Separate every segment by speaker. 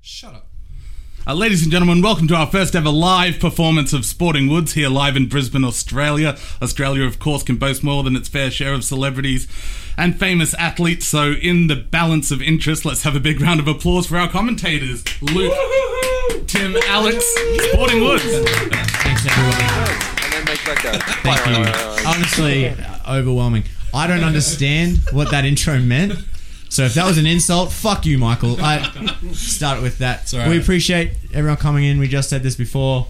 Speaker 1: Shut up.
Speaker 2: Uh, ladies and gentlemen, welcome to our first ever live performance of Sporting Woods here live in Brisbane, Australia. Australia, of course, can boast more than its fair share of celebrities and famous athletes. So, in the balance of interest, let's have a big round of applause for our commentators Luke, Tim, Alex, Sporting Woods.
Speaker 3: Thanks, everyone.
Speaker 4: And then make that go.
Speaker 3: Thank you. Honestly, overwhelming. I don't understand what that intro meant. So if that was an insult, fuck you, Michael. I start with that.
Speaker 1: all right.
Speaker 3: We appreciate everyone coming in. We just said this before.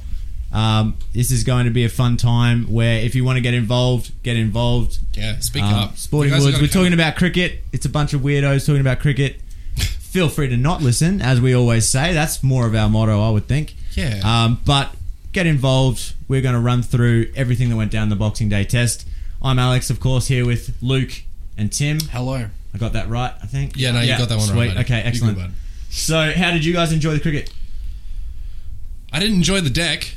Speaker 3: Um, this is going to be a fun time where if you want to get involved, get involved.
Speaker 1: Yeah, speak
Speaker 3: Um,
Speaker 1: up.
Speaker 3: Sporting
Speaker 1: You guys
Speaker 3: Woods.
Speaker 1: gotta
Speaker 3: We're
Speaker 1: come-
Speaker 3: talking about cricket. It's a bunch of weirdos talking about cricket. Feel free to not listen, as we always say. That's more of our motto, I would think.
Speaker 1: Yeah.
Speaker 3: Um, but get involved. We're going to run through everything that went down the Boxing Day test. I'm Alex, of course, here with Luke and Tim.
Speaker 1: Hello.
Speaker 3: I got that right, I think.
Speaker 1: Yeah, no, you got that one right.
Speaker 3: sweet.
Speaker 1: buddy.
Speaker 3: Okay,
Speaker 1: You good,
Speaker 3: excellent.
Speaker 1: bud.
Speaker 3: So, how did you guys enjoy the cricket?
Speaker 1: I didn't enjoy the deck.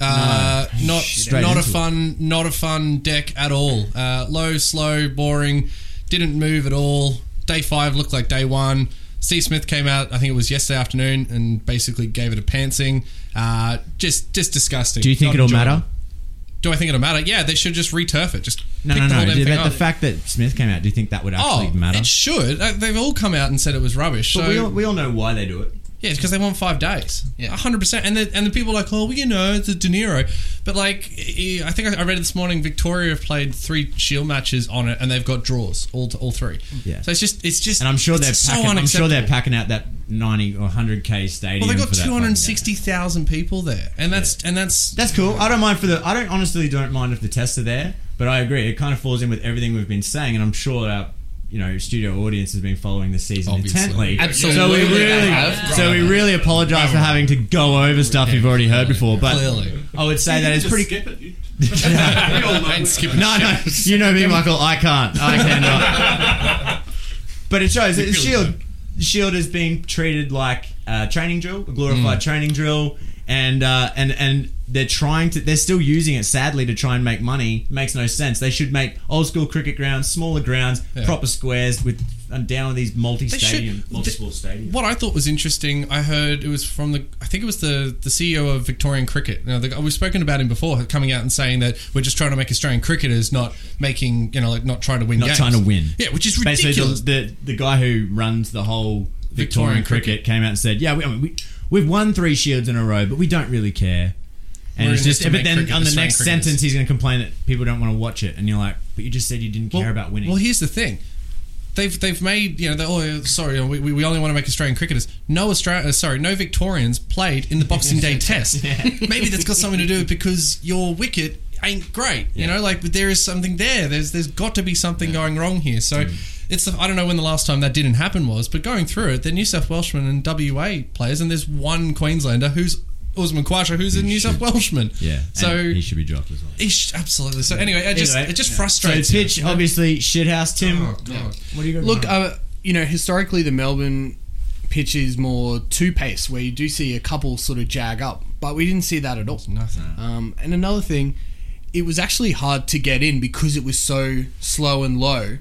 Speaker 1: Uh, Not
Speaker 3: Straight
Speaker 1: not a
Speaker 3: into it.
Speaker 1: fun not a fun deck at all. Uh, low, slow, boring. Didn't move at all. Day five looked like day one. Steve Smith came out. I think it was yesterday afternoon and basically gave it a pantsing. Uh, just just disgusting.
Speaker 3: Do you think
Speaker 1: Not
Speaker 3: it'll
Speaker 1: enjoyable.
Speaker 3: matter?
Speaker 1: Do I think it'll matter? Yeah, they should just returf it. Just
Speaker 3: No,
Speaker 1: pick
Speaker 3: no,
Speaker 1: the
Speaker 3: no.
Speaker 1: whole damn
Speaker 3: The,
Speaker 1: thing
Speaker 3: the
Speaker 1: up.
Speaker 3: fact that Smith came out, do you think that would actually
Speaker 1: Oh,
Speaker 3: matter?
Speaker 1: it should. Uh, They've all come out and said it was rubbish.
Speaker 3: But
Speaker 1: so
Speaker 3: we, all, we all know why they do it.
Speaker 1: Yeah, it's because they want five days. Yeah, hundred percent. And the and the people are like, oh, well, you know, it's a De Niro. But like, eh, I think I I read it this morning. Victoria have played three Shield matches on it, and they've got draws all to, all three.
Speaker 3: Yeah.
Speaker 1: So it's just it's just.
Speaker 3: And I'm sure
Speaker 1: it's
Speaker 3: they're
Speaker 1: just so
Speaker 3: packing, I'm sure they're
Speaker 1: unacceptable.
Speaker 3: packing out that 90 or 100k stadium.
Speaker 1: Well, they got
Speaker 3: for that
Speaker 1: two
Speaker 3: fucking
Speaker 1: hundred
Speaker 3: game.
Speaker 1: sixty thousand people there, and that's and that's
Speaker 3: That's cool. I don't mind for the. I don't honestly don't mind if the tests are there, but I agree. It kind of falls in with everything we've been saying, and I'm sure our you know studio audience has been following the season
Speaker 1: Obviously.
Speaker 3: intently.
Speaker 1: Absolutely.
Speaker 3: So we
Speaker 1: They
Speaker 3: really,
Speaker 1: have.
Speaker 3: so we really apologize for having to go over stuff you've already heard before. But
Speaker 1: Clearly.
Speaker 3: I would say that it's pretty.
Speaker 2: skip it. You-
Speaker 1: and skipping
Speaker 3: No, no, you know me, Michael. I can't. I cannot. but it shows that the shield. Shield is being treated like a training drill, a glorified training drill, and uh, and and they're trying to. They're still using it, sadly, to try and make money. Makes no sense. They should make old school cricket grounds, smaller grounds,
Speaker 1: Yeah.
Speaker 3: proper squares with. I'm down with these multi-stadium,
Speaker 1: should-
Speaker 3: multi-sport stadiums.
Speaker 1: What I thought was interesting, I heard it was from the, I think it was the the CEO of Victorian Cricket. Now, the, we've spoken about him before, coming out and saying that we're just trying to make Australian cricketers not making, you know, like not trying to win,
Speaker 3: Not
Speaker 1: games.
Speaker 3: trying to win.
Speaker 1: Yeah, which is
Speaker 3: Basically,
Speaker 1: ridiculous.
Speaker 3: the, the the guy who runs the whole Victorian,
Speaker 1: Victorian
Speaker 3: cricket,
Speaker 1: cricket.
Speaker 3: came out and said, "Yeah, we, I mean, we we've won three shields in a row, but we don't really care." And
Speaker 1: We're
Speaker 3: it's
Speaker 1: in this
Speaker 3: just,
Speaker 1: to
Speaker 3: but
Speaker 1: make
Speaker 3: then
Speaker 1: cricket
Speaker 3: on the
Speaker 1: Australian
Speaker 3: next
Speaker 1: cricketers.
Speaker 3: sentence, he's going to complain that people don't want to watch it, and you're like, "But you just said you didn't care about winning."
Speaker 1: Well, here's the thing. They've, they've made you know they, oh sorry we, we we only want to make Australian cricketers no Australia sorry no Victorians played in the Boxing Day Test maybe that's got something to do with because your wicket ain't great you know like but there is something there there's there's got to be something going wrong here so
Speaker 3: Mm.
Speaker 1: it's the, I don't know when the last time that didn't happen was but going through it the New South Welshman and WA players and there's one Queenslander who's Usman Quasha who's a New South Welshman
Speaker 3: yeah,
Speaker 1: so
Speaker 3: and he should be dropped as well.
Speaker 1: he sh- absolutely so anyway it just
Speaker 3: Anyway,
Speaker 1: it just
Speaker 3: So
Speaker 1: frustrates you.
Speaker 3: pitch, obviously, shithouse Tim.
Speaker 1: God.
Speaker 3: What are you going
Speaker 5: Look, uh, you know, historically the Melbourne pitch is more two pace, where you do see a couple sort of jag up, but we didn't see that at all.
Speaker 1: nothing
Speaker 5: Um, and another thing, it was actually hard to get in because it was so slow and low.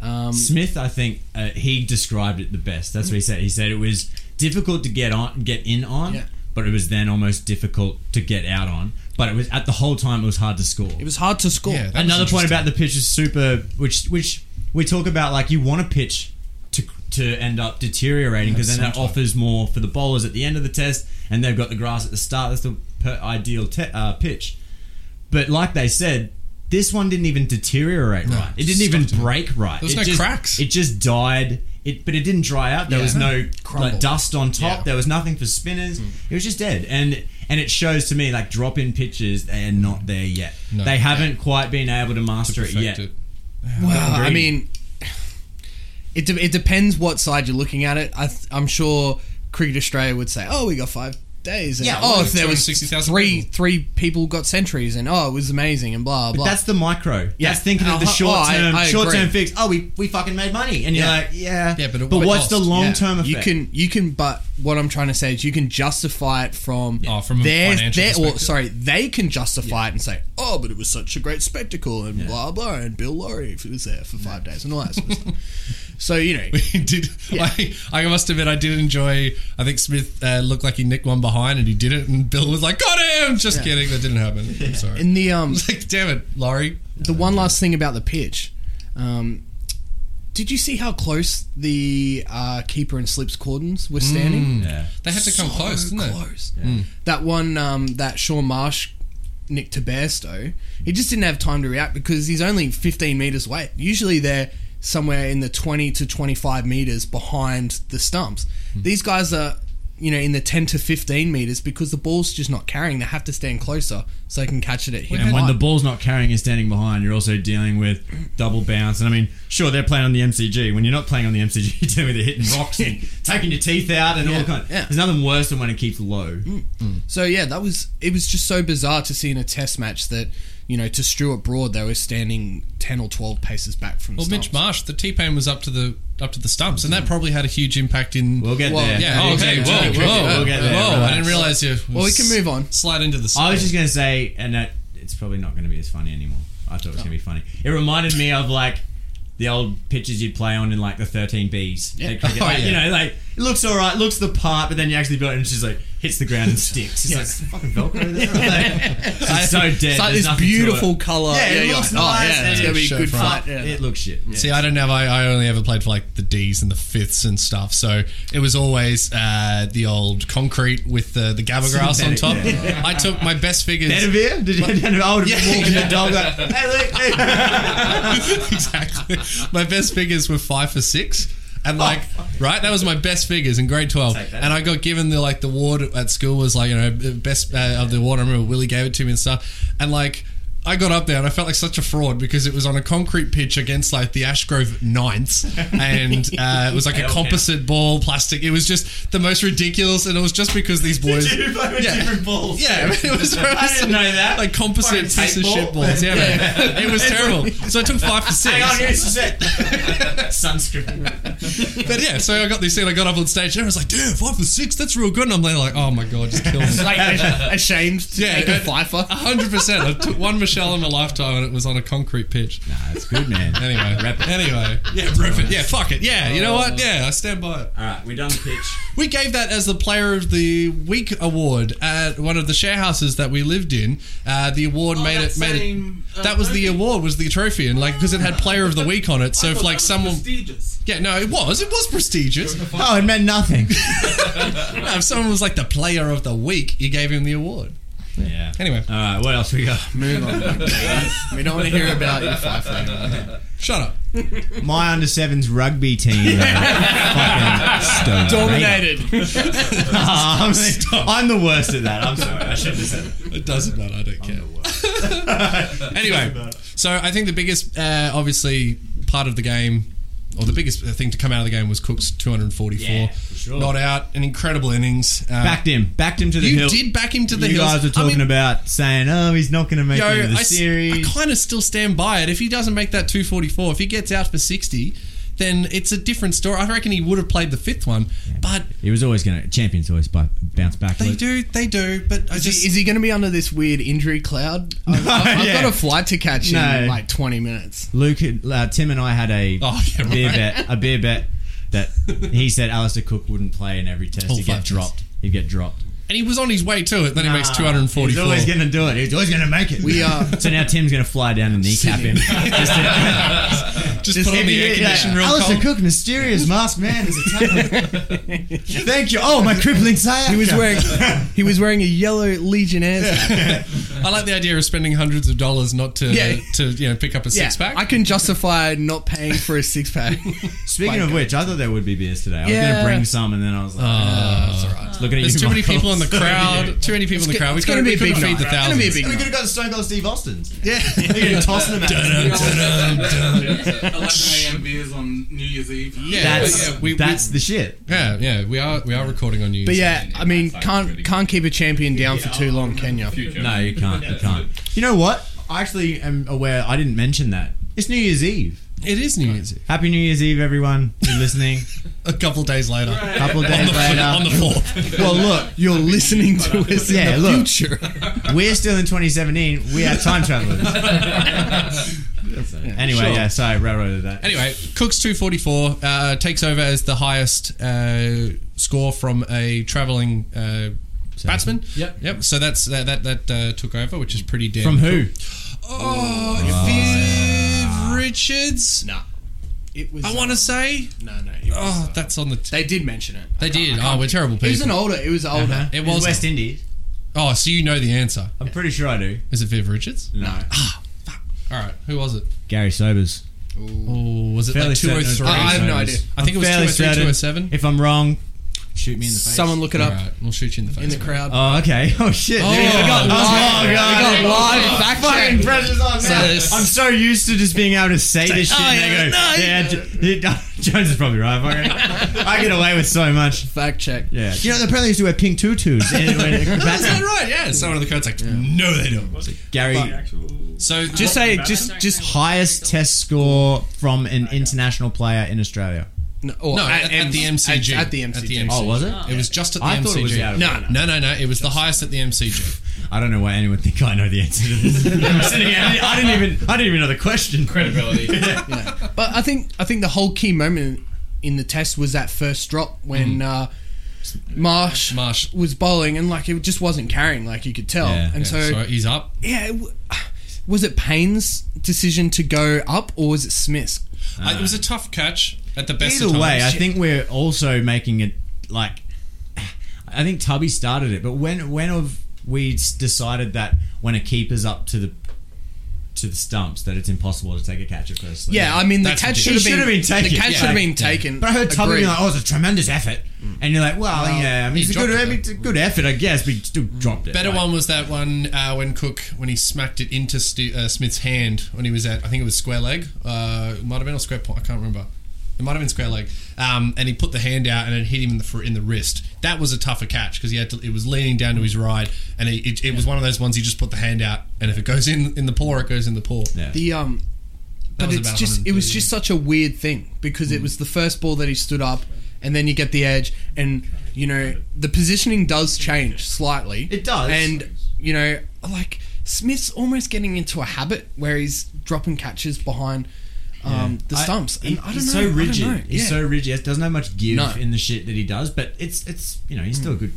Speaker 5: Um,
Speaker 3: Smith, I think uh, he described it the best. That's what he said. He said it was difficult to get on, get in on,
Speaker 5: Yeah.
Speaker 3: but it was then almost difficult to get out on. But it was at the whole time it was hard to score.
Speaker 5: it was hard to score.
Speaker 1: Yeah, that- was
Speaker 3: Another point
Speaker 1: interesting.
Speaker 3: about the pitch is super, which which we talk about like you want a pitch to to end up deteriorating because then that
Speaker 1: sometimes.
Speaker 3: offers more for the bowlers at the end of the test, and they've got the grass at the start. That's the per ideal te- uh, pitch. But like they said, this one didn't even deteriorate right. It didn't even break right.
Speaker 1: There was
Speaker 3: it
Speaker 1: no
Speaker 3: just,
Speaker 1: cracks.
Speaker 3: It just died. It, but it didn't dry out. There was
Speaker 1: Yeah.
Speaker 3: no like,
Speaker 5: Crumble.
Speaker 3: dust on top.
Speaker 1: Yeah. Hmm.
Speaker 3: There was nothing for spinners. It was just dead. And and it shows to me like drop in pitches. They are not there yet.
Speaker 1: No.
Speaker 3: they haven't quite been able to master it
Speaker 1: perfect
Speaker 3: yet.
Speaker 1: it.
Speaker 5: Well, I
Speaker 3: agree.
Speaker 5: mean, it, de- it depends what side you're looking at it. I th- I'm sure Cricket Australia would say, "Oh, we got five days." And,
Speaker 3: Yeah,
Speaker 5: oh,
Speaker 3: well,
Speaker 5: if there was
Speaker 1: 260,000
Speaker 5: three
Speaker 1: people."
Speaker 5: three people got centuries, and oh, it was amazing, and blah
Speaker 3: But
Speaker 5: blah.
Speaker 3: that's the micro.
Speaker 5: Yeah.
Speaker 3: That's thinking of the
Speaker 5: Uh-huh.
Speaker 3: short
Speaker 5: Oh, I-
Speaker 3: term,
Speaker 5: I agree.
Speaker 3: short term fix. Oh, we, we fucking made money, and
Speaker 5: Yeah.
Speaker 3: you're like, yeah,
Speaker 1: Yeah, but at
Speaker 3: but
Speaker 1: what
Speaker 3: what's
Speaker 1: cost?
Speaker 3: the long term
Speaker 5: You
Speaker 3: effect?
Speaker 5: can you can but what I'm trying to say is you can justify it from
Speaker 1: Oh, from a
Speaker 5: their,
Speaker 1: financial
Speaker 5: their or
Speaker 1: perspective.
Speaker 5: sorry, they can justify it and say, oh, but it was such a great spectacle and blah blah, and Bill Laurie was there for five days and all that sort of stuff. So you know,
Speaker 1: We did. I, I must admit, I did enjoy. I think Smith uh, looked like he nicked one behind, and he did it. And Bill was like, "Got him!" Just kidding. That didn't happen. I'm sorry.
Speaker 5: in the um,
Speaker 1: It's like, damn it, Laurie.
Speaker 5: the one last thing about the pitch. Um, did you see how close the uh, keeper and slips cordons were standing?
Speaker 1: Mm.
Speaker 3: Yeah.
Speaker 1: They had to come
Speaker 5: So
Speaker 1: close, didn't they?
Speaker 5: close. That one, um, that Sean Marsh nicked to Bairstow, he just didn't have time to react because he's only 15 metres away. Usually they're somewhere in the 20 to 25 metres behind the stumps. These guys are, you know, in the 10 to 15 metres because the ball's just not carrying. They have to stand closer so they can catch it at hip
Speaker 3: And when
Speaker 5: height.
Speaker 3: the ball's not carrying and standing behind, you're also dealing with double bounce. And I mean, sure, they're playing on the MCG. When you're not playing on the MCG, you're dealing with it hitting rocks and taking your teeth out and all kind.
Speaker 5: yeah.
Speaker 3: There's nothing worse than when it keeps low.
Speaker 5: So yeah, that was it was just so bizarre to see in a test match that you know to Stuart Broad they were standing ten or twelve paces back from. the
Speaker 1: Well, Mitch
Speaker 5: stumps.
Speaker 1: Marsh, the T Pain was up to the up to the stumps, and
Speaker 5: Mm.
Speaker 1: that probably had a huge impact in.
Speaker 3: We'll get
Speaker 5: Well,
Speaker 3: there.
Speaker 1: yeah. Oh, okay.
Speaker 3: We'll
Speaker 1: Whoa.
Speaker 3: get there.
Speaker 1: Whoa.
Speaker 3: We'll get there.
Speaker 1: Whoa. I
Speaker 3: Relax.
Speaker 1: didn't realize you.
Speaker 5: Well, we can move on.
Speaker 1: Slide into the.
Speaker 3: I was just gonna say, and that it's probably not gonna be as funny anymore. I
Speaker 5: Oh.
Speaker 3: thought it was gonna be funny. It reminded me of like the old pitches you'd play on in like the 13Bs.
Speaker 5: Yeah.
Speaker 3: Like, cricket,
Speaker 1: Oh,
Speaker 3: like, You
Speaker 1: yeah.
Speaker 3: know, like it looks all right, looks the part, but then you actually build it and it's just like hits the ground and sticks. It's like fucking Velcro there. Like, it's so dead.
Speaker 5: It's
Speaker 3: there's
Speaker 5: like this
Speaker 3: nothing to it.
Speaker 5: beautiful color.
Speaker 3: Yeah, it
Speaker 5: you're
Speaker 3: looks
Speaker 5: like,
Speaker 3: nice.
Speaker 5: Oh, yeah, it's gonna be a
Speaker 1: Sure,
Speaker 5: good
Speaker 1: from-
Speaker 5: fight. Yeah.
Speaker 3: It looks shit. Yeah.
Speaker 1: See, I don't have. I, I only ever played for like the D's and the fifths and stuff. So it was always uh, the old concrete with the the gabba grass on
Speaker 3: Synthetic,
Speaker 1: top.
Speaker 3: yeah.
Speaker 1: I took my best figures.
Speaker 3: Had a beer? Did you? I would have walked the dog. Like, hey, look, hey.
Speaker 1: exactly. My best figures were five for six. And like, right? That was my best figures in grade twelve,
Speaker 3: Oh. Take that.
Speaker 1: and I got given the like the award at school was like you know best uh, of the award. I remember Willie gave it to me and stuff, and like I got up there and I felt like such a fraud because it was on a concrete pitch against like the Ashgrove Ninths, and uh, it was like a
Speaker 3: Okay.
Speaker 1: composite ball, plastic. It was just the most ridiculous, and it was just because these boys.
Speaker 3: Did you play with
Speaker 1: Yeah.
Speaker 3: different balls?
Speaker 1: Yeah, I mean, it was.
Speaker 3: I didn't know that.
Speaker 1: Like composite
Speaker 3: Fucking
Speaker 1: piece of
Speaker 3: tape
Speaker 1: shit
Speaker 3: ball.
Speaker 1: balls. Yeah, man. it was terrible. So I took five for six.
Speaker 3: Hang on, here's the set. Sunscreen.
Speaker 1: But yeah, so I got this scene. I got up on stage and I was like, "Damn, five for six, that's real good." And I'm there like, "Oh my god, just kill me."
Speaker 5: Like a- ashamed to
Speaker 1: Yeah,
Speaker 5: take a
Speaker 1: it-
Speaker 5: fifer.
Speaker 1: Hundred percent. I took one Michelle in my lifetime, and it was on a concrete pitch.
Speaker 3: That's good, man.
Speaker 1: Anyway,
Speaker 3: wrap it.
Speaker 1: Anyway, yeah, rip it. Yeah, fuck it. Yeah, you know what? Yeah, I stand by it.
Speaker 3: All right, we're done pitch.
Speaker 1: We gave that as the Player of the Week award at one of the share houses that we lived in. Uh, the award made
Speaker 4: Oh, that
Speaker 1: it made
Speaker 4: same,
Speaker 1: it.
Speaker 4: uh,
Speaker 1: that was the
Speaker 4: trophy?
Speaker 1: award was the trophy, and like because it had Player of the Week on it. So
Speaker 4: I
Speaker 1: if
Speaker 4: thought
Speaker 1: like
Speaker 4: that was
Speaker 1: someone,
Speaker 4: prestigious.
Speaker 1: yeah, no, it was it was prestigious.
Speaker 3: Oh, it meant nothing.
Speaker 1: No, if someone was like the player of the week, you gave him the award.
Speaker 3: yeah.
Speaker 1: Anyway.
Speaker 3: All right, what else we got?
Speaker 5: Move on. we don't want to hear about your fifer. anymore.
Speaker 1: Shut up.
Speaker 3: My under sevens rugby team. uh, fucking
Speaker 5: Dominated.
Speaker 3: Oh, I'm, I'm the worst at that. I'm sorry. I shouldn't have said that.
Speaker 1: It doesn't matter. I don't care. anyway, so I think the biggest, uh, obviously, part of the game, or the biggest uh, thing to come out of the game was Cook's 244.
Speaker 3: Yeah, for sure.
Speaker 1: Not out. An incredible innings. Uh,
Speaker 3: Backed him. Backed him to the
Speaker 1: you
Speaker 3: hill.
Speaker 1: did back him to the
Speaker 3: you
Speaker 1: hills.
Speaker 3: guys were talking
Speaker 1: I mean,
Speaker 3: about saying, oh, he's not going to make
Speaker 1: yo,
Speaker 3: it into the
Speaker 1: I,
Speaker 3: series.
Speaker 1: kind of still stand by it. If he doesn't make that 244, if he gets out for 60, then it's a different story. I reckon he would have played the fifth one, but
Speaker 3: He was always going to. Champions always bu- bounce back.
Speaker 1: they
Speaker 3: Luke.
Speaker 1: do, they do. But I
Speaker 5: Is
Speaker 1: just
Speaker 5: he, going to be under this weird injury cloud? I've, I've
Speaker 3: Yeah.
Speaker 5: got a flight to catch
Speaker 3: No.
Speaker 5: in like 20 minutes.
Speaker 3: Luke, had- uh, Tim, and I had a
Speaker 1: Oh, yeah, right.
Speaker 3: beer bet. A beer bet that he said Alistair Cook wouldn't play in every test.
Speaker 1: All
Speaker 3: He'd get
Speaker 1: five tests.
Speaker 3: dropped. He'd get dropped.
Speaker 1: And he was on his way to it. Then he makes 244.
Speaker 3: He's always going to do it. He's always going to make it.
Speaker 5: We uh, are.
Speaker 3: So now Tim's going to fly down and kneecap him. Just
Speaker 1: just put on the air condition real
Speaker 3: Alistair
Speaker 1: cold.
Speaker 3: Cook, mysterious masked man, is attacking. Thank you. Oh, my crippling sciatica.
Speaker 5: He was wearing he was wearing a yellow Legionnaires. hat.
Speaker 1: I like the idea of spending hundreds of dollars not to
Speaker 5: Yeah.
Speaker 1: to you know pick up a
Speaker 5: Yeah,
Speaker 1: six pack.
Speaker 5: I can justify not paying for a six pack.
Speaker 3: Speaking of which, I thought there would be beers today. I was
Speaker 5: Yeah.
Speaker 3: going to bring some, and then I was like,
Speaker 5: Oh,
Speaker 3: uh, it's all right. It's looking at
Speaker 1: There's
Speaker 3: you,
Speaker 1: too many
Speaker 3: Michael.
Speaker 1: people in the crowd. Too many people in the crowd.
Speaker 5: it's
Speaker 1: We've got to
Speaker 5: gonna be
Speaker 1: be
Speaker 5: a big
Speaker 1: feed
Speaker 5: night.
Speaker 1: the
Speaker 5: It's gonna
Speaker 1: thousands.
Speaker 5: be a big
Speaker 3: We could have got a Stone Cold Steve Austin's.
Speaker 5: yeah,
Speaker 3: We're going to toss them out.
Speaker 1: Dun, dun, dun.
Speaker 4: 11 a.m. beers on New Year's Eve.
Speaker 1: Yeah,
Speaker 3: That's,
Speaker 1: yeah, we, we-
Speaker 3: that's the shit.
Speaker 1: yeah, yeah. We are we are recording on you.
Speaker 5: but yeah, I mean, can't can't keep a champion down for too long, can you?
Speaker 3: No, you can't. You can't. You know what? I actually am aware I didn't mention that. It's New Year's Eve.
Speaker 1: it is New Year's Eve.
Speaker 3: Happy New Year's Eve, everyone who's listening.
Speaker 1: a couple of days later.
Speaker 3: Couple of days
Speaker 1: on, the,
Speaker 3: later.
Speaker 1: on the fourth.
Speaker 3: well, look,
Speaker 5: You're listening to us in
Speaker 3: Yeah,
Speaker 5: the
Speaker 3: look.
Speaker 5: future.
Speaker 3: we're still in 2017. We are time travelers. So, anyway, yeah. Sorry, railroaded that.
Speaker 1: anyway, Cooks two forty four uh, takes over as the highest uh, score from a traveling. Uh, Batsman,
Speaker 6: Yep.
Speaker 1: yep. So that's that that, that uh, took over, which is pretty damn.
Speaker 3: From who?
Speaker 1: Oh, Viv Richards.
Speaker 5: nah. It was.
Speaker 1: I want to say.
Speaker 5: No, no. it was,
Speaker 1: Oh,
Speaker 5: uh,
Speaker 1: that's on the. T-
Speaker 5: they did mention it.
Speaker 1: they
Speaker 5: I can't-
Speaker 1: did.
Speaker 5: I can't-
Speaker 1: Oh, we're terrible people.
Speaker 5: It was an older. It was older.
Speaker 3: Uh-huh.
Speaker 1: It
Speaker 3: It
Speaker 1: was-
Speaker 3: was West Indies.
Speaker 1: oh, so you know the answer.
Speaker 3: I'm pretty sure I do.
Speaker 1: Is it Viv Richards?
Speaker 3: No.
Speaker 1: Ah, All right. Who was it?
Speaker 3: Gary Sobers.
Speaker 1: Oh, was it
Speaker 3: Fairly
Speaker 1: like two
Speaker 3: certain it
Speaker 1: hundred
Speaker 3: was
Speaker 1: three?
Speaker 5: I I have no
Speaker 3: Sobers.
Speaker 5: idea.
Speaker 1: I think it was
Speaker 3: fairly
Speaker 1: 203,
Speaker 3: certain.
Speaker 1: 207.
Speaker 3: If I'm wrong, shoot me in the face.
Speaker 5: Someone look it
Speaker 1: All
Speaker 5: up
Speaker 1: right, we'll shoot you in the face.
Speaker 5: in the crowd.
Speaker 3: Oh, okay. Oh shit.
Speaker 1: Oh,
Speaker 3: There you go.
Speaker 1: we got
Speaker 3: Oh,
Speaker 1: live-
Speaker 3: God.
Speaker 5: we got
Speaker 1: oh.
Speaker 5: live fact
Speaker 3: Fucking
Speaker 5: check.
Speaker 3: pressure's on
Speaker 1: So
Speaker 3: now.
Speaker 1: this-
Speaker 3: I'm so used to just being able to say this shit.
Speaker 5: "Oh,
Speaker 3: and they
Speaker 5: yeah,
Speaker 3: go,
Speaker 5: no, you
Speaker 3: yeah,
Speaker 5: got
Speaker 3: Jo- Jones is probably right. Fuck it. I get away with so much.
Speaker 5: Fact check.
Speaker 3: Yeah. You know, they apparently used to wear pink tutus. and- and-
Speaker 1: That's not right. Yeah, someone in the crowd's like, no, they don't.
Speaker 3: Gary,
Speaker 1: So
Speaker 3: just
Speaker 1: just
Speaker 3: say just just highest test score from an international player in Australia.
Speaker 5: No, or
Speaker 1: no at, at the MCG.
Speaker 5: At, at the MCG.
Speaker 3: Oh, was it?
Speaker 1: It was just at the
Speaker 3: I
Speaker 1: MCG.
Speaker 3: thought it was the out of
Speaker 1: no,
Speaker 3: order.
Speaker 1: no, no, no. It was the highest at the MCG.
Speaker 3: I don't know why anyone think I know the answer to this. I'm sitting here, I didn't even I didn't even know the question.
Speaker 6: Credibility.
Speaker 5: But I think I think the whole key moment in the test was that first drop when uh, Marsh
Speaker 1: Marsh.
Speaker 5: was bowling and like it just wasn't carrying, like you could tell.
Speaker 3: Yeah.
Speaker 5: and so,
Speaker 1: So he's up.
Speaker 5: yeah, it w- was it Payne's decision to go up or was it Smith's?
Speaker 1: Uh, it was a tough catch at the best
Speaker 3: Either
Speaker 1: of times.
Speaker 3: way, I think we're also making it like I think Tubby started it, but when when have we s- decided that when a keeper's up to the to the stumps that it's impossible to take a catch at first?
Speaker 5: Yeah, I mean the
Speaker 1: That's
Speaker 5: catch
Speaker 1: ridiculous.
Speaker 5: should have
Speaker 3: It
Speaker 5: been,
Speaker 3: should've been taken.
Speaker 5: The catch
Speaker 3: Yeah.
Speaker 5: should have been
Speaker 3: Yeah.
Speaker 5: taken.
Speaker 3: But I heard Tubby
Speaker 5: Agreed.
Speaker 3: being like, "Oh, it's a tremendous effort," and you're like, "Well,
Speaker 5: Well,
Speaker 3: yeah, I mean,
Speaker 1: he
Speaker 3: it's a
Speaker 1: dropped
Speaker 3: good, e,
Speaker 1: it, though.
Speaker 3: it's a good effort, I guess, but he still dropped it."
Speaker 1: Better
Speaker 3: like-
Speaker 1: one was that one uh, when Cook when he smacked it into Stu uh, Smith's hand when he was at I think it was square leg. Uh, it might have been a square point. I can't remember. It might have been square leg. Um, and he put the hand out and it hit him in the fr- in the wrist. That was a tougher catch because he had to, it was leaning down to his right and he, it, it was one of those ones he just put the hand out and if it goes in in the paw it goes in the paw.
Speaker 3: Yeah.
Speaker 5: the um but
Speaker 1: was
Speaker 5: it's
Speaker 1: about
Speaker 5: just it was
Speaker 1: 130,
Speaker 5: just such a weird thing because it
Speaker 3: Mm.
Speaker 5: was the first ball that he stood up and then you get the edge and you know the positioning does change slightly
Speaker 3: It does.
Speaker 5: and you know like smith's almost getting into a habit where he's dropping catches behind um, the stumps
Speaker 3: I,
Speaker 5: and
Speaker 3: he-
Speaker 5: I don't
Speaker 3: he's
Speaker 5: know,
Speaker 3: so rigid.
Speaker 5: I don't know.
Speaker 3: He's
Speaker 5: yeah.
Speaker 3: so rigid. He doesn't have much give
Speaker 5: No. Mm.
Speaker 3: in the shit that he does, but it's it's you know he's still a good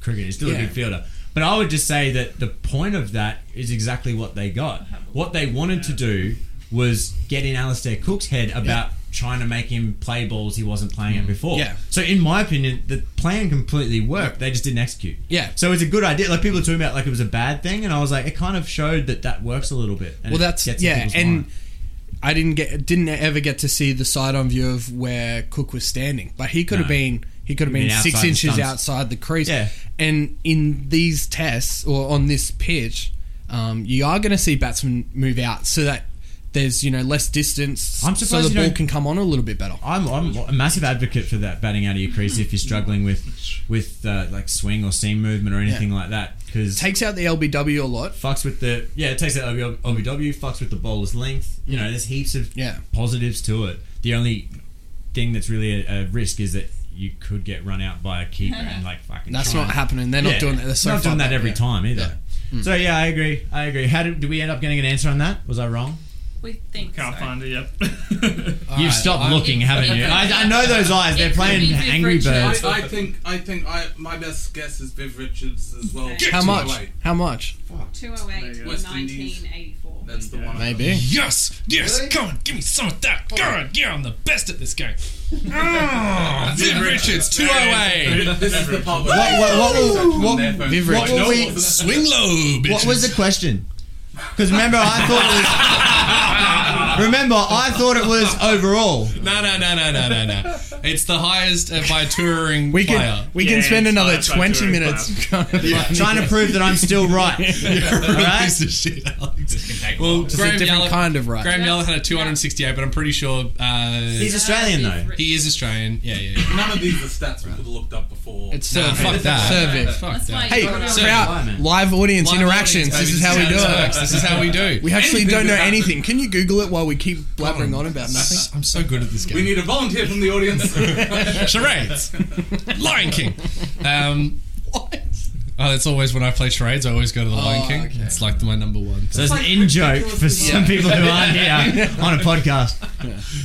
Speaker 3: cricketer. He's still
Speaker 5: Yeah.
Speaker 3: a good fielder. But I would just say that the point of that is exactly what they got. What they wanted to do was get in Alistair Cook's head about trying to make him play balls he wasn't playing at before.
Speaker 5: Mm. Yeah.
Speaker 3: So in my opinion, the plan completely worked. They just didn't execute.
Speaker 5: Yeah.
Speaker 3: So it's a good idea. Like people were talking about like it was a bad thing, and I was like, it kind of showed that that works a little bit. And
Speaker 5: well
Speaker 3: it
Speaker 5: that's
Speaker 3: gets in
Speaker 5: yeah
Speaker 3: people's
Speaker 5: and
Speaker 3: mind.
Speaker 5: i didn't get didn't ever get to see the side on view of where cook was standing but he could have
Speaker 3: No.
Speaker 5: been he could have
Speaker 3: He'd
Speaker 5: been
Speaker 3: been
Speaker 5: six
Speaker 3: outside the
Speaker 5: inches
Speaker 3: stumps.
Speaker 5: outside the crease
Speaker 3: Yeah.
Speaker 5: and in these tests or on this pitch um, you are going to see batsmen move out so that there's you know less distance
Speaker 3: I'm
Speaker 5: so
Speaker 3: surprised
Speaker 5: the
Speaker 3: you
Speaker 5: ball
Speaker 3: don't-
Speaker 5: can come on a little bit better
Speaker 3: I'm, I'm a massive advocate for that batting out of your crease if you're struggling with with uh, like swing or seam movement or anything like that because
Speaker 5: takes out the lbw a lot
Speaker 3: fucks with the yeah it takes out LB- LBW fucks with the bowler's length you know there's heaps of
Speaker 5: Yeah.
Speaker 3: positives to it the only thing that's really a, a risk is that you could get run out by a keeper and like fucking
Speaker 5: that's
Speaker 3: try
Speaker 5: not
Speaker 3: and-
Speaker 5: happening they're
Speaker 3: Yeah,
Speaker 5: not doing that they're so
Speaker 3: not
Speaker 5: far
Speaker 3: doing that
Speaker 5: back,
Speaker 3: every
Speaker 5: yeah.
Speaker 3: time either so yeah I agree I agree how did, did we end up getting an answer on that was I wrong
Speaker 7: We think
Speaker 4: Can't
Speaker 7: so.
Speaker 4: find it yet.
Speaker 3: you've
Speaker 1: right,
Speaker 3: stopped
Speaker 1: I'm-
Speaker 3: looking haven't you I, I know those eyes they're
Speaker 7: It could
Speaker 3: playing
Speaker 7: be
Speaker 3: Angry Birds
Speaker 7: different, yeah.
Speaker 4: I, I think I think I my best guess is Viv Richards as well.
Speaker 5: how
Speaker 4: Two
Speaker 5: much
Speaker 4: oh eight.
Speaker 5: how much
Speaker 7: 208
Speaker 4: There
Speaker 7: in
Speaker 4: you go. West Indies.
Speaker 7: 1984.
Speaker 4: That's the one.
Speaker 5: maybe
Speaker 1: Yes, yes, go on, give me some of that. Go on, yeah, I'm the best at this game. Oh, Viv Richards, 208.
Speaker 4: This is the part where
Speaker 3: What- what- what- what-
Speaker 5: Viv
Speaker 3: what
Speaker 5: Richards.
Speaker 3: were we-
Speaker 1: Swing low, bitches.
Speaker 3: What was the question? Because remember, I thought it was. remember, I thought it was overall.
Speaker 1: No, no, no, no, no, no, no. It's the highest uh, by touring
Speaker 5: we can
Speaker 1: player.
Speaker 5: we can
Speaker 4: Yeah,
Speaker 5: spend
Speaker 4: it's
Speaker 5: another
Speaker 4: fine, it's fine,
Speaker 5: 20
Speaker 4: touring
Speaker 5: minutes yeah.
Speaker 3: Trying to prove that I'm still right.
Speaker 1: You're a
Speaker 3: All right.
Speaker 1: piece of shit, Alex. Well, Graham
Speaker 5: a different
Speaker 1: Yallop,
Speaker 5: kind of right.
Speaker 1: Graham Yallop had a 268, but I'm pretty sure uh,
Speaker 3: He's Australian though.
Speaker 1: he is Australian. Yeah, yeah. yeah.
Speaker 4: None of these are stats we could have looked up before.
Speaker 5: it's
Speaker 1: Nah,
Speaker 5: serve
Speaker 1: fuck
Speaker 5: it.
Speaker 1: that.
Speaker 5: serve it
Speaker 1: Fuck
Speaker 7: That's why
Speaker 1: that.
Speaker 7: you
Speaker 5: Hey,
Speaker 7: got it.
Speaker 1: so-
Speaker 5: crowd, live audience
Speaker 1: Live
Speaker 5: interactions.
Speaker 1: audience,
Speaker 5: this
Speaker 1: baby.
Speaker 5: is how we do
Speaker 1: this
Speaker 5: it.
Speaker 1: works. This is how we do.
Speaker 5: We actually
Speaker 4: Anything
Speaker 5: don't know
Speaker 4: can happen.
Speaker 5: anything. Can you Google it while while we keep blabbering on about nothing.
Speaker 1: I'm so good at this game.
Speaker 2: We need a volunteer from the audience.
Speaker 1: charades. Lion King. Um, Oh, that's always when I play charades. I always go to the Lion
Speaker 5: Oh,
Speaker 1: King.
Speaker 5: okay.
Speaker 1: It's like my number one.
Speaker 3: So it's an in joke for some people who aren't here on a podcast.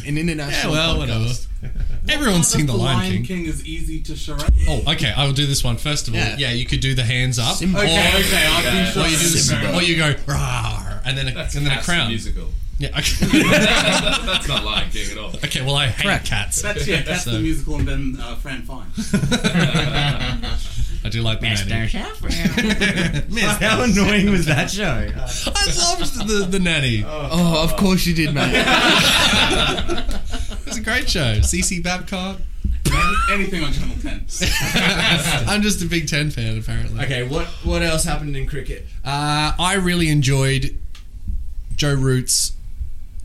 Speaker 5: An international
Speaker 1: well,
Speaker 5: podcast.
Speaker 1: whatever. Everyone's seen the Lion, King.
Speaker 4: is easy to charade.
Speaker 1: Oh, okay. I will do this one first of all. Yeah,
Speaker 5: Yeah.
Speaker 1: you could do the hands up,
Speaker 5: Simba.
Speaker 1: or,
Speaker 4: Okay, Oh, okay, I'll do
Speaker 1: or you do the,
Speaker 4: charade.
Speaker 1: or you go "Rawr," and then a, and then a
Speaker 6: Cats the
Speaker 1: crown.
Speaker 6: musical.
Speaker 1: Yeah. Okay.
Speaker 6: That's not Lion King at all.
Speaker 1: okay. Well, I hate
Speaker 5: Correct.
Speaker 1: cats.
Speaker 4: That's yeah, that's
Speaker 1: So-
Speaker 4: the musical, and then uh, Fran Fine.
Speaker 1: I do like the nanny.
Speaker 3: How annoying was that show?
Speaker 1: I loved the, the nanny.
Speaker 5: Oh, of course you did, mate.
Speaker 1: It was a great show. CC Babcock.
Speaker 4: Anything on Channel Ten.
Speaker 1: I'm just a Big Ten fan, apparently.
Speaker 3: Okay, what what else happened in cricket?
Speaker 1: Uh, I really enjoyed Joe Root's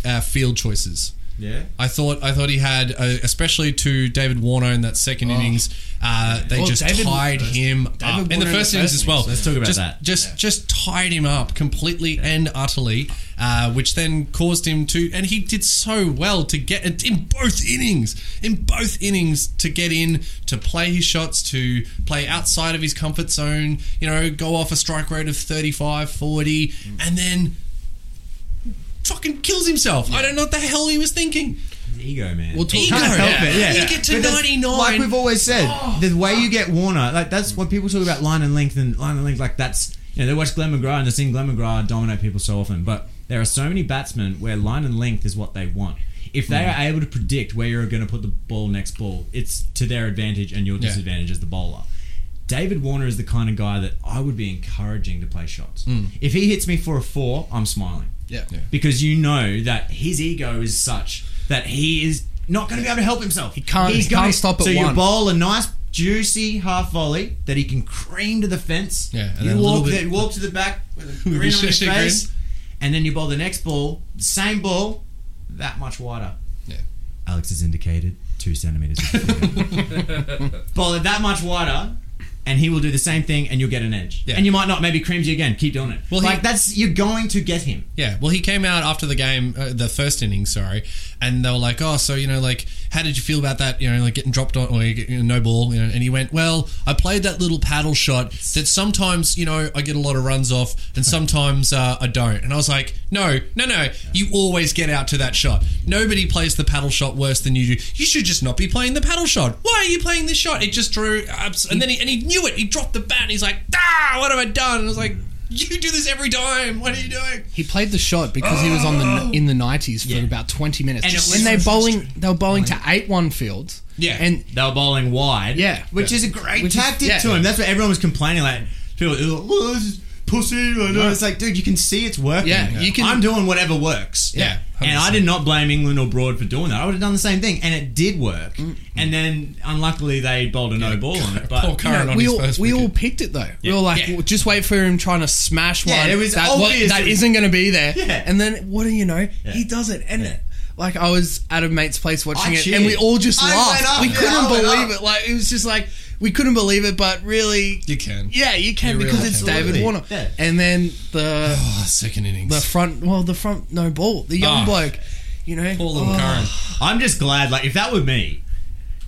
Speaker 1: uh, field choices.
Speaker 3: Yeah.
Speaker 1: I thought I thought he had, uh, especially to David Warner in that second innings. Uh, they
Speaker 5: Well,
Speaker 1: just
Speaker 5: David-
Speaker 1: tied him up in
Speaker 5: Warner
Speaker 1: the first innings as well.
Speaker 3: Let's talk about
Speaker 1: just,
Speaker 3: that.
Speaker 1: Just just tied him up completely and utterly, uh, which then caused him to. And he did so well to get it in both innings, in both innings to get in to play his shots, to play outside of his comfort zone. You know, go off a strike rate of 35, 40, and then. Fucking kills himself. I don't know what the hell he was thinking.
Speaker 3: Ego, man.
Speaker 5: We'll talk-
Speaker 1: Ego.
Speaker 3: Can't help it, yeah.
Speaker 1: You get to Oh.
Speaker 3: But that's-
Speaker 1: 99.
Speaker 3: Like we've always said, the way you get Warner, like that's what people talk about line and length and line and length. Like that's you know they watch Glenn McGrath and they're seeing Glenn McGrath dominate people so often, but there are so many batsmen where line and length is what they want. If they are able to predict where you're going to put the ball next ball, it's to their advantage and your
Speaker 1: Yeah.
Speaker 3: disadvantage as the bowler. David Warner is the kind of guy that I would be encouraging to play shots. If he hits me for a four, I'm smiling
Speaker 5: Yeah.
Speaker 3: because you know that his ego is such that he is not going to be able to help himself. He
Speaker 5: can't- he can't stop at
Speaker 3: So you
Speaker 5: one.
Speaker 3: bowl a nice juicy half volley that he can cream to the fence.
Speaker 1: Yeah, and then
Speaker 3: you
Speaker 1: a little
Speaker 3: walk,
Speaker 1: bit-
Speaker 3: the, walk to the back with a
Speaker 1: With a
Speaker 3: grin on his
Speaker 1: shit grin.
Speaker 3: face, and then you bowl the next ball, the same ball, that much wider.
Speaker 1: Yeah.
Speaker 3: Alex has indicated two centimeters. bowl it that much wider. And he will do the same thing, and you'll get an edge.
Speaker 1: Yeah.
Speaker 3: And you might not. Maybe creams you again. Keep doing it.
Speaker 1: Well, he-
Speaker 3: like that's you're going to get him.
Speaker 1: Yeah, well, he came out after the game, uh, the first inning, sorry, and they were like, "Oh, so you know, like, how did you feel about that? You know, like getting dropped on or you get, you know, no ball?" You know, and he went, "Well, I played that little paddle shot that sometimes, you know, I get a lot of runs off, and sometimes uh, I don't." And I was like, "No, no, no, you always get out to that shot. Nobody plays the paddle shot worse than you do. You should just not be playing the paddle shot. Why are you playing this shot? It just drew, abs- and then he and he knew it. He dropped the bat. And he's like, "Ah, what have I done?" And I was like. You do this every time. What are you doing?
Speaker 5: He played the shot because he was on the in the nineties for about twenty minutes.
Speaker 3: And it was-
Speaker 5: And they bowling they were bowling to eight one fields.
Speaker 1: Yeah.
Speaker 5: And
Speaker 3: they were bowling wide.
Speaker 5: Yeah.
Speaker 3: Which is a great
Speaker 5: Which is-
Speaker 3: tactic
Speaker 5: yeah.
Speaker 3: to him. That's what everyone was complaining like. People were like, oh, this is pussy. I know. It's like, dude, you can see it's working.
Speaker 5: Yeah, you can-
Speaker 3: I'm doing whatever works.
Speaker 1: Yeah,
Speaker 3: And
Speaker 1: 100%.
Speaker 3: I did not blame England or Broad for doing that. I would have done the same thing, and it did work.
Speaker 5: Mm-hmm.
Speaker 3: And then, unluckily, they bowled a no ball on it. But
Speaker 1: Poor
Speaker 5: you know,
Speaker 1: Curran on
Speaker 5: we
Speaker 1: his
Speaker 5: all
Speaker 1: first
Speaker 5: we all
Speaker 1: wicket.
Speaker 5: picked it though. We were like,
Speaker 1: Yeah.
Speaker 5: well, just wait for him trying to smash
Speaker 3: Yeah,
Speaker 5: one.
Speaker 3: it was
Speaker 5: that, wa-
Speaker 3: obvious
Speaker 5: that
Speaker 3: it was-
Speaker 5: isn't going to be there.
Speaker 3: Yeah.
Speaker 5: And then what do you know? He does it, and it, like I was at a mate's place watching it, and we
Speaker 3: cheered.
Speaker 5: all just
Speaker 3: I
Speaker 5: laughed.
Speaker 3: went up,
Speaker 5: we
Speaker 3: yeah,
Speaker 5: couldn't
Speaker 3: I went
Speaker 5: believe
Speaker 3: up.
Speaker 5: it. Like it was just like we couldn't believe it, but really,
Speaker 1: You can.
Speaker 5: yeah, you can
Speaker 1: You
Speaker 5: because
Speaker 1: really
Speaker 5: it's
Speaker 1: can.
Speaker 5: David
Speaker 3: Absolutely.
Speaker 5: Warner.
Speaker 3: Yeah.
Speaker 5: And then the
Speaker 1: Oh, second innings.
Speaker 5: the front, well, the front no ball, the young
Speaker 1: Ah.
Speaker 5: bloke, you know,
Speaker 1: Paul and
Speaker 5: Oh.
Speaker 1: Curran.
Speaker 3: I'm just glad, like, if that were me,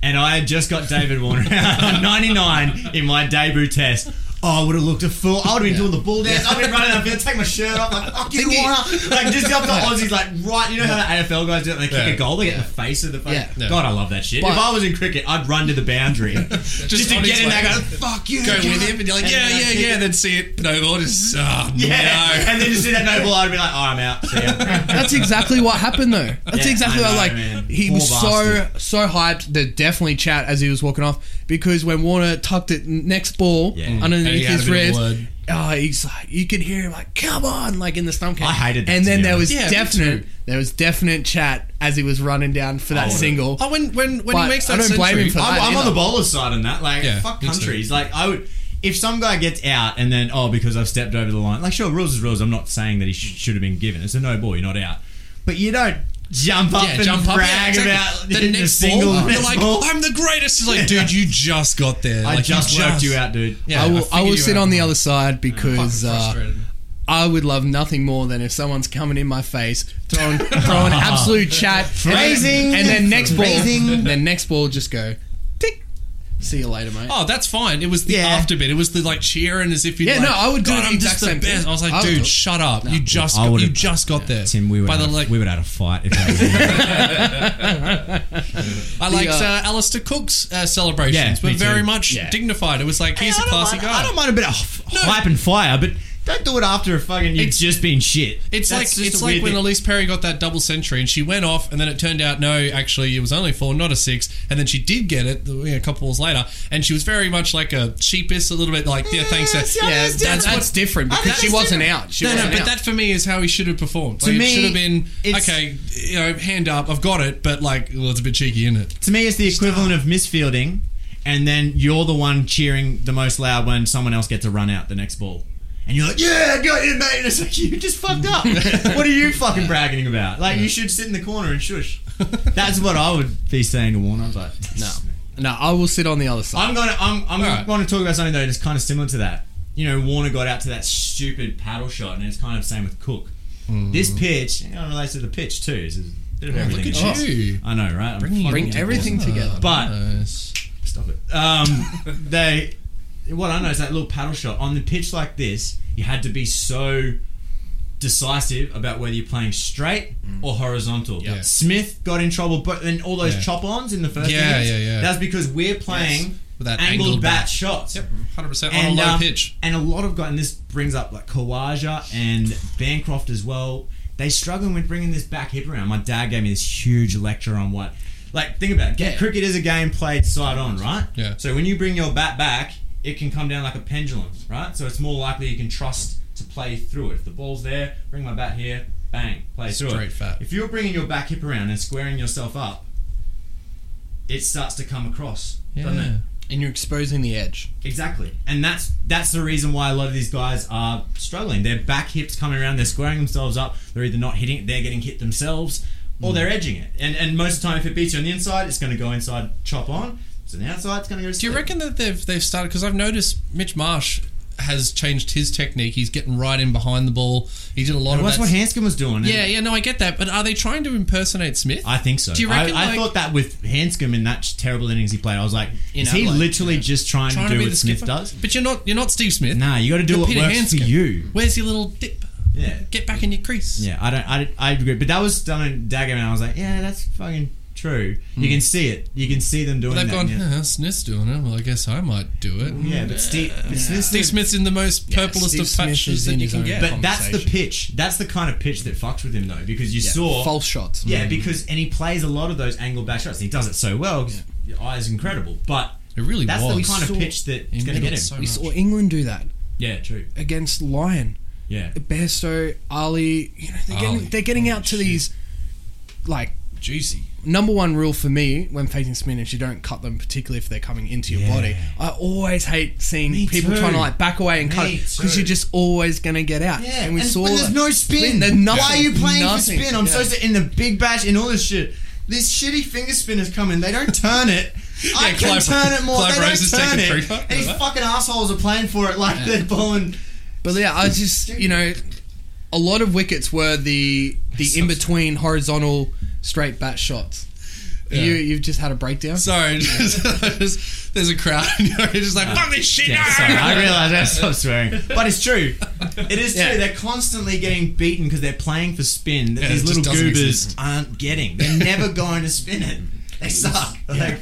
Speaker 3: and I had just got David Warner out on 99 in my debut test. Oh, I would have looked a fool. I would have been doing the bull dance. I'd been running up field, take my shirt off, like, fuck you,
Speaker 5: Thinking-
Speaker 3: Warner. Like, just up the Aussies, like, right. You know how the AFL guys do it? They kick
Speaker 1: Yeah.
Speaker 3: a goal, they get in the face of the fucking.
Speaker 5: Yeah.
Speaker 1: Yeah.
Speaker 3: God, I love that shit.
Speaker 5: But-
Speaker 3: if I was in cricket, I'd run to the boundary just,
Speaker 1: Just
Speaker 3: to
Speaker 1: on
Speaker 3: get
Speaker 1: his
Speaker 3: in there
Speaker 1: way.
Speaker 3: and go, fuck you.
Speaker 1: Go
Speaker 3: can
Speaker 1: with
Speaker 3: I-"
Speaker 1: him, and you're like,
Speaker 3: And
Speaker 1: yeah,
Speaker 3: then I'd
Speaker 1: yeah,
Speaker 3: kick
Speaker 1: yeah.
Speaker 3: it.
Speaker 1: Then see it. No ball. Just ah,
Speaker 3: Yeah.
Speaker 1: no.
Speaker 3: And then just see that no ball, I'd be like, oh, I'm out. See ya.
Speaker 5: That's exactly what happened though. That's
Speaker 3: Yeah,
Speaker 5: exactly
Speaker 3: I
Speaker 5: what
Speaker 3: know,
Speaker 5: like
Speaker 3: man.
Speaker 5: he
Speaker 3: Poor
Speaker 5: was
Speaker 3: bastard.
Speaker 5: so so hyped. There definitely chat as he was walking off because when Warner tucked it n- next ball
Speaker 3: Yeah. Mm.
Speaker 1: And he had
Speaker 5: underneath
Speaker 1: a
Speaker 5: his
Speaker 1: bit of
Speaker 5: ribs,
Speaker 1: blood.
Speaker 5: oh, he's like you could hear him like come on like in the stump.
Speaker 3: I hated that,
Speaker 5: And
Speaker 3: to
Speaker 5: then
Speaker 3: be
Speaker 5: there was
Speaker 3: honest.
Speaker 1: Yeah, me
Speaker 5: definite there was definite chat as he was running down for that single.
Speaker 1: Oh, when when when he
Speaker 5: But
Speaker 1: makes that
Speaker 5: I don't blame
Speaker 1: century,
Speaker 5: him for that.
Speaker 3: I'm, I'm on
Speaker 5: either.
Speaker 3: the bowler's side on that. Like,
Speaker 1: Yeah,
Speaker 3: fuck
Speaker 1: me too.
Speaker 3: countries. Like, I would. If some guy gets out and then, oh, because I've stepped over the line, like, sure, rules is rules. I'm not saying that he sh- should have been given. It's a no ball, you're not out. But you don't jump up
Speaker 1: Yeah,
Speaker 3: and
Speaker 1: jump up. Yeah,
Speaker 3: brag
Speaker 1: exactly.
Speaker 3: about
Speaker 1: the
Speaker 3: hitting a
Speaker 1: next
Speaker 3: single.
Speaker 1: ball. You're
Speaker 3: next
Speaker 1: like,
Speaker 3: ball.
Speaker 1: I'm the greatest. It's like, dude, you just got there.
Speaker 3: I
Speaker 1: Like,
Speaker 3: just
Speaker 1: you
Speaker 3: worked you out, dude.
Speaker 1: Yeah,
Speaker 5: I will I,
Speaker 1: figured
Speaker 5: will
Speaker 1: you
Speaker 5: sit
Speaker 1: out.
Speaker 5: on the other side
Speaker 1: Fucking
Speaker 5: because uh,
Speaker 1: frustrated.
Speaker 5: I would love nothing more than if someone's coming in my face, throwing, throwing absolute chat,
Speaker 3: Phrasing.
Speaker 5: and then, and then next ball,
Speaker 3: Phrasing.
Speaker 5: then next ball, just go, tick. See you later, mate.
Speaker 1: Oh, that's fine. It was the
Speaker 3: Yeah.
Speaker 1: after bit. It was the like cheering as if you.
Speaker 5: Yeah,
Speaker 1: like,
Speaker 5: no, I would do
Speaker 1: God,
Speaker 5: the
Speaker 1: I'm
Speaker 5: exact
Speaker 1: just the
Speaker 5: same thing.
Speaker 1: best. I was like,
Speaker 5: I would do
Speaker 1: dude,
Speaker 5: it.
Speaker 1: got up. You just
Speaker 3: I
Speaker 1: got, you
Speaker 3: would've-
Speaker 1: just got there.
Speaker 3: Tim, we would
Speaker 1: by the
Speaker 3: have,
Speaker 1: like.
Speaker 3: we would have had a fight if that was in there.
Speaker 1: I liked
Speaker 5: uh,
Speaker 1: uh, Alistair Cook's uh, celebrations,
Speaker 3: Yeah,
Speaker 1: were
Speaker 3: me too.
Speaker 1: very much
Speaker 3: Yeah.
Speaker 1: dignified. It was like he's
Speaker 3: I
Speaker 1: a
Speaker 3: don't
Speaker 1: classy
Speaker 3: mind-
Speaker 1: guy.
Speaker 3: I don't mind a bit of h- hype and fire, but don't do it after a fucking you've
Speaker 1: It's-
Speaker 3: just been shit.
Speaker 1: It's
Speaker 3: That's
Speaker 1: like
Speaker 3: just
Speaker 1: it's
Speaker 3: a
Speaker 1: like
Speaker 3: weird
Speaker 1: when
Speaker 3: thing.
Speaker 1: Elise Perry got that double century and she went off, and then it turned out no, actually it was only four, not a six, and then she did get it you know, a couple balls later, and she was very much like a sheepish, a little bit like yeah, thanks.
Speaker 3: Yeah,
Speaker 1: uh,
Speaker 3: Mm, see, I
Speaker 5: yeah,
Speaker 3: mean,
Speaker 5: that's,
Speaker 3: it's
Speaker 5: that's,
Speaker 1: different.
Speaker 5: different
Speaker 3: I
Speaker 5: because she
Speaker 3: understand.
Speaker 5: wasn't out. She
Speaker 1: no, no,
Speaker 5: wasn't
Speaker 1: but
Speaker 5: out.
Speaker 1: that for me is how he should have performed.
Speaker 3: To
Speaker 1: Like, it
Speaker 3: me,
Speaker 1: should have been
Speaker 3: it's-
Speaker 1: okay. You know, hand up, I've got it, but like, well, it's a bit cheeky, isn't it?
Speaker 3: To me, it's the equivalent of misfielding, and then you're the one cheering the most loud when someone else gets a run out the next ball. And you're like, yeah, I got you, mate. And it's like, you just fucked up. what are you fucking bragging about? Like, you should sit in the corner and shush. That's what I would be saying to Warner, but
Speaker 5: no, no, I will sit on the other side.
Speaker 3: I'm gonna I'm, I'm
Speaker 1: All right.
Speaker 3: gonna talk about something though that's kind of similar to that. You know, Warner got out to that stupid paddle shot, and it's kind of the same with Cook. This pitch, and it relates to the pitch too. Is a bit of everything.
Speaker 1: Mm. look
Speaker 3: in
Speaker 1: at
Speaker 3: this.
Speaker 1: you.
Speaker 3: I know, right? I'm fucking
Speaker 5: Bring
Speaker 3: awesome.
Speaker 5: everything together.
Speaker 3: But
Speaker 1: Nice.
Speaker 3: stop it. Um, they, what I know is that little paddle shot on the pitch like this, you had to be so decisive about whether you're playing straight or horizontal.
Speaker 1: Mm. Yeah.
Speaker 3: Smith got in trouble, but then all those
Speaker 1: Yeah.
Speaker 3: chop ons in the first.
Speaker 1: Yeah,
Speaker 3: innings,
Speaker 1: yeah, yeah.
Speaker 3: That's because we're playing
Speaker 1: With that
Speaker 3: angled,
Speaker 1: angled
Speaker 3: bat,
Speaker 1: bat.
Speaker 3: shots.
Speaker 1: Yep, hundred percent on a low
Speaker 3: um,
Speaker 1: pitch.
Speaker 3: and a lot of guys, and this brings up like Kawaja and Bancroft as well. They struggling with bringing this back hip around. My dad gave me this huge lecture on what, like, think about it. Get, Cricket is a game played side on, right?
Speaker 1: Yeah.
Speaker 3: So when you bring your bat back, it can come down like a pendulum, right? So it's more likely you can trust to play through it. If the ball's there, bring my bat here, bang, play through
Speaker 1: Straight
Speaker 3: it.
Speaker 1: fat.
Speaker 3: If you're bringing your back hip around and squaring yourself up, it starts to come across, doesn't it?
Speaker 1: Yeah.
Speaker 5: and you're exposing the edge.
Speaker 3: Exactly, and that's that's the reason why a lot of these guys are struggling. Their back hips coming around, they're squaring themselves up. They're either not hitting it, they're getting hit themselves, or they're edging it. And and most of the time, if it beats you on the inside, it's going to go inside, chop on. If It's an outside, it's going to go.
Speaker 1: Do you
Speaker 3: slip.
Speaker 1: reckon that they've they've started? Because I've noticed Mitch Marsh has changed his technique. He's getting right in behind the ball. He did a lot
Speaker 3: Well,
Speaker 1: of
Speaker 3: That's
Speaker 1: that.
Speaker 3: what Hanscom was doing. and
Speaker 1: yeah, yeah, no, I get that. But are they trying to impersonate Smith?
Speaker 3: I think so.
Speaker 1: Do you reckon,
Speaker 3: I, I
Speaker 1: like-
Speaker 3: thought that with Hanscom in that terrible innings he played, I was like,
Speaker 5: In
Speaker 3: is he
Speaker 5: Adelaide,
Speaker 3: literally just trying,
Speaker 1: trying
Speaker 3: to
Speaker 1: to
Speaker 3: do
Speaker 1: be
Speaker 3: what
Speaker 1: the
Speaker 3: Smith
Speaker 1: skipper?
Speaker 3: does?
Speaker 1: But you're not. You're not Steve Smith.
Speaker 3: Nah, you got to do
Speaker 1: You're
Speaker 3: what
Speaker 1: Peter
Speaker 3: works for
Speaker 1: Hanscom.
Speaker 3: you.
Speaker 1: Where's your little dip?
Speaker 3: Yeah.
Speaker 1: Get back in your crease.
Speaker 3: Yeah, I don't. I, I agree, but that was done in Dagger, and I was like, yeah, that's fucking true. You can see it. You can see them doing
Speaker 1: They've
Speaker 3: that.
Speaker 1: gone. hmm.
Speaker 3: yeah.
Speaker 1: "Huh, Smith's doing it. Well, I guess I might do it.
Speaker 3: yeah, but Steve, but Smith-
Speaker 1: Steve Smith's in the most purplest
Speaker 5: Steve
Speaker 1: of
Speaker 5: Smith
Speaker 1: patches
Speaker 5: is
Speaker 1: that
Speaker 5: in
Speaker 1: you
Speaker 5: his
Speaker 1: can
Speaker 5: own
Speaker 1: get.
Speaker 5: bag.
Speaker 3: but that's the
Speaker 5: conversation.
Speaker 3: pitch. That's the kind of pitch that fucks with him though, because you saw
Speaker 5: False shots. Mm.
Speaker 3: Yeah, because and he plays a lot of those angle back shots. And he does it so well. 'cause Your eye is incredible, but
Speaker 1: It really
Speaker 3: that's
Speaker 1: was.
Speaker 3: the kind of
Speaker 5: saw-
Speaker 3: pitch that's
Speaker 1: He
Speaker 3: going to
Speaker 1: middled
Speaker 3: get him.
Speaker 1: so
Speaker 5: We
Speaker 1: much.
Speaker 5: saw England do that
Speaker 3: yeah, true.
Speaker 5: against Lyon.
Speaker 3: Yeah,
Speaker 5: Besto, Ali, you know, they're getting,
Speaker 1: Ali.
Speaker 5: they're getting
Speaker 1: Oh,
Speaker 5: out to
Speaker 1: shit.
Speaker 5: these, like,
Speaker 1: juicy.
Speaker 5: number one rule for me when facing spin is you don't cut them, particularly if they're coming into your
Speaker 3: Yeah.
Speaker 5: body. I always hate seeing
Speaker 3: Me
Speaker 5: people
Speaker 3: too.
Speaker 5: trying to, like, back away and cut
Speaker 3: Me
Speaker 5: it because
Speaker 3: too.
Speaker 5: you're just always going to get out.
Speaker 3: Yeah,
Speaker 5: And we saw
Speaker 3: when there's
Speaker 5: that.
Speaker 3: no spin.
Speaker 5: There's nothing.
Speaker 3: Why are you playing
Speaker 5: Nothing.
Speaker 3: for spin? I'm
Speaker 5: Yeah.
Speaker 3: so sick in the big bash and all this shit. This shitty finger spinners come in. They don't turn it. I
Speaker 1: Yeah,
Speaker 3: can
Speaker 1: Clive-
Speaker 3: turn it more.
Speaker 1: Clive
Speaker 3: they
Speaker 1: Rose has
Speaker 3: don't turn
Speaker 1: taken free
Speaker 3: it.
Speaker 1: time.
Speaker 3: And these
Speaker 1: Remember?
Speaker 3: fucking assholes are playing for it like they're balling.
Speaker 5: But yeah, I just you know, a lot of wickets were the the in between horizontal straight bat shots. You you've just had a breakdown.
Speaker 1: Sorry, just- there's a crowd. And you're just like fuck this shit.
Speaker 3: Yeah,
Speaker 1: ah!"
Speaker 3: sorry, I realize I stopped swearing, but it's true. It is
Speaker 5: Yeah.
Speaker 3: true. They're constantly getting beaten because they're playing for spin that
Speaker 1: Yeah,
Speaker 3: these
Speaker 1: it just
Speaker 3: little
Speaker 1: doesn't
Speaker 3: goobers
Speaker 1: exist.
Speaker 3: aren't getting. They're never going to spin it. They suck. Like,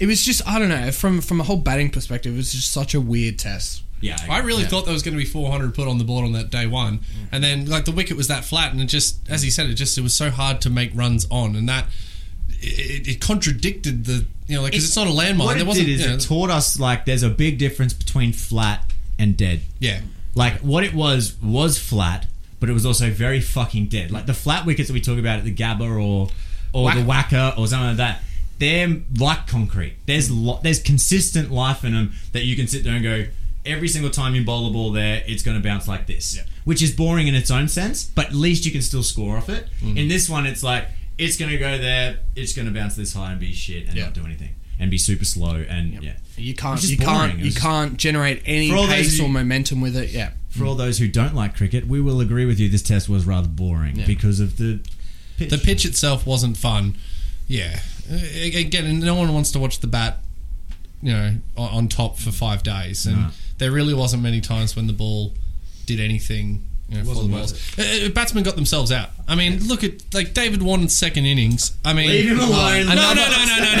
Speaker 5: It was just I don't know from from a whole batting perspective. It was just such a weird test.
Speaker 3: yeah,
Speaker 1: I really thought there was going to be 400 put on the board on that day one, and then like the wicket was that flat, and it just, as he said, it just it was so hard to make runs on, and that it, it contradicted the you know like because it's, not a landmine.
Speaker 3: What
Speaker 1: There
Speaker 3: it
Speaker 1: wasn't
Speaker 3: did is
Speaker 1: you know,
Speaker 3: it taught us like there's a big difference between flat and dead.
Speaker 1: yeah.
Speaker 3: Like what it was was flat, but it was also very fucking dead. Like the flat wickets that we talk about at the Gabba or or the Wacker or something like that. They're like concrete. There's lo- there's consistent life in them that you can sit there and go. Every single time you bowl a ball there, it's going to bounce like this, which is boring in its own sense, but at least you can still score off it. In this one, it's like it's going to go there, it's going to bounce this high and be shit and
Speaker 1: Yeah.
Speaker 3: not do anything and be super slow and yeah.
Speaker 5: You
Speaker 3: It was
Speaker 5: can't
Speaker 3: just
Speaker 5: you
Speaker 3: boring.
Speaker 5: can't
Speaker 3: It
Speaker 5: you
Speaker 3: was-
Speaker 5: can't generate any
Speaker 3: For all those
Speaker 5: pace
Speaker 3: of you-
Speaker 5: or momentum with it. Yeah,
Speaker 3: for all those who don't like cricket, we will agree with you. This test was rather boring because of the pitch.
Speaker 1: The pitch itself wasn't fun. Yeah. Uh, a- Again, no one wants to watch the bat, you know, on- on top for five days, and
Speaker 3: No.
Speaker 1: there really wasn't many times when the ball did anything. You know, for the
Speaker 3: wasn't
Speaker 1: balls. Uh, uh, batsmen got themselves out. I mean, look at like David Warner's second innings. I mean,
Speaker 3: Leave him alone.
Speaker 1: No, no, no, no, no, no, no, no,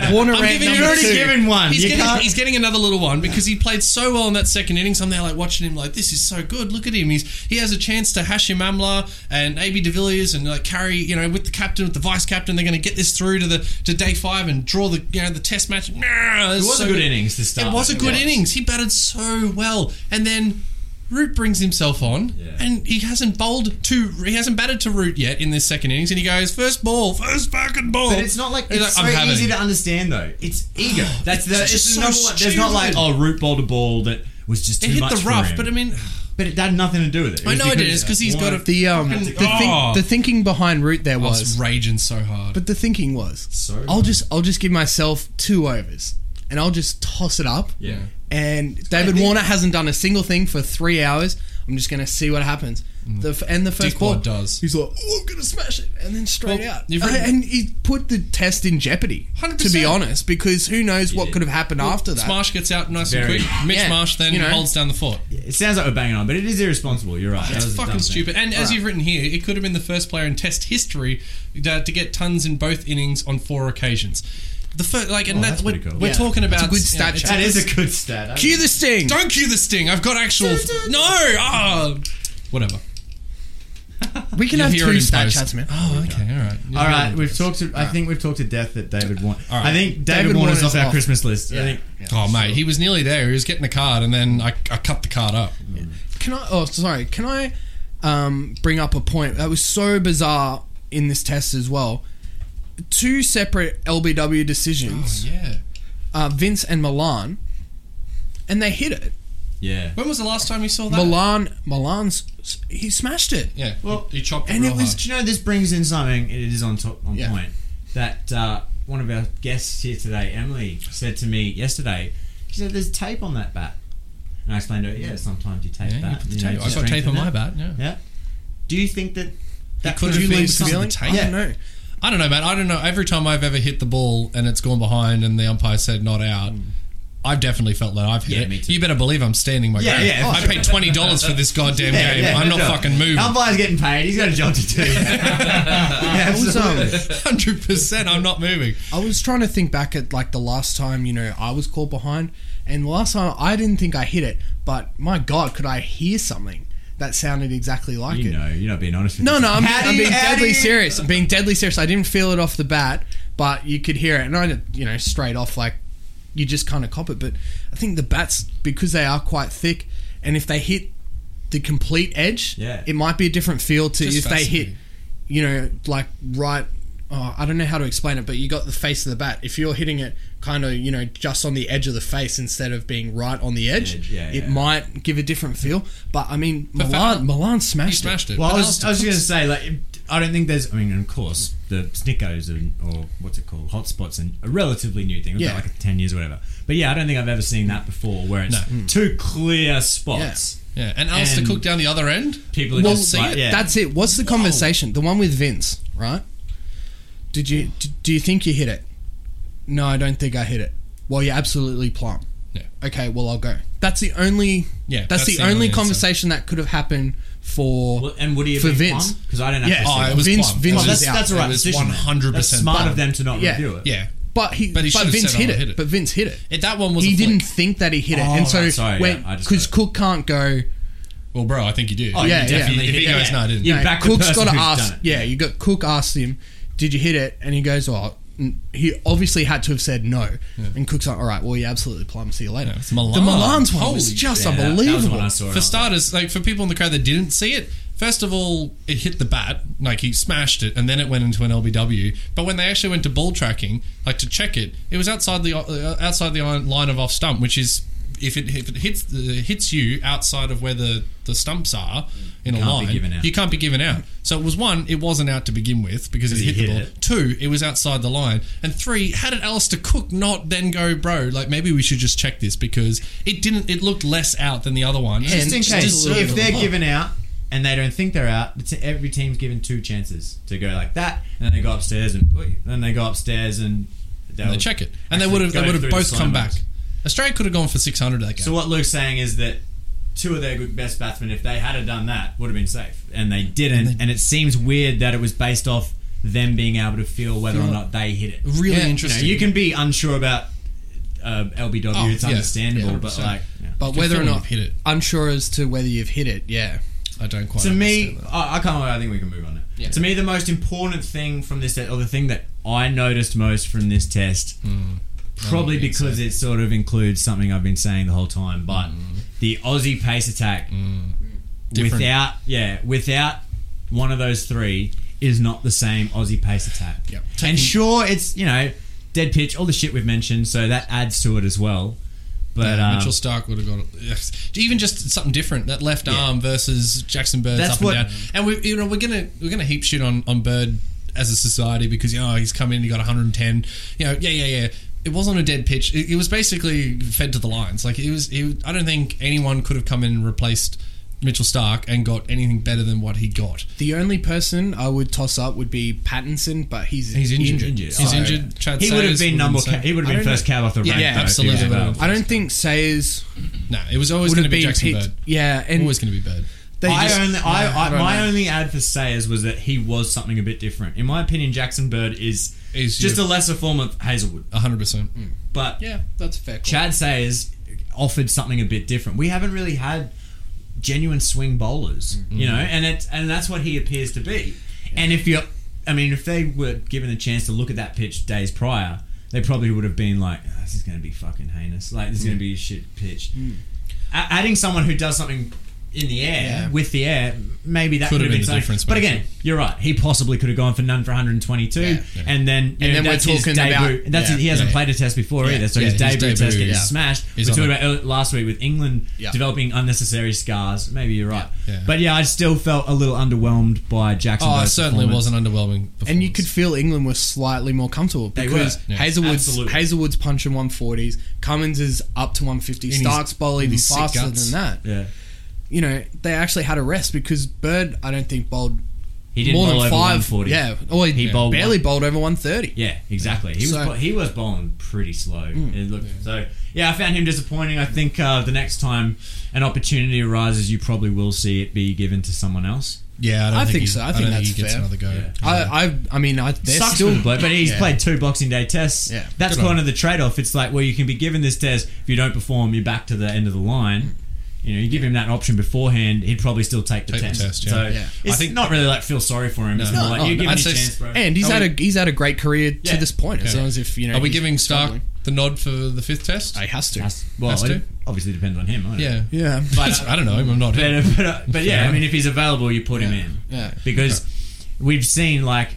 Speaker 1: no, no.
Speaker 5: Warner
Speaker 1: I'm
Speaker 5: ranked
Speaker 1: giving
Speaker 5: number
Speaker 1: you-
Speaker 3: You've already given one.
Speaker 1: He's
Speaker 3: You
Speaker 1: getting,
Speaker 3: can't-
Speaker 1: he's getting another little one because he played so well in that second innings. I'm there like watching him like this is so good. Look at him. He's he has a chance to Hashim Amla and AB de Villiers and like carry you know with the captain with the vice captain. They're going to get this through to the to day five and draw the you know the test match. It
Speaker 3: it was a good innings to start.
Speaker 1: It was a good innings. He batted so well and then. Root brings himself on, and he hasn't bowled to he hasn't batted to Root yet in this second innings, and he goes first ball, first fucking ball.
Speaker 3: But it's not like
Speaker 1: He's
Speaker 3: it's so
Speaker 1: like, "I'm having
Speaker 3: easy
Speaker 1: it."
Speaker 3: to understand though. It's ego. That's the,
Speaker 1: It's
Speaker 3: it's,
Speaker 1: just so
Speaker 3: not, like- there's not like
Speaker 1: stupid.
Speaker 3: oh root ball to ball that was just too
Speaker 1: It hit
Speaker 3: much
Speaker 1: the
Speaker 3: for
Speaker 1: rough,
Speaker 3: him.
Speaker 1: but I mean,
Speaker 3: but it had nothing to do with it. it
Speaker 1: I
Speaker 3: was
Speaker 1: know it
Speaker 3: because
Speaker 1: is because he's got a.
Speaker 5: The um, the,
Speaker 1: Fucking-
Speaker 5: think,
Speaker 1: Oh.
Speaker 5: the thinking behind root there
Speaker 1: I was
Speaker 5: was,
Speaker 1: raging so hard.
Speaker 5: but the thinking was,
Speaker 3: So
Speaker 5: I'll just I'll just give myself two overs, and I'll just toss it up.
Speaker 3: Yeah.
Speaker 5: And David Warner hasn't done a single thing for three hours. I'm just gonna see what happens.
Speaker 1: Mm.
Speaker 5: The f- and the first
Speaker 1: Dickwad
Speaker 5: ball
Speaker 1: does.
Speaker 5: He's like, oh, I'm gonna smash it, and then straight
Speaker 1: Well,
Speaker 5: out.
Speaker 1: you've
Speaker 5: And-
Speaker 1: written-
Speaker 5: and he put the test in jeopardy. To be
Speaker 1: 100%.
Speaker 5: honest, because who knows what could have happened after that.
Speaker 1: Smash gets out nice
Speaker 3: Very-
Speaker 1: and quick. Mitch
Speaker 5: Yeah,
Speaker 1: Marsh then
Speaker 5: you know.
Speaker 1: holds down the fort.
Speaker 3: It sounds like we're banging on, but it is irresponsible. You're right.
Speaker 1: It's fucking stupid. And as you've written here, it could have been the first player in Test history to, to get tons in both innings on four occasions. The first, like, and
Speaker 3: Oh,
Speaker 1: that's,
Speaker 3: that's
Speaker 1: we're,
Speaker 3: pretty cool.
Speaker 1: we're
Speaker 5: Yeah.
Speaker 1: talking
Speaker 5: That's
Speaker 1: about
Speaker 5: a good
Speaker 1: you know,
Speaker 5: stat
Speaker 1: it's-
Speaker 5: check.
Speaker 3: That is a good stat.
Speaker 5: Cue the sting.
Speaker 1: Don't cue the sting. I've got actual. no. Ah. whatever.
Speaker 5: we can
Speaker 1: You'll
Speaker 5: have
Speaker 1: hear it
Speaker 5: two
Speaker 1: in
Speaker 5: stat
Speaker 1: post.
Speaker 5: chats, man.
Speaker 1: Oh, okay, all right.
Speaker 3: All right, we've talked. To, I think we've talked to death that David Warner. I think David,
Speaker 5: David
Speaker 3: Warner's
Speaker 5: Warner's
Speaker 3: off our
Speaker 5: off.
Speaker 3: Christmas list. I think
Speaker 1: Oh, mate, he was nearly there. He was getting the card, and then I, I cut the card up.
Speaker 5: Can I? Oh, sorry. Can I um, bring up a point that was so bizarre in this test as well? Two separate LBW decisions,
Speaker 1: Oh, Yeah.
Speaker 5: uh, Vince and Milan, and they hit it.
Speaker 3: yeah.
Speaker 1: When was the last time you saw that?
Speaker 5: Milan, Milan's he smashed it.
Speaker 1: Yeah.
Speaker 3: Well,
Speaker 1: he, he chopped
Speaker 3: And
Speaker 1: real
Speaker 3: it was.
Speaker 1: hard.
Speaker 3: Do you know this brings in something? It is on top on
Speaker 5: Yeah.
Speaker 3: point. That uh, one of our guests here today, Emily, said to me yesterday. She said, "There's tape on that bat," and I explained to her, "Yeah, sometimes you tape
Speaker 1: Yeah, you
Speaker 3: that.
Speaker 1: put the
Speaker 3: know,
Speaker 1: tape-
Speaker 3: to
Speaker 1: I've got tape
Speaker 3: strengthen
Speaker 1: on my
Speaker 3: it."
Speaker 1: bat. Yeah.
Speaker 3: Yeah. Do you think that that
Speaker 1: could
Speaker 3: could have
Speaker 1: have been
Speaker 3: been
Speaker 1: because of
Speaker 3: something?
Speaker 1: the
Speaker 5: I
Speaker 1: tape?
Speaker 5: don't know.
Speaker 1: I don't know, man. I don't know. Every time I've ever hit the ball and it's gone behind and the umpire said not out, I've definitely felt that I've hit
Speaker 3: Mm. Yeah,
Speaker 1: it.
Speaker 3: me too.
Speaker 1: You better believe I'm standing my
Speaker 3: Yeah,
Speaker 1: ground. Oh,
Speaker 3: yeah,
Speaker 1: I
Speaker 3: sure.
Speaker 1: paid twenty dollars for this goddamn
Speaker 3: Yeah,
Speaker 1: game.
Speaker 3: yeah,
Speaker 1: I'm
Speaker 3: good
Speaker 1: not
Speaker 3: job.
Speaker 1: fucking moving.
Speaker 3: Umpire's getting paid. He's got a job to do. yeah, absolutely.
Speaker 5: Also,
Speaker 1: Hundred percent, I'm not moving.
Speaker 5: I was trying to think back at like the last time you know I was caught behind, and the last time I didn't think I hit it, but my God, could I hear something that sounded exactly like
Speaker 3: You
Speaker 5: it?
Speaker 3: know, you're not being honest with
Speaker 5: No, no, I'm,
Speaker 3: How do
Speaker 5: I'm
Speaker 3: you-
Speaker 5: being
Speaker 3: how do
Speaker 5: deadly
Speaker 3: you-
Speaker 5: serious. I'm being deadly serious. I didn't feel it off the bat, but you could hear it, and I, you know, straight off, like you just kind of cop it. But I think the bats, because they are quite thick, and if they hit the complete edge,
Speaker 3: Yeah.
Speaker 5: it might be a different feel to
Speaker 1: Just
Speaker 5: if they hit,
Speaker 1: fascinating.
Speaker 5: you know, like right. Oh, I don't know how to explain it, but you got the face of the bat. If you're hitting it kind of, you know, just on the edge of the face instead of being right on the edge,
Speaker 3: Edge, yeah,
Speaker 5: it
Speaker 3: yeah.
Speaker 5: might give a different feel. But I mean,
Speaker 1: But for-
Speaker 5: Milan, Milan
Speaker 1: He
Speaker 5: smashed,
Speaker 1: smashed it.
Speaker 3: Well, I
Speaker 1: But
Speaker 3: was,
Speaker 1: Alistair
Speaker 3: I was just going to
Speaker 1: Cook's-
Speaker 3: say, like, I don't think there's. I mean, of course, the Snickos and or what's it called, hotspots, and a relatively new thing,
Speaker 5: Yeah.
Speaker 3: yeah. like ten years or whatever. But yeah, I don't think I've ever seen that before, where it's two clear spots.
Speaker 1: yeah, and Alistair
Speaker 3: And-
Speaker 1: Cook down the other end.
Speaker 3: People are
Speaker 5: Well,
Speaker 3: just
Speaker 1: see
Speaker 3: like,
Speaker 1: it.
Speaker 3: yeah.
Speaker 5: That's it. What's the conversation? The one with Vince, right? Did you d- do you think you hit it? No, I don't think I hit it. Well, you're absolutely plumb.
Speaker 1: Yeah.
Speaker 5: Okay, well I'll go. That's the only.
Speaker 1: Yeah,
Speaker 5: That's, the, only
Speaker 1: answer.
Speaker 5: conversation that could have happened for.
Speaker 3: Well, and would he have
Speaker 5: for
Speaker 3: been
Speaker 5: Vince?
Speaker 3: Because I don't. Have
Speaker 5: Yeah.
Speaker 3: to see
Speaker 1: Oh,
Speaker 3: that.
Speaker 1: it was
Speaker 5: Vince-
Speaker 1: plumb.
Speaker 5: Vince
Speaker 1: It
Speaker 3: Well,
Speaker 1: was-
Speaker 5: was
Speaker 3: that's
Speaker 5: out.
Speaker 3: that's the right.
Speaker 1: It was
Speaker 3: decision,
Speaker 1: one
Speaker 3: man.
Speaker 1: hundred
Speaker 3: That's
Speaker 1: percent
Speaker 3: smart of them to not
Speaker 5: Yeah.
Speaker 3: review it.
Speaker 1: Yeah,
Speaker 5: But he.
Speaker 1: But
Speaker 5: But,
Speaker 1: he should have
Speaker 5: Vince
Speaker 1: said,
Speaker 5: hit
Speaker 1: "I'll
Speaker 5: it.
Speaker 1: hit it."
Speaker 5: But Vince hit it.
Speaker 1: It- that one was.
Speaker 5: he
Speaker 1: a flick.
Speaker 5: didn't think that he hit it,
Speaker 3: Oh,
Speaker 5: and so
Speaker 3: right, sorry, yeah, I just
Speaker 5: because
Speaker 3: got it.
Speaker 5: Cook can't go.
Speaker 1: Well, bro, I think he did.
Speaker 3: Oh,
Speaker 5: Yeah,
Speaker 3: yeah,
Speaker 5: yeah.
Speaker 3: definitely.
Speaker 1: If he
Speaker 3: hit it.
Speaker 1: goes, no, I didn't.
Speaker 3: You
Speaker 5: No,
Speaker 3: back the
Speaker 5: Cook's
Speaker 3: person
Speaker 5: got to
Speaker 3: who's
Speaker 5: ask.
Speaker 3: done it.
Speaker 5: Yeah, you got Cook asked him, "Did you hit it?" And he goes, "Oh." n- He obviously had to have said no, and Cook's like, "All right, well, you absolutely plumb. See you later."
Speaker 1: it's
Speaker 5: The
Speaker 1: Milan.
Speaker 5: Milan's one was
Speaker 1: Holy
Speaker 5: just
Speaker 3: Yeah, that-
Speaker 5: unbelievable.
Speaker 3: That was the one I saw. and I was
Speaker 1: for
Speaker 3: like,
Speaker 1: starters, like for people in the crowd that didn't see it, first of all, it hit the bat, like he smashed it, and then it went into an LBW. But when they actually went to ball tracking, like to check it, it was outside the uh, outside the iron- line of off stump, which is if it if it hits the, hits you outside of where the, the stumps are in a
Speaker 3: Can't be
Speaker 1: line,
Speaker 3: given out.
Speaker 1: you can't be given out. So it was one, it wasn't out to begin with because he
Speaker 3: he
Speaker 1: hit, the
Speaker 3: hit
Speaker 1: ball.
Speaker 3: it.
Speaker 1: Two, it was outside the line, and three, how did Alistair Cook not then go, bro? Like maybe we should just check this because it didn't. It looked less out than the other one.
Speaker 3: Just
Speaker 1: And
Speaker 3: in
Speaker 1: just Oh.
Speaker 3: case,
Speaker 1: deserved
Speaker 3: if
Speaker 1: the
Speaker 3: they're
Speaker 1: ball.
Speaker 3: given out and they don't think they're out, it's every team's given two chances to go like that, and then they go upstairs and then they go upstairs and they'll
Speaker 1: and they check it, and they
Speaker 3: actually
Speaker 1: would have they
Speaker 3: go through
Speaker 1: would have
Speaker 3: the
Speaker 1: both
Speaker 3: sign
Speaker 1: come back.
Speaker 3: box.
Speaker 1: Australia could have gone for six hundred that game.
Speaker 3: So what Luke's saying is that two of their good best batsmen, if they had have done that, would have been safe, and they didn't. And it seems weird that it was based off them being able to feel whether or not they hit it.
Speaker 1: really
Speaker 5: Yeah, you know,
Speaker 3: You, know,
Speaker 1: interesting.
Speaker 3: you can be unsure about uh, LBW;
Speaker 1: Oh,
Speaker 3: it's
Speaker 1: yeah,
Speaker 3: understandable,
Speaker 1: yeah,
Speaker 3: but
Speaker 1: 100%.
Speaker 3: like. yeah.
Speaker 5: But
Speaker 1: can
Speaker 5: whether or
Speaker 1: feel when
Speaker 5: not
Speaker 1: you've hit it.
Speaker 5: unsure as to whether you've hit it, yeah.
Speaker 1: I don't quite.
Speaker 3: to me,
Speaker 1: understand
Speaker 3: I, I can't. I think we can move on now.
Speaker 5: Yeah.
Speaker 3: To me, the most important thing from this, te- or the thing that I noticed most from this test,
Speaker 1: Hmm.
Speaker 3: probably
Speaker 1: think
Speaker 3: because it sort of includes something I've been saying the whole time, but
Speaker 1: Hmm.
Speaker 3: the Aussie pace attack
Speaker 1: Different.
Speaker 3: without, yeah, without one of those three is not the same Aussie pace attack.
Speaker 1: Yep. Taking-
Speaker 3: And sure, it's you know dead pitch, all the shit we've mentioned, so that adds to it as well. But
Speaker 1: Yeah,
Speaker 3: um,
Speaker 1: Mitchell Stark would have got yes. even just something different. That left arm versus Jackson Bird's
Speaker 3: That's
Speaker 1: up
Speaker 3: what-
Speaker 1: and down. And we, you know, we're gonna we're gonna heap shit on on Bird as a society because you know he's come in, he got 110. You know, yeah, yeah, yeah. It wasn't a dead pitch. It, it was basically fed to the lines. Like it was. It, I don't think anyone could have come in and replaced Mitchell Stark and got anything better than what he got.
Speaker 5: The only person I would toss up would be Pattinson, but he's
Speaker 1: He's injured.
Speaker 3: Injured. Oh,
Speaker 1: He's
Speaker 5: So-
Speaker 1: injured. Chad
Speaker 3: he would have
Speaker 1: Sayers
Speaker 3: been
Speaker 1: would've
Speaker 3: number.
Speaker 1: safe.
Speaker 3: Ca- he would
Speaker 5: I
Speaker 3: have been
Speaker 5: don't
Speaker 3: first cab off the
Speaker 1: Yeah,
Speaker 3: rank.
Speaker 5: yeah,
Speaker 3: though, if he
Speaker 1: absolutely
Speaker 3: was
Speaker 1: would've
Speaker 3: available.
Speaker 1: been.
Speaker 5: I don't think Sayers
Speaker 1: No, it was always
Speaker 5: would
Speaker 1: going to
Speaker 5: have
Speaker 1: be
Speaker 5: been
Speaker 1: Jackson
Speaker 5: picked.
Speaker 1: Bird.
Speaker 5: Yeah, and
Speaker 1: Always going to be Bird.
Speaker 5: they
Speaker 3: I
Speaker 5: just-
Speaker 3: only,
Speaker 5: yeah,
Speaker 3: I, I,
Speaker 5: don't
Speaker 3: my
Speaker 5: know.
Speaker 3: only ad for Sayers was that he was something a bit different. In my opinion, Jackson Bird is,
Speaker 1: Is
Speaker 3: just
Speaker 1: your-
Speaker 3: a lesser form of Hazelwood.
Speaker 1: 100. percent
Speaker 3: But
Speaker 5: Yeah, that's a fair. Call.
Speaker 3: Chad Sayers offered something a bit different. We haven't really had genuine swing bowlers, you know, and it, and that's what he appears to be. And if you're, I mean, if they were given a chance to look at that pitch days prior, they probably would have been like, "Ah, "This is going to be fucking heinous. Like, this is going to be a shit pitch." A- adding someone who does something in the air with the air, maybe that
Speaker 1: Could
Speaker 3: could have
Speaker 1: have been
Speaker 3: been
Speaker 1: the
Speaker 3: something.
Speaker 1: difference,
Speaker 3: But
Speaker 1: maybe.
Speaker 3: again, you're right. He possibly could have gone for none for 122,
Speaker 1: Yeah.
Speaker 3: and then and
Speaker 5: then
Speaker 3: then
Speaker 5: we're
Speaker 3: that's his
Speaker 5: talking
Speaker 3: debut.
Speaker 5: about-
Speaker 3: that's
Speaker 5: yeah.
Speaker 3: his- he hasn't
Speaker 1: Yeah.
Speaker 3: played a test before
Speaker 1: Yeah.
Speaker 3: either, so
Speaker 1: Yeah,
Speaker 3: his,
Speaker 1: his
Speaker 3: debut,
Speaker 1: debut,
Speaker 3: test getting
Speaker 1: yeah.
Speaker 3: smashed.
Speaker 1: He's
Speaker 3: we
Speaker 1: on
Speaker 3: talked
Speaker 1: it.
Speaker 3: about earl- last week with England
Speaker 5: Yeah.
Speaker 3: developing unnecessary scars. Maybe you're right,
Speaker 1: Yeah. Yeah.
Speaker 3: but yeah, I still felt a little underwhelmed by Jackson.
Speaker 1: Oh, it
Speaker 3: Bird's
Speaker 1: certainly
Speaker 3: performance.
Speaker 1: was an underwhelming.
Speaker 5: And you could
Speaker 1: performance.
Speaker 5: feel England were slightly more comfortable
Speaker 3: They were.
Speaker 5: because
Speaker 1: Yeah.
Speaker 5: Hazelwood's
Speaker 3: Absolutely.
Speaker 5: Hazelwood's punching 140s, Cummins is up to 150,
Speaker 1: his-
Speaker 5: Stark's bowled
Speaker 1: in
Speaker 5: even
Speaker 1: his sick
Speaker 5: faster
Speaker 1: guts.
Speaker 5: than that.
Speaker 3: Yeah,
Speaker 5: You know, they actually had a rest because Bird, I don't think bowled
Speaker 3: he didn't
Speaker 5: more
Speaker 3: bowl
Speaker 5: than
Speaker 3: over
Speaker 5: five.
Speaker 3: 140.
Speaker 5: Yeah, or he,
Speaker 3: He bowled
Speaker 5: barely
Speaker 3: one-
Speaker 5: bowled over 130.
Speaker 3: Yeah, exactly. He
Speaker 5: So-
Speaker 3: was bo- he was bowling pretty slow. It looked so. Yeah, I found him disappointing. I think uh, the next time an opportunity arises, you probably will see it be given to someone else.
Speaker 1: Yeah, I, don't
Speaker 5: I
Speaker 1: think,
Speaker 5: think
Speaker 1: he-
Speaker 5: so.
Speaker 1: don't
Speaker 5: I think
Speaker 1: think
Speaker 5: that's
Speaker 1: he gets
Speaker 5: fair.
Speaker 1: another go.
Speaker 3: Yeah.
Speaker 5: I, I, I mean, I, they're
Speaker 3: Sucks
Speaker 5: still
Speaker 3: for the bloke, but he's
Speaker 5: yeah.
Speaker 3: played two Boxing Day tests.
Speaker 5: Yeah.
Speaker 3: That's
Speaker 1: Good on
Speaker 3: kind of the trade-off. It's like, well, you can be given this test. If you don't perform, you're back to the end of the line. You know, you give him that option beforehand, he'd probably still take the
Speaker 1: Take the
Speaker 3: test.
Speaker 1: test, yeah.
Speaker 3: So
Speaker 1: Yeah.
Speaker 3: it's
Speaker 1: I think-
Speaker 3: not really like feel sorry for him. It's
Speaker 1: No.
Speaker 3: more like
Speaker 1: No,
Speaker 3: you
Speaker 1: no,
Speaker 3: give
Speaker 1: I'd
Speaker 3: him a
Speaker 1: say
Speaker 3: chance, bro. Oh,
Speaker 5: And he's
Speaker 1: Are
Speaker 5: had
Speaker 1: we-
Speaker 5: a he's had a great career
Speaker 3: Yeah.
Speaker 5: to this point. As
Speaker 1: Yeah.
Speaker 5: long as if you know,
Speaker 1: Are we
Speaker 5: he's
Speaker 1: giving Stark
Speaker 5: struggling.
Speaker 1: the nod for the fifth test?
Speaker 5: He has to.
Speaker 3: That's- well,
Speaker 1: Has to.
Speaker 3: it obviously depends on him. I don't know.
Speaker 1: yeah,
Speaker 5: yeah,
Speaker 1: But I don't know. I'm not.
Speaker 3: But,
Speaker 1: him.
Speaker 3: uh, but, uh, but yeah,
Speaker 1: Yeah.
Speaker 3: I mean, if he's available, you put him in.
Speaker 5: yeah.
Speaker 3: Because we've seen, like,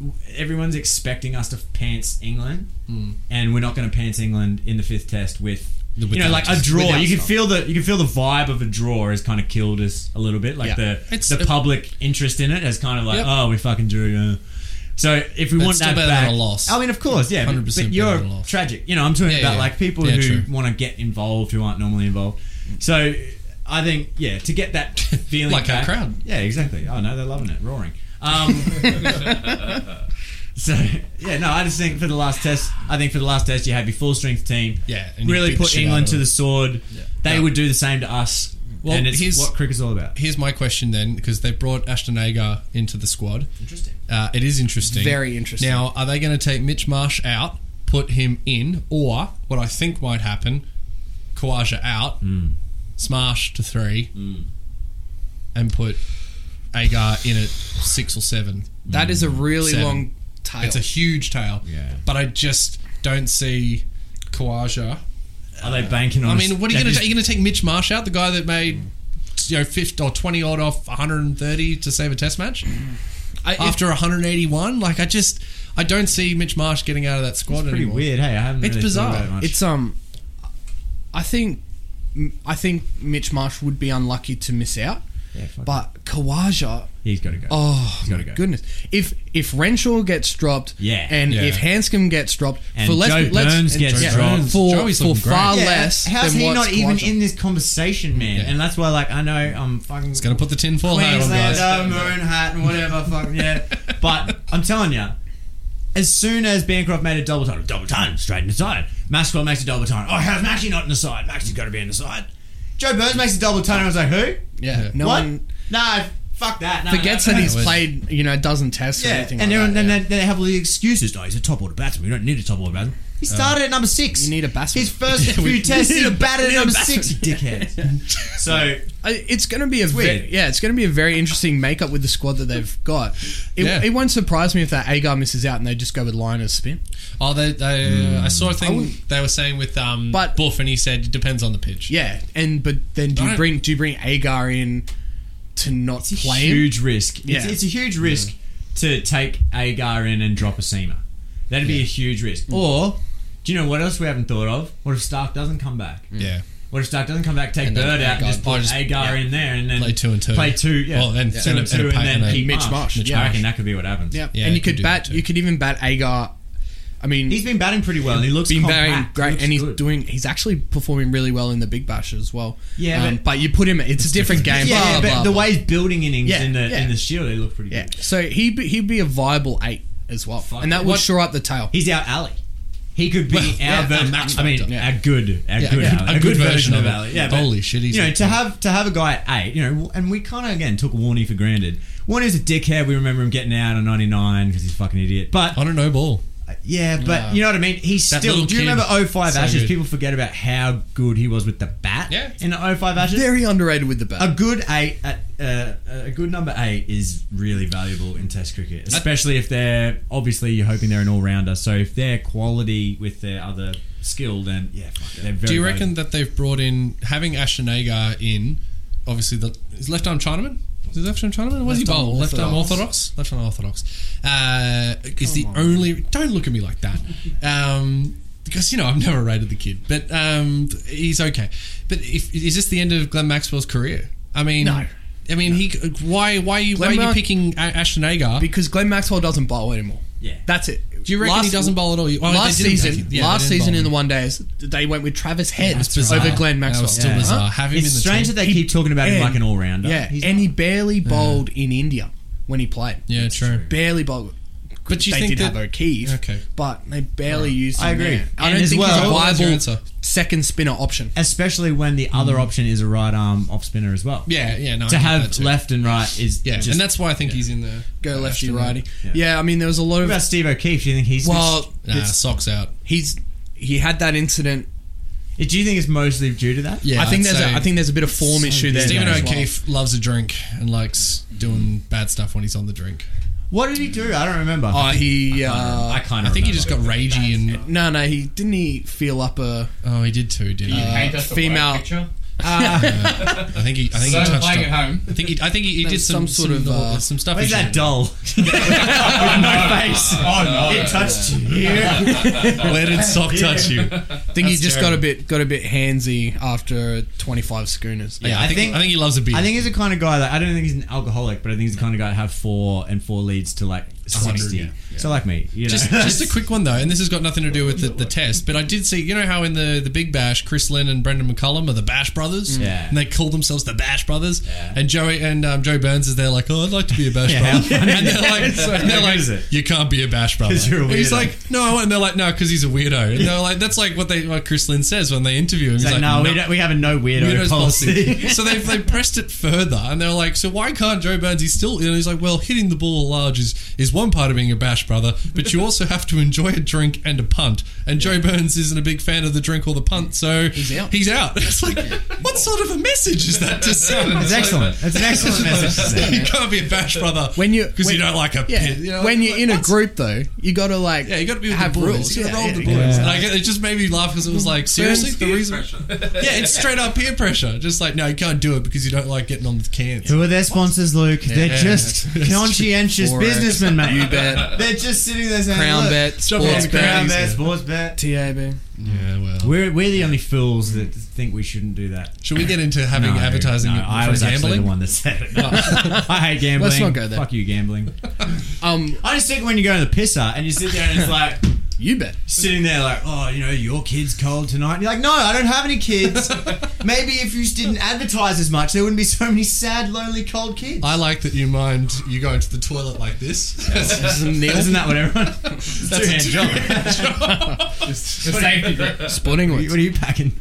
Speaker 3: w- everyone's expecting us to pants England,
Speaker 1: Hmm.
Speaker 3: and we're not going to pants England in the fifth test with.
Speaker 1: The
Speaker 3: you know,
Speaker 1: without-
Speaker 3: like a draw.
Speaker 5: without
Speaker 3: You can
Speaker 5: stuff.
Speaker 3: feel the you can feel the vibe of a draw has kind of killed us a little bit. Like
Speaker 5: Yeah.
Speaker 3: the
Speaker 1: It's-
Speaker 3: the
Speaker 1: it-
Speaker 3: public interest in it has kind of like,
Speaker 1: Yep.
Speaker 3: oh, we fucking drew. Uh. So if we
Speaker 1: But
Speaker 3: want
Speaker 1: still
Speaker 3: that
Speaker 1: better
Speaker 3: back,
Speaker 1: than a loss.
Speaker 3: I mean, of course, yeah. but-
Speaker 1: 100%
Speaker 3: but you're
Speaker 1: better than a loss.
Speaker 3: tragic. You know, I'm talking
Speaker 1: Yeah,
Speaker 3: about
Speaker 1: yeah.
Speaker 3: like people
Speaker 1: Yeah,
Speaker 3: who
Speaker 1: true. Mm.
Speaker 3: want to get involved who aren't normally involved. So I think yeah, to get that feeling
Speaker 1: Like our
Speaker 3: back-
Speaker 1: crowd.
Speaker 3: Yeah, exactly. Oh no, they're loving it, roaring. Um, so yeah, no, I just think for the last test, I think for the last test, you have your full strength team.
Speaker 1: Yeah, and you beat
Speaker 3: really
Speaker 1: the
Speaker 3: put
Speaker 1: shit out
Speaker 3: England
Speaker 1: of
Speaker 3: to
Speaker 1: them.
Speaker 3: the sword. They
Speaker 1: Yeah.
Speaker 3: would do the same to us.
Speaker 1: Well,
Speaker 3: and it's
Speaker 1: here's-
Speaker 3: what cricket's all about.
Speaker 1: Here's my question then, because they brought Ashton Agar into the squad.
Speaker 3: Interesting.
Speaker 1: Uh, it is interesting.
Speaker 5: Very interesting.
Speaker 1: Now, are they going to take Mitch Marsh out, put him in, or what I think might happen, Kawaja out,
Speaker 3: Hmm.
Speaker 1: Smash to three, and put Agar in at six or seven?
Speaker 5: that is a really
Speaker 1: Seven.
Speaker 5: long tail.
Speaker 1: It's a huge tail.
Speaker 3: Yeah.
Speaker 1: But I just don't see Kawaja.
Speaker 3: Are they banking on?
Speaker 1: I
Speaker 3: us-
Speaker 1: mean, what are you
Speaker 3: that
Speaker 1: going to
Speaker 3: is-
Speaker 1: take? You're going to take Mitch Marsh out, the guy that made you know 50 or 20 odd off 130 to save a test match
Speaker 5: I, if-
Speaker 1: after 181. Like I just I don't see Mitch Marsh getting out of that squad
Speaker 3: Pretty
Speaker 1: anymore.
Speaker 3: weird. Hey, I haven't.
Speaker 1: It's
Speaker 3: really thought
Speaker 1: bizarre.
Speaker 3: about it much.
Speaker 5: It's um, I think m- I think Mitch Marsh would be unlucky to miss out.
Speaker 3: Yeah, fuck
Speaker 5: but Kawaja,
Speaker 3: He's got to go.
Speaker 5: oh
Speaker 3: gotta
Speaker 5: my
Speaker 3: go.
Speaker 5: goodness! If if Renshaw gets dropped,
Speaker 3: Yeah.
Speaker 5: and
Speaker 1: Yeah.
Speaker 5: if Hanscom gets dropped,
Speaker 3: And
Speaker 5: for less,
Speaker 3: Joe
Speaker 5: let's,
Speaker 3: Burns
Speaker 5: and-
Speaker 3: gets
Speaker 5: yeah,
Speaker 3: dropped.
Speaker 5: for,
Speaker 1: Joey's
Speaker 5: for
Speaker 1: looking
Speaker 5: far
Speaker 3: Yeah,
Speaker 5: less.
Speaker 3: How's
Speaker 5: than
Speaker 3: he
Speaker 5: what
Speaker 3: not even
Speaker 5: Kawaja-
Speaker 3: in this conversation, man? And that's why, like, I know I'm fucking.
Speaker 1: It's going to put the tin foil hat on, guys.
Speaker 3: Queenslander, uh, maroon hat, and whatever. fuck yeah. But I'm telling you, as soon as Bancroft made a double time, double time, straight in the side. Maxwell makes a double time. Oh, how's Maxie not in the side? Maxie's got to be in the side. Joe Burns makes a double time. I was like, who?
Speaker 5: Yeah, no
Speaker 3: what?
Speaker 5: one
Speaker 3: Nah, fuck that. Nah,
Speaker 5: forgets
Speaker 3: nah,
Speaker 5: that
Speaker 3: nah.
Speaker 5: he's
Speaker 1: was-
Speaker 5: played, you know, dozen tests or
Speaker 3: Yeah,
Speaker 5: anything.
Speaker 3: and
Speaker 5: like
Speaker 3: then
Speaker 5: that,
Speaker 3: then
Speaker 5: yeah.
Speaker 3: they- they have all the excuses. No, he's a top order batsman. We don't need a top order batsman. He started at number six.
Speaker 5: Uh, You need a batsman.
Speaker 3: His first few tests, he batted at
Speaker 5: need a
Speaker 3: number
Speaker 5: batsman.
Speaker 3: six. You dickhead. so
Speaker 5: I- it's going to be a
Speaker 3: weird.
Speaker 5: ve- yeah, it's going to be a very interesting makeup with the squad that they've got. It,
Speaker 1: Yeah.
Speaker 5: it won't surprise me if that Agar misses out and they just go with Linus spin.
Speaker 1: Oh, they, they, I saw a
Speaker 5: I
Speaker 1: thing
Speaker 5: wouldn't-
Speaker 1: they were saying with um,
Speaker 5: But-
Speaker 1: Buff, and he said it depends on the pitch.
Speaker 5: Yeah, and but then do you
Speaker 1: Don't-
Speaker 5: bring do you bring Agar in to not
Speaker 3: It's a
Speaker 5: play him?
Speaker 3: huge risk. It's,
Speaker 5: Yeah.
Speaker 3: it's a huge risk to take Agar in and drop a seamer. That'd be a huge risk. Or do you know what else we haven't thought of? What if Stark doesn't come back?
Speaker 1: Yeah.
Speaker 3: What if Stark doesn't come back? Take
Speaker 1: And then
Speaker 3: Bird out and
Speaker 1: Agar-
Speaker 3: just
Speaker 1: or
Speaker 3: put
Speaker 1: just-
Speaker 3: Agar
Speaker 1: yeah.
Speaker 3: in there and then
Speaker 1: Play two and two.
Speaker 3: Play two. Yeah.
Speaker 1: Well, then
Speaker 3: two
Speaker 1: send
Speaker 3: and
Speaker 1: him- and
Speaker 3: two
Speaker 1: a pack
Speaker 3: and
Speaker 1: and
Speaker 3: then
Speaker 1: a-
Speaker 3: keep
Speaker 5: Mitch
Speaker 3: Marsh.
Speaker 5: Marsh,
Speaker 1: Mitch
Speaker 5: yeah.
Speaker 3: I reckon that could be what happens.
Speaker 5: Yeah,
Speaker 1: Yeah,
Speaker 5: and you
Speaker 1: you can
Speaker 5: could
Speaker 1: do
Speaker 5: bat
Speaker 1: that too.
Speaker 5: you could even bat Agar. I mean,
Speaker 3: He's been batting pretty well and he looks
Speaker 5: been
Speaker 3: compact.
Speaker 5: batting
Speaker 3: He
Speaker 5: great,
Speaker 3: looks
Speaker 5: and he's
Speaker 3: good.
Speaker 5: doing. He's actually performing really well in the Big Bash as well.
Speaker 3: Yeah,
Speaker 5: Um,
Speaker 3: but-
Speaker 5: but, you put him. It's, a different, game.
Speaker 3: Yeah,
Speaker 5: blah,
Speaker 3: but
Speaker 5: blah,
Speaker 3: the
Speaker 5: blah.
Speaker 3: way he's building innings
Speaker 5: Yeah,
Speaker 3: in the
Speaker 5: yeah.
Speaker 3: in the Shield, he looked pretty
Speaker 5: Yeah,
Speaker 3: good.
Speaker 5: so he'd be, he'd be a viable eight as well,
Speaker 3: Fuck
Speaker 5: and that
Speaker 3: yeah.
Speaker 5: would
Speaker 3: What-
Speaker 5: shore up the tail.
Speaker 3: He's our alley. He could be our
Speaker 5: yeah,
Speaker 3: version.
Speaker 5: Max
Speaker 3: I mean,
Speaker 5: Factor.
Speaker 3: a good, a good,
Speaker 1: yeah,
Speaker 3: alley.
Speaker 1: a good version of it.
Speaker 3: Yeah, but,
Speaker 1: Holy shit, he's
Speaker 3: you know,
Speaker 1: a-
Speaker 3: to have to have a guy at eight, you know, and we kind of again took Warney for granted. Warney's a dickhead. We remember him getting out on ninety nine because he's a fucking idiot. But
Speaker 1: On a no ball.
Speaker 3: yeah, but
Speaker 1: Oh, Nah.
Speaker 3: you know what I mean. He's
Speaker 1: That
Speaker 3: still.
Speaker 1: little
Speaker 3: Do you
Speaker 1: kid.
Speaker 3: remember 05
Speaker 1: So
Speaker 3: Ashes?
Speaker 1: good.
Speaker 3: People forget about how good he was with the bat.
Speaker 1: Yeah.
Speaker 3: in the 05 Ashes.
Speaker 5: Very underrated with the
Speaker 3: a
Speaker 5: bat.
Speaker 3: good eight, at, uh, a good number eight is really valuable in Test cricket, especially if they're obviously you're hoping they're an all rounder. So if they're quality with their other skill, then yeah, fuck, it, they're very.
Speaker 1: Do you
Speaker 3: valuable.
Speaker 1: reckon that they've brought in having Ashton Agar in? Obviously, the is left arm Chinaman. Is he left arm Chinaman? What's he
Speaker 5: Left-arm
Speaker 1: bowl? Left arm
Speaker 5: orthodox.
Speaker 1: orthodox. Left arm orthodox. Uh, is the only. Don't look at me like that. Um, because you know I've never rated the kid, but um, he's okay. But if, is this the end of Glenn Maxwell's career? I mean,
Speaker 5: No.
Speaker 1: I mean, he. Why? Why are you?
Speaker 5: Glenn
Speaker 1: why are
Speaker 5: Mar-
Speaker 1: you picking A- Ashton Agar?
Speaker 5: because Glenn Maxwell doesn't bowl anymore.
Speaker 3: Yeah.
Speaker 5: that's it.
Speaker 1: Do you reckon he doesn't bowl at all? Oh,
Speaker 5: last
Speaker 1: they didn't take
Speaker 5: season,
Speaker 1: him. Yeah, they
Speaker 5: last
Speaker 1: didn't
Speaker 5: season
Speaker 1: bowl
Speaker 5: in the
Speaker 1: him.
Speaker 5: one days, they went with Travis Head
Speaker 1: That's bizarre.
Speaker 5: over Glenn
Speaker 1: That was
Speaker 5: Maxwell.
Speaker 1: still
Speaker 3: Yeah.
Speaker 1: bizarre. Have him
Speaker 3: it's
Speaker 1: in the
Speaker 3: strange
Speaker 1: team.
Speaker 3: that they keep talking about him like an all rounder.
Speaker 5: Yeah, and he barely bowled in India when he played.
Speaker 1: Yeah, true.
Speaker 5: barely bowled.
Speaker 1: But you
Speaker 5: they
Speaker 1: think
Speaker 5: did
Speaker 1: that-
Speaker 5: have O'Keefe,
Speaker 1: Okay.
Speaker 5: but they barely used. Him
Speaker 3: I agree.
Speaker 5: there. I
Speaker 3: And
Speaker 5: don't
Speaker 3: as
Speaker 5: think
Speaker 3: well-
Speaker 1: What was
Speaker 5: he's a
Speaker 1: your
Speaker 5: viable
Speaker 1: answer?
Speaker 5: second spinner option.
Speaker 3: especially when the other option is a right arm off spinner as well.
Speaker 1: Mm. Yeah, yeah, no. I
Speaker 3: to
Speaker 1: get
Speaker 3: have
Speaker 1: that too.
Speaker 3: left and right is
Speaker 1: Yeah,
Speaker 3: just,
Speaker 1: and that's why I think he's in the
Speaker 5: Go lefty
Speaker 1: Ashton.
Speaker 5: righty.
Speaker 3: Yeah.
Speaker 5: Yeah. I mean there was a lot
Speaker 3: What about
Speaker 5: of
Speaker 3: Steve O'Keefe? Do you think he's
Speaker 5: well,
Speaker 1: Nah, socks out.
Speaker 5: he's he had that incident.
Speaker 3: Do you think it's mostly due to that?
Speaker 1: Yeah,
Speaker 5: I think
Speaker 1: I'd
Speaker 5: there's
Speaker 1: say
Speaker 5: a, I think there's a bit of form issue there.
Speaker 1: Stephen
Speaker 5: as well.
Speaker 1: O'Keefe loves a drink and likes doing bad stuff when he's on the drink.
Speaker 3: What did he do? I don't remember.
Speaker 5: Oh, he.
Speaker 3: I
Speaker 5: Uh,
Speaker 3: kind
Speaker 1: I
Speaker 3: of.
Speaker 1: think he just got ragey and
Speaker 5: no, no, he didn't. He feel up a.
Speaker 1: oh, he did too, did he? Uh,
Speaker 5: paint us a female- white
Speaker 8: picture.
Speaker 1: I think he. I think
Speaker 8: So
Speaker 1: he touched.
Speaker 8: playing
Speaker 1: Up.
Speaker 8: at home.
Speaker 1: I think he. I think he, he
Speaker 5: No,
Speaker 1: did some, sort of
Speaker 5: uh,
Speaker 1: some stuff.
Speaker 3: Where's
Speaker 1: he
Speaker 3: that
Speaker 1: shouldn't.
Speaker 3: doll? With no face. Oh no! It touched you here.
Speaker 1: Where did sock touch you?
Speaker 5: I think he just got a bit got a bit handsy after 25 schooners.
Speaker 1: Yeah, I,
Speaker 3: I
Speaker 1: think,
Speaker 3: think-
Speaker 1: I think he loves a beer.
Speaker 3: I think he's the kind of guy that I don't think he's an alcoholic, but I think he's the kind of guy to have four and four leads to like sixty.
Speaker 1: yeah.
Speaker 3: So like me, you know.
Speaker 1: Just, just a quick one though, and this has got nothing to do with the, the test, but I did see, you know how in the, the Big Bash, Chris Lynn and Brendan McCullum are the Bash Brothers,
Speaker 3: Mm. Yeah.
Speaker 1: and they call themselves the Bash Brothers,
Speaker 3: Yeah.
Speaker 1: and Joey and um, Joe Burns is there like, oh, I'd like to be a Bash
Speaker 3: Yeah, how
Speaker 1: Brother,
Speaker 3: funny.
Speaker 1: and they're like,
Speaker 3: It's like,
Speaker 1: and they're
Speaker 3: how
Speaker 1: like
Speaker 3: good is it?
Speaker 1: you can't be a Bash Brother.
Speaker 3: 'Cause you're a
Speaker 1: And he's
Speaker 3: weirdo.
Speaker 1: like, no, I won't." and they're like, no, because he's a weirdo, and they're like, that's like what they what Chris Lynn says when they interview him. He's,
Speaker 3: He's like, no, we, don't, we have a no weirdo
Speaker 1: Weirdos
Speaker 3: policy.
Speaker 1: policy. so they they pressed it further, and they're like, so why can't Joe Burns? He's still, and he's like, well, hitting the ball large is is one part of being a bash brother, but you also have to enjoy a drink and a punt. And Joe Burns isn't a big fan of the drink or the punt, so he's
Speaker 5: out.
Speaker 1: He's out. It's like, what sort of a message is that to send?
Speaker 3: It's excellent. It's an excellent message. to send.
Speaker 1: you can't be a bash brother
Speaker 5: When you
Speaker 1: because you
Speaker 5: when-
Speaker 1: don't like a
Speaker 5: yeah,
Speaker 1: pit, you know,
Speaker 5: when
Speaker 1: like,
Speaker 5: you're in a
Speaker 1: what's-
Speaker 5: group though, you got to like
Speaker 1: Yeah, you got to be with
Speaker 5: have
Speaker 1: the boys.
Speaker 5: rules.
Speaker 1: You got to
Speaker 5: Yeah,
Speaker 1: roll
Speaker 5: yeah,
Speaker 1: with the
Speaker 5: yeah.
Speaker 1: boys. And I get, it just made me laugh because it was like, seriously, the reason. Yeah, it's straight up peer pressure. Just like, no, you can't do it because you don't like getting on the cans.
Speaker 3: Who are their sponsors, Luke? They're
Speaker 1: Yeah,
Speaker 3: just
Speaker 1: that's- that's true.
Speaker 3: conscientious businessmen, mate.
Speaker 5: You bet.
Speaker 3: They're just sitting there saying,
Speaker 5: Crown
Speaker 3: look,
Speaker 5: bet,
Speaker 3: jump on
Speaker 5: sports
Speaker 3: the Crown
Speaker 5: bet.
Speaker 3: bet, sports bet.
Speaker 5: TAB.
Speaker 1: Yeah, well.
Speaker 3: We're, we're the only fools that think we shouldn't do that.
Speaker 1: Should we get into having
Speaker 3: No,
Speaker 1: advertising
Speaker 3: no,
Speaker 1: for
Speaker 3: I was actually
Speaker 1: gambling? Oh.
Speaker 3: the one that said it. I hate gambling.
Speaker 5: Let's not go there.
Speaker 3: Fuck you, gambling.
Speaker 5: Um,
Speaker 3: I just think when you go to the pisser and you sit there and it's like
Speaker 5: you bet.
Speaker 3: sitting there like, oh, you know, your kid's cold tonight. And you're like, no, I don't have any kids. Maybe if you just didn't advertise as much, there wouldn't be so many sad, lonely, cold kids.
Speaker 1: I like that you mind you going to the toilet like this.
Speaker 3: Isn't that what everyone? That's
Speaker 1: a two-hand
Speaker 6: The safety grip.
Speaker 5: Sporting
Speaker 3: What are
Speaker 5: words.
Speaker 3: you packing?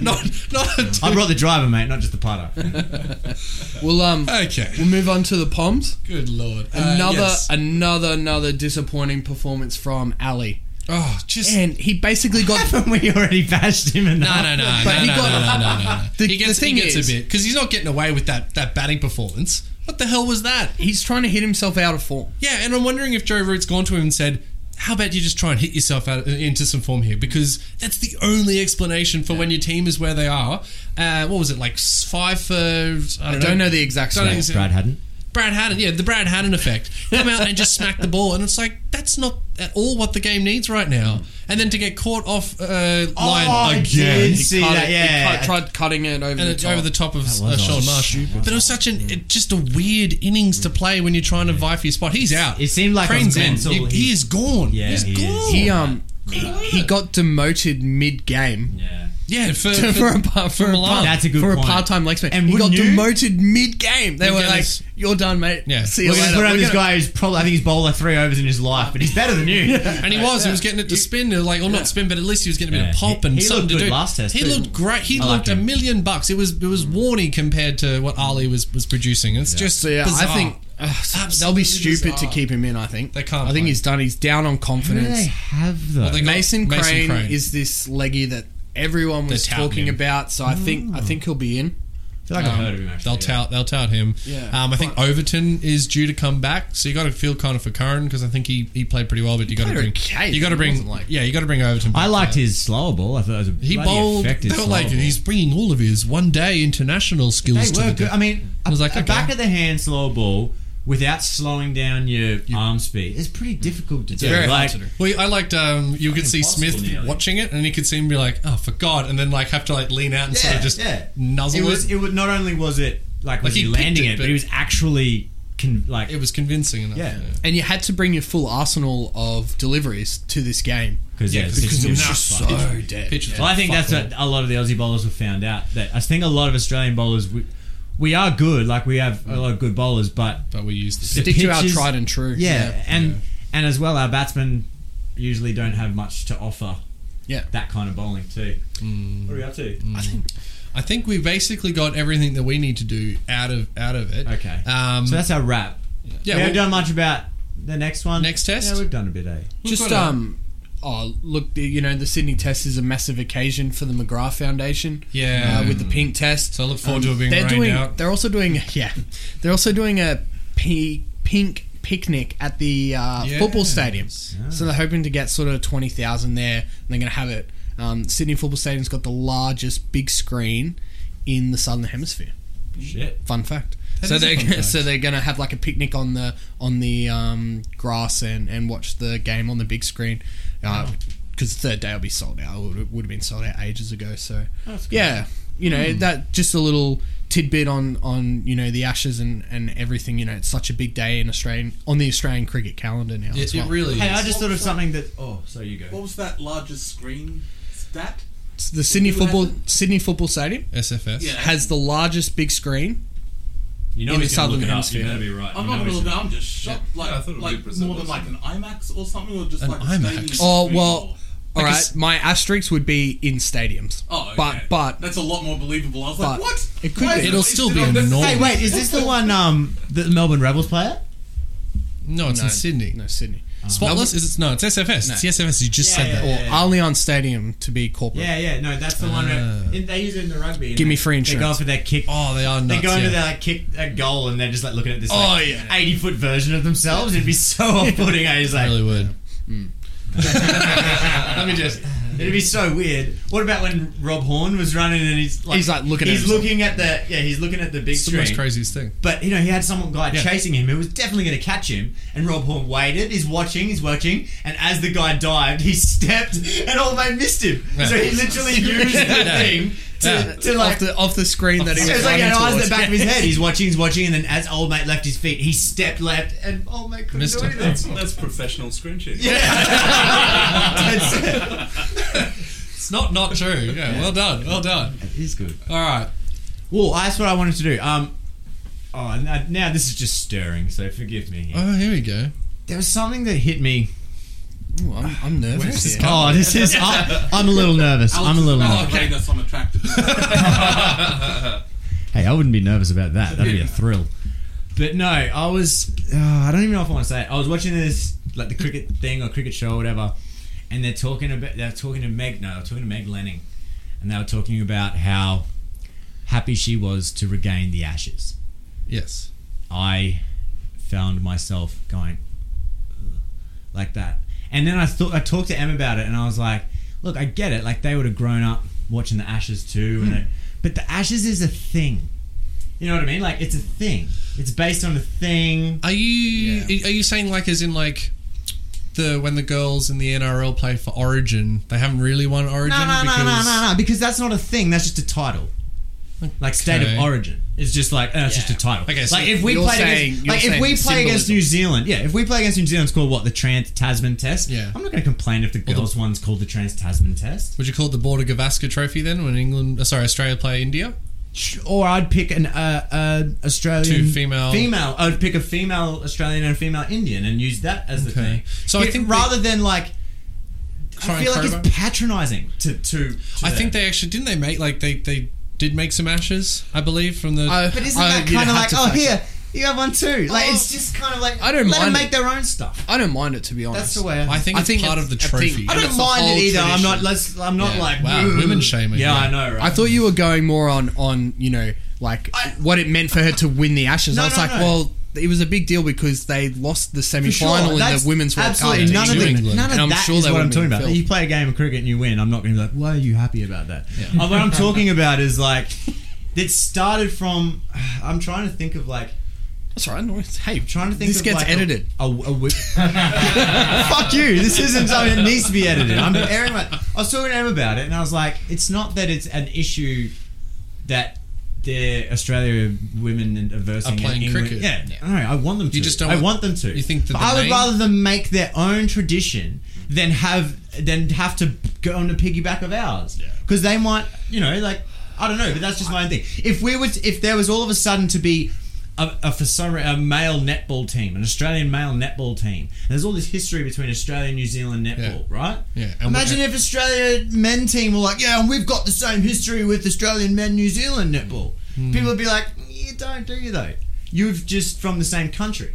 Speaker 1: not not a
Speaker 3: I brought the driver, mate, not just the putter.
Speaker 5: We'll um,
Speaker 1: Okay.
Speaker 5: we'll move on to the Poms.
Speaker 1: Good lord. Uh,
Speaker 5: Another,
Speaker 1: yes.
Speaker 5: another, another disappointing performance from Ali.
Speaker 1: Oh, just
Speaker 5: And he basically got.
Speaker 3: Haven't we already bashed him enough?
Speaker 1: no, no, no, no,
Speaker 5: But
Speaker 1: no,
Speaker 5: he
Speaker 1: no,
Speaker 5: got-
Speaker 1: no, no, no, no.
Speaker 5: The-
Speaker 1: he gets,
Speaker 5: the thing
Speaker 1: he gets
Speaker 5: is-
Speaker 1: a bit because he's not getting away with that that batting performance. What the hell was that?
Speaker 5: he's trying to hit himself out of form.
Speaker 1: Yeah, and I'm wondering if Joe Root's gone to him and said, "How about you just try and hit yourself out uh, into some form here?" Because that's the only explanation for when your team is where they are. Uh, what was it like s- five for? I don't,
Speaker 5: I don't know the exact
Speaker 1: Don't know
Speaker 5: stat.
Speaker 1: the-
Speaker 3: Brad hadn't.
Speaker 1: Brad Haddon, yeah, the Brad Haddon effect. Come out and just smack the ball, and it's like that's not at all what the game needs right now. And then to get caught off uh, line
Speaker 3: I
Speaker 1: again,
Speaker 3: did see
Speaker 5: Cut
Speaker 3: that,
Speaker 5: it-
Speaker 3: yeah.
Speaker 5: he cut, tried cutting it over
Speaker 1: and
Speaker 5: the
Speaker 1: it's
Speaker 5: top.
Speaker 1: over the top of
Speaker 3: was
Speaker 1: uh, Sean Marsh.
Speaker 3: stupid.
Speaker 1: But it was such an it, just a weird innings to play when you're trying to vie for your spot. He's out.
Speaker 3: It seemed like
Speaker 1: Crane's
Speaker 3: on
Speaker 1: in.
Speaker 3: mental,
Speaker 1: He, he
Speaker 3: he-
Speaker 1: is gone.
Speaker 3: Yeah,
Speaker 1: he's
Speaker 3: he is.
Speaker 1: gone.
Speaker 5: he um he, he got demoted mid game.
Speaker 3: Yeah.
Speaker 1: yeah, for,
Speaker 5: For,
Speaker 1: for-
Speaker 5: a par-
Speaker 1: for
Speaker 5: for, a
Speaker 1: Milan.
Speaker 5: part,
Speaker 3: That's a good
Speaker 5: for
Speaker 3: point.
Speaker 5: a part-time legsman,
Speaker 3: And
Speaker 5: he got
Speaker 3: wouldn't you?
Speaker 5: demoted mid-game. They
Speaker 1: Mid-game
Speaker 5: were like,
Speaker 1: is-
Speaker 5: "You're done, mate.
Speaker 1: Yeah.
Speaker 5: See you
Speaker 3: We're going to
Speaker 5: later."
Speaker 3: put on
Speaker 5: We're
Speaker 3: this
Speaker 5: gonna-
Speaker 3: guy who's probably, I think he's bowled like three overs in his life, but he's better than you.
Speaker 1: And he was. He was getting it to spin, or like, or not spin, but at least he was getting a bit of
Speaker 3: Yeah.
Speaker 1: pop
Speaker 3: He-
Speaker 1: and
Speaker 3: he
Speaker 1: something
Speaker 3: looked
Speaker 1: to
Speaker 3: good
Speaker 1: do.
Speaker 3: last test,
Speaker 1: he
Speaker 3: too.
Speaker 1: looked great. He
Speaker 3: I liked
Speaker 1: looked a
Speaker 3: him.
Speaker 1: million bucks. It was it was Warney compared to what Ali was was producing. It's just
Speaker 5: So yeah,
Speaker 1: bizarre.
Speaker 5: I think uh, they'll be stupid to keep him in. I think
Speaker 1: They can't
Speaker 5: I think
Speaker 1: play.
Speaker 5: he's done. He's down on
Speaker 3: Who do they
Speaker 5: confidence.
Speaker 3: have, though?
Speaker 1: they got
Speaker 5: Mason,
Speaker 1: Mason
Speaker 5: Crane
Speaker 1: Crane.
Speaker 5: is this leggy that everyone was
Speaker 1: touting
Speaker 5: talking
Speaker 1: him.
Speaker 5: about. So I think I think he'll be in.
Speaker 3: I feel like I've heard of him, actually.
Speaker 1: um, They'll
Speaker 3: yeah.
Speaker 1: tout, they'll tout him.
Speaker 5: Yeah.
Speaker 1: Um, I think Overton is due to come back, so you got to feel kind of for Curran because I think he, he played pretty well, but you got to bring
Speaker 5: played okay,
Speaker 1: you got to
Speaker 5: but it
Speaker 1: bring
Speaker 5: wasn't like-
Speaker 1: yeah you got to bring Overton. Back
Speaker 3: I liked
Speaker 1: there.
Speaker 3: his slower ball. I thought it was a
Speaker 1: He
Speaker 3: bloody
Speaker 1: bowled.
Speaker 3: effective
Speaker 1: They were
Speaker 3: slower
Speaker 1: like
Speaker 3: ball.
Speaker 1: he's bringing all of his one day international skills.
Speaker 3: They
Speaker 1: to
Speaker 3: were
Speaker 1: the
Speaker 3: good. I mean,
Speaker 1: I was
Speaker 3: a,
Speaker 1: like,
Speaker 3: a
Speaker 1: okay.
Speaker 3: back of the hand slow ball without slowing down your arm speed is pretty difficult to do.
Speaker 5: very hard
Speaker 3: like,
Speaker 5: to do.
Speaker 1: Well, I liked um, you could see Smith
Speaker 6: nearly.
Speaker 1: watching it, and he could see him be like, "Oh, for God!" and then like have to like lean out and sort of just nuzzle
Speaker 3: it
Speaker 1: it.
Speaker 3: was. It was not only was it like, was
Speaker 1: Like, he
Speaker 3: he
Speaker 1: picked
Speaker 3: landing
Speaker 1: it,
Speaker 3: it, but,
Speaker 1: but-
Speaker 3: he was actually con- like
Speaker 1: It was convincing enough.
Speaker 3: Yeah.
Speaker 5: And you had to bring your full arsenal of deliveries to this game.
Speaker 3: yeah,
Speaker 1: yeah,
Speaker 3: the
Speaker 1: because
Speaker 3: system
Speaker 1: it was
Speaker 3: was
Speaker 1: just
Speaker 3: fucked.
Speaker 1: so
Speaker 5: dead.
Speaker 1: Pitch was
Speaker 3: Well, I think
Speaker 1: fuck
Speaker 3: that's what
Speaker 1: all.
Speaker 3: a lot of the Aussie bowlers have found out. That I think a lot of Australian bowlers we, we are good. Like we have a lot of good bowlers, but
Speaker 1: But we used
Speaker 3: The
Speaker 1: the
Speaker 5: Stick to our
Speaker 3: pitches-
Speaker 5: tried and true.
Speaker 3: yeah, and and as well, our batsmen usually don't have much to offer.
Speaker 5: Yeah.
Speaker 3: that kind of bowling too. What are we up to?
Speaker 1: I think we basically got everything that we need to do out of out of it.
Speaker 3: Okay,
Speaker 1: Um,
Speaker 3: so that's our wrap.
Speaker 1: yeah.
Speaker 3: we
Speaker 1: well,
Speaker 3: haven't done much about the next one.
Speaker 1: Next test?
Speaker 3: Yeah, we've done a bit. Eh?
Speaker 5: Just
Speaker 1: got a-
Speaker 5: um, oh look, the- you know the Sydney Test is a massive occasion for the McGrath Foundation.
Speaker 1: Yeah.
Speaker 5: uh, with the pink test.
Speaker 1: So I look
Speaker 3: Um,
Speaker 1: forward to it being
Speaker 5: they're
Speaker 1: rained
Speaker 5: doing.
Speaker 1: out.
Speaker 5: They're also doing. Yeah, they're also doing a p- pink picnic at the uh, football
Speaker 1: Yes. Ah.
Speaker 5: stadium. So they're hoping to get sort of twenty thousand there, and they're going to have it. Um, Sydney Football Stadium's got the largest big screen in the southern hemisphere.
Speaker 3: Shit.
Speaker 5: Fun fact.
Speaker 1: That
Speaker 5: so
Speaker 1: is a
Speaker 5: they're
Speaker 1: fun
Speaker 5: gonna,
Speaker 1: fact.
Speaker 5: so they're gonna have like a picnic on the on the um, grass and, and watch the game on the big screen, because third day will be sold out. It would have been sold out ages ago. So yeah, you know
Speaker 1: Hmm.
Speaker 5: that just a little tidbit on on you know the Ashes and, and everything. You know it's such a big day in Australian on the Australian cricket calendar now.
Speaker 1: it,
Speaker 5: as well.
Speaker 1: it really
Speaker 3: Hey,
Speaker 1: is.
Speaker 3: I just thought of something that. Oh, so you go.
Speaker 4: What was that largest screen stat?
Speaker 5: It's the Sydney
Speaker 4: You had
Speaker 5: football
Speaker 4: the-
Speaker 5: Sydney Football Stadium
Speaker 1: SFS.
Speaker 4: Yeah.
Speaker 5: has the largest big screen.
Speaker 3: You know
Speaker 5: in
Speaker 3: he's
Speaker 5: the
Speaker 3: gonna
Speaker 5: southern
Speaker 3: look it up.
Speaker 5: hemisphere.
Speaker 3: You better be
Speaker 4: I'm
Speaker 3: right. You
Speaker 4: not
Speaker 3: know
Speaker 4: gonna
Speaker 3: he's
Speaker 4: look it. I'm just shocked. Like,
Speaker 6: Yeah, I thought it would be
Speaker 4: like
Speaker 6: Brazil
Speaker 4: more than
Speaker 6: or
Speaker 4: like an IMAX or something, or just
Speaker 1: An
Speaker 4: like a
Speaker 1: IMAX?
Speaker 4: stadium
Speaker 5: Oh
Speaker 4: screen
Speaker 5: well,
Speaker 4: or-
Speaker 5: all
Speaker 1: Like a
Speaker 5: right.
Speaker 1: s-
Speaker 5: My asterisks would be in stadiums.
Speaker 4: Oh, okay.
Speaker 5: but but
Speaker 4: that's a lot more believable. I was like,
Speaker 5: but
Speaker 4: what?
Speaker 5: it could
Speaker 4: Why
Speaker 5: be.
Speaker 4: is
Speaker 1: It'll
Speaker 4: wasted
Speaker 1: still be
Speaker 4: on
Speaker 1: an
Speaker 4: this-
Speaker 1: enormous-
Speaker 3: Hey, wait, is this the one um, that the Melbourne Rebels play at?
Speaker 1: No, it's
Speaker 5: No,
Speaker 1: in Sydney.
Speaker 5: No, Sydney.
Speaker 1: Spotless is it? No, it's SFS. It's the SFS. You
Speaker 3: Yeah,
Speaker 1: just said
Speaker 3: yeah,
Speaker 1: that.
Speaker 3: yeah.
Speaker 5: Or Allianz Stadium to be corporate.
Speaker 3: Yeah, yeah, no, that's the one. Where, in, they use it in the rugby.
Speaker 5: Give me free
Speaker 3: They go
Speaker 5: insurance.
Speaker 3: for their kick.
Speaker 1: Oh, they are nuts.
Speaker 3: they go into
Speaker 1: yeah.
Speaker 3: their like kick a goal, and they're just like looking at this.
Speaker 1: Oh,
Speaker 3: like,
Speaker 1: yeah.
Speaker 3: eighty foot version of eh? themselves. It'd be so off putting. I was
Speaker 1: I
Speaker 3: like,
Speaker 1: really would.
Speaker 3: let me just. It'd be so weird. What about when Rob Horn was running and he's like
Speaker 5: He's, like, looking at
Speaker 3: he's
Speaker 5: himself.
Speaker 3: looking at the yeah he's looking at the big
Speaker 1: It's the
Speaker 3: screen.
Speaker 1: most craziest thing.
Speaker 3: But you know, he had some guy
Speaker 1: Yeah.
Speaker 3: chasing him who was definitely going to catch him. And Rob Horn waited. He's watching. He's watching. And as the guy dived, he stepped, and Old Man missed him.
Speaker 1: Yeah.
Speaker 3: So he literally used the
Speaker 1: Yeah.
Speaker 3: thing to,
Speaker 1: Yeah.
Speaker 3: to like.
Speaker 5: off the off the screen that he
Speaker 3: so
Speaker 5: was
Speaker 3: it's like
Speaker 5: running
Speaker 3: an eyes in the
Speaker 5: towards.
Speaker 3: back of his
Speaker 5: Yeah.
Speaker 3: head. He's watching, he's watching, and then as old mate left his feet, he stepped left, and old mate couldn't
Speaker 1: Missed
Speaker 3: do
Speaker 1: him.
Speaker 3: anything.
Speaker 4: That's professional screen shit.
Speaker 3: Yeah, That's it.
Speaker 1: It's not not true. Yeah, well done, well done.
Speaker 3: He's good.
Speaker 1: All right,
Speaker 3: Well, that's what I wanted to do. Um, oh, now, now this is just stirring, so forgive me.
Speaker 1: oh here we go.
Speaker 3: There was something that hit me
Speaker 5: Ooh, I'm, I'm nervous. here.
Speaker 3: Oh, this is. I, I'm a little nervous. I'm a little nervous.
Speaker 4: Okay, that's unattractive.
Speaker 3: Hey, I wouldn't be nervous about that. That'd be a thrill. But no, I was. Uh, I don't even know if I want to say it. I was watching this, like the cricket thing or cricket show or whatever, and they're talking about. They're talking to Meg. No, they're talking to Meg Lenning, and they were talking about how happy she was to regain the ashes.
Speaker 1: Yes.
Speaker 3: I found myself going "Ugh," like that. And then I thought I talked to Em about it, and I was like, "Look, I get it. Like they would have grown up watching the Ashes too, and it, but the Ashes is a thing. You know what I mean? Like it's a thing. It's based on a thing.
Speaker 1: Are you are you saying like as in like the when the girls in the NRL play for Origin, they haven't really won Origin
Speaker 3: No, no, no, no,
Speaker 1: because
Speaker 3: no, no, because that's not a thing. That's just a title. Like state
Speaker 1: Okay.
Speaker 3: of origin. It's just like uh, it's just a title.
Speaker 1: Okay, so
Speaker 3: like if we
Speaker 5: you're
Speaker 3: played
Speaker 5: saying-
Speaker 3: against,
Speaker 5: you're
Speaker 3: like if
Speaker 5: saying
Speaker 3: we play against
Speaker 5: symbolism.
Speaker 3: New Zealand, yeah, if we play against New Zealand, it's called what the Trans Tasman Test.
Speaker 1: Yeah.
Speaker 3: I'm not going to complain if the girls' one's called the Trans Tasman Test.
Speaker 1: Would you call it the Border Gavaskar Trophy then when England, uh, sorry, Australia play India?
Speaker 3: Sh- Or I'd pick an uh, uh, Australian
Speaker 1: Two female-
Speaker 3: female. I'd pick a female Australian and a female Indian and use that as the
Speaker 1: Okay.
Speaker 3: thing.
Speaker 1: So I
Speaker 3: Yeah,
Speaker 1: think
Speaker 3: rather than like, I
Speaker 1: Try and
Speaker 3: feel like
Speaker 1: crowbar?
Speaker 3: it's patronising to to. to
Speaker 1: I think
Speaker 3: them.
Speaker 1: they actually didn't they make like they they did make some ashes, I believe, from the
Speaker 5: I-
Speaker 3: But isn't
Speaker 5: I-
Speaker 3: that
Speaker 5: you'd
Speaker 3: kind of
Speaker 5: have
Speaker 3: like
Speaker 5: to
Speaker 3: oh
Speaker 5: factor-
Speaker 3: here you have one too? Like
Speaker 5: Oh.
Speaker 3: it's just kind of like
Speaker 5: I don't
Speaker 3: let
Speaker 5: mind
Speaker 3: them make
Speaker 5: it.
Speaker 3: their own stuff.
Speaker 5: I don't mind it to be honest.
Speaker 3: That's the way.
Speaker 1: I think
Speaker 5: I
Speaker 1: it's
Speaker 5: think
Speaker 1: part
Speaker 5: it's
Speaker 1: of the
Speaker 5: a thing.
Speaker 1: trophy.
Speaker 3: I
Speaker 5: That's
Speaker 3: don't
Speaker 5: a
Speaker 3: mind
Speaker 5: whole
Speaker 3: it either. I'm
Speaker 5: tradition.
Speaker 3: not. Let's. I'm not
Speaker 1: Yeah.
Speaker 3: like.
Speaker 1: Wow,
Speaker 3: "Ugh."
Speaker 1: women shaming,
Speaker 3: Yeah,
Speaker 1: yeah.
Speaker 3: I know. Right.
Speaker 5: I thought you were going more on on you know like
Speaker 3: I-
Speaker 5: what it meant for her to win the Ashes.
Speaker 3: No,
Speaker 5: I was
Speaker 3: no,
Speaker 5: like,
Speaker 3: no.
Speaker 5: well, it was a big deal because they lost the semi final in the
Speaker 3: That's
Speaker 5: women's World Cup.
Speaker 3: absolutely
Speaker 5: to
Speaker 3: none of,
Speaker 1: New
Speaker 3: the,
Speaker 1: England.
Speaker 3: none of
Speaker 5: And I'm
Speaker 3: that
Speaker 5: sure
Speaker 3: is
Speaker 5: they
Speaker 3: what I'm
Speaker 5: would've
Speaker 3: talking
Speaker 5: been
Speaker 3: about.
Speaker 5: filled.
Speaker 3: You play a game of cricket and you win. I'm not going to be like, why are you happy about that? Uh, what I'm talking about is like, it started from. I'm trying to think of like.
Speaker 5: That's right. No, it's- hey,
Speaker 3: I'm trying to think.
Speaker 5: This
Speaker 3: of
Speaker 5: gets
Speaker 3: like
Speaker 5: edited.
Speaker 3: A, a, a wi- Fuck you! This isn't something that needs to be edited. I'm airing my. I was talking to him about it, and I was like, it's not that it's an issue that the Australia women and are versing
Speaker 1: Are playing
Speaker 3: in England.
Speaker 1: cricket.
Speaker 3: Yeah, no, I want them to.
Speaker 1: You just don't
Speaker 3: I
Speaker 1: want-
Speaker 3: want them to.
Speaker 1: you think that
Speaker 3: But
Speaker 1: the
Speaker 3: I would
Speaker 1: name-
Speaker 3: rather them make their own tradition than have than have to go on the piggyback of ours. Because they might, you know, like I don't know, but that's just my own thing. If we were, to, if there was all of a sudden to be. A, a, for some, re- a male netball team, an Australian male netball team. And there's all this history between Australia and New Zealand netball, right?
Speaker 1: Yeah, and
Speaker 3: Imagine
Speaker 1: what-
Speaker 3: if Australia men team were like, yeah, and we've got the same history with Australian men New Zealand netball.
Speaker 1: Hmm.
Speaker 3: People would be like, you don't, do you though? You've just from the same country.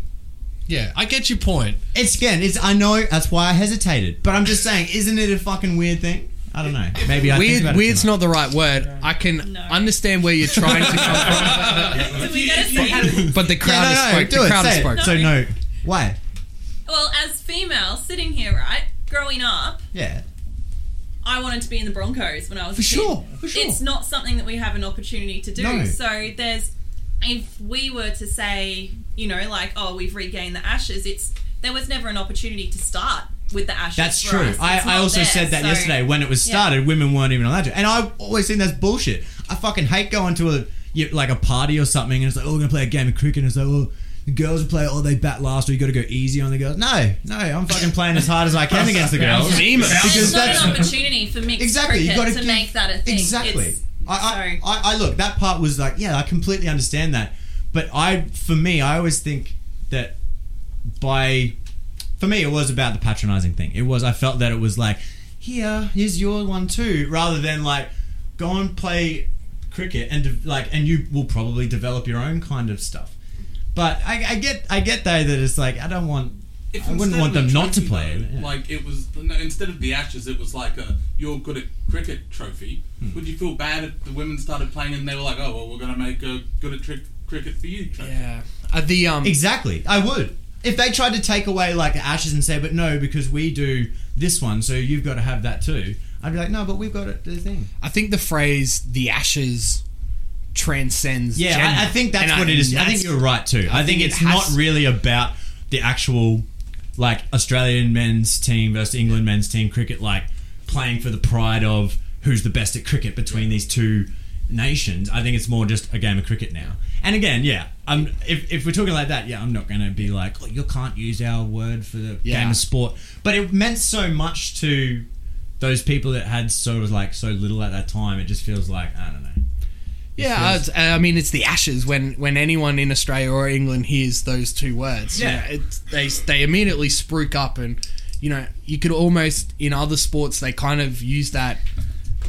Speaker 1: yeah, I get your point.
Speaker 3: It's again, it's I know that's why I hesitated, but I'm just saying, isn't it a fucking weird thing? I don't know. Maybe I think about
Speaker 5: weird.
Speaker 3: it too
Speaker 5: Weird's
Speaker 3: much.
Speaker 5: not the right word. I can
Speaker 7: No.
Speaker 5: understand where you're trying to come
Speaker 7: So we gotta see.
Speaker 5: from, but the crowd
Speaker 3: Yeah,
Speaker 5: has
Speaker 3: no, no,
Speaker 5: spoke.
Speaker 3: do
Speaker 5: the
Speaker 3: it.
Speaker 5: crowd has
Speaker 3: say it.
Speaker 5: spoke.
Speaker 3: So no, why?
Speaker 7: Well, as females sitting here, right, growing up,
Speaker 3: Yeah,
Speaker 7: I wanted to be in the Broncos when I was
Speaker 3: for
Speaker 7: a kid.
Speaker 3: sure, for sure.
Speaker 7: It's not something that we have an opportunity to do.
Speaker 3: No.
Speaker 7: So there's, if we were to say, you know, like, oh, we've regained the ashes. It's there was never an opportunity to start with the ashes.
Speaker 3: That's
Speaker 7: for
Speaker 3: true.
Speaker 7: us. It's
Speaker 3: I, I
Speaker 7: not
Speaker 3: also
Speaker 7: there.
Speaker 3: said that
Speaker 7: So-
Speaker 3: yesterday when it was
Speaker 7: yeah.
Speaker 3: started, women weren't even allowed to. And I always think that's bullshit. I fucking hate going to a you, like a party or something and it's like, oh, we're gonna play a game of cricket. And it's like, oh, the girls play, oh, they bat last, or you got to go easy on the girls. No, no, I'm fucking playing as hard as I can against the girls.
Speaker 7: There's
Speaker 3: because
Speaker 7: not
Speaker 3: that's-
Speaker 7: an opportunity for mixed
Speaker 3: Exactly, you
Speaker 7: cricket
Speaker 3: got
Speaker 7: to
Speaker 3: give,
Speaker 7: make that a thing.
Speaker 3: Exactly.
Speaker 7: It's-
Speaker 3: I,
Speaker 7: sorry.
Speaker 3: I, I, I look that part was like, yeah, I completely understand that, but I, for me, I always think that by, for me, it was about the patronizing thing. It was I felt that it was like, here, here's your one too, rather than like, go and play cricket and de- like, and you will probably develop your own kind of stuff. But I, I get, I get though that it's like I don't want,
Speaker 4: If
Speaker 3: I wouldn't
Speaker 4: instead
Speaker 3: want
Speaker 4: of a
Speaker 3: them not to
Speaker 4: trophy,
Speaker 3: play.
Speaker 4: though,
Speaker 3: yeah.
Speaker 4: Like it was no, instead of the ashes, it was like a you're good at cricket trophy. Would you feel bad if the women started playing and they were like, oh well, we're gonna make a good at trick cricket for you trophy?
Speaker 5: Yeah. Uh, the um.
Speaker 3: Exactly. I would. If they tried to take away like the ashes and say, but no, because we do this one, so you've got to have that too. I'd be like, no, but we've got it. The thing.
Speaker 5: I think the phrase "the ashes" transcends.
Speaker 3: Yeah,
Speaker 5: gender.
Speaker 3: I, I think that's
Speaker 5: And
Speaker 3: what it is. I
Speaker 5: that's-
Speaker 3: think you're right too. I, think,
Speaker 5: think it
Speaker 3: it's
Speaker 5: has-
Speaker 3: not really about the actual like Australian men's team versus England men's team cricket, like playing for the pride of who's the best at cricket between these two nations. I think it's more just a game of cricket now. And again, yeah, I'm if, if we're talking like that, yeah, I'm not going to be like, oh, you can't use our word for the
Speaker 5: Yeah.
Speaker 3: game of sport, but it meant so much to those people that had sort of like so little at that time. It just feels like I don't know.
Speaker 5: Yeah, it's, I mean it's the ashes when when anyone in Australia or England hears those two words. you
Speaker 3: Yeah.
Speaker 5: know, it's, they they immediately spruik up, and you know you could almost in other sports they kind of use that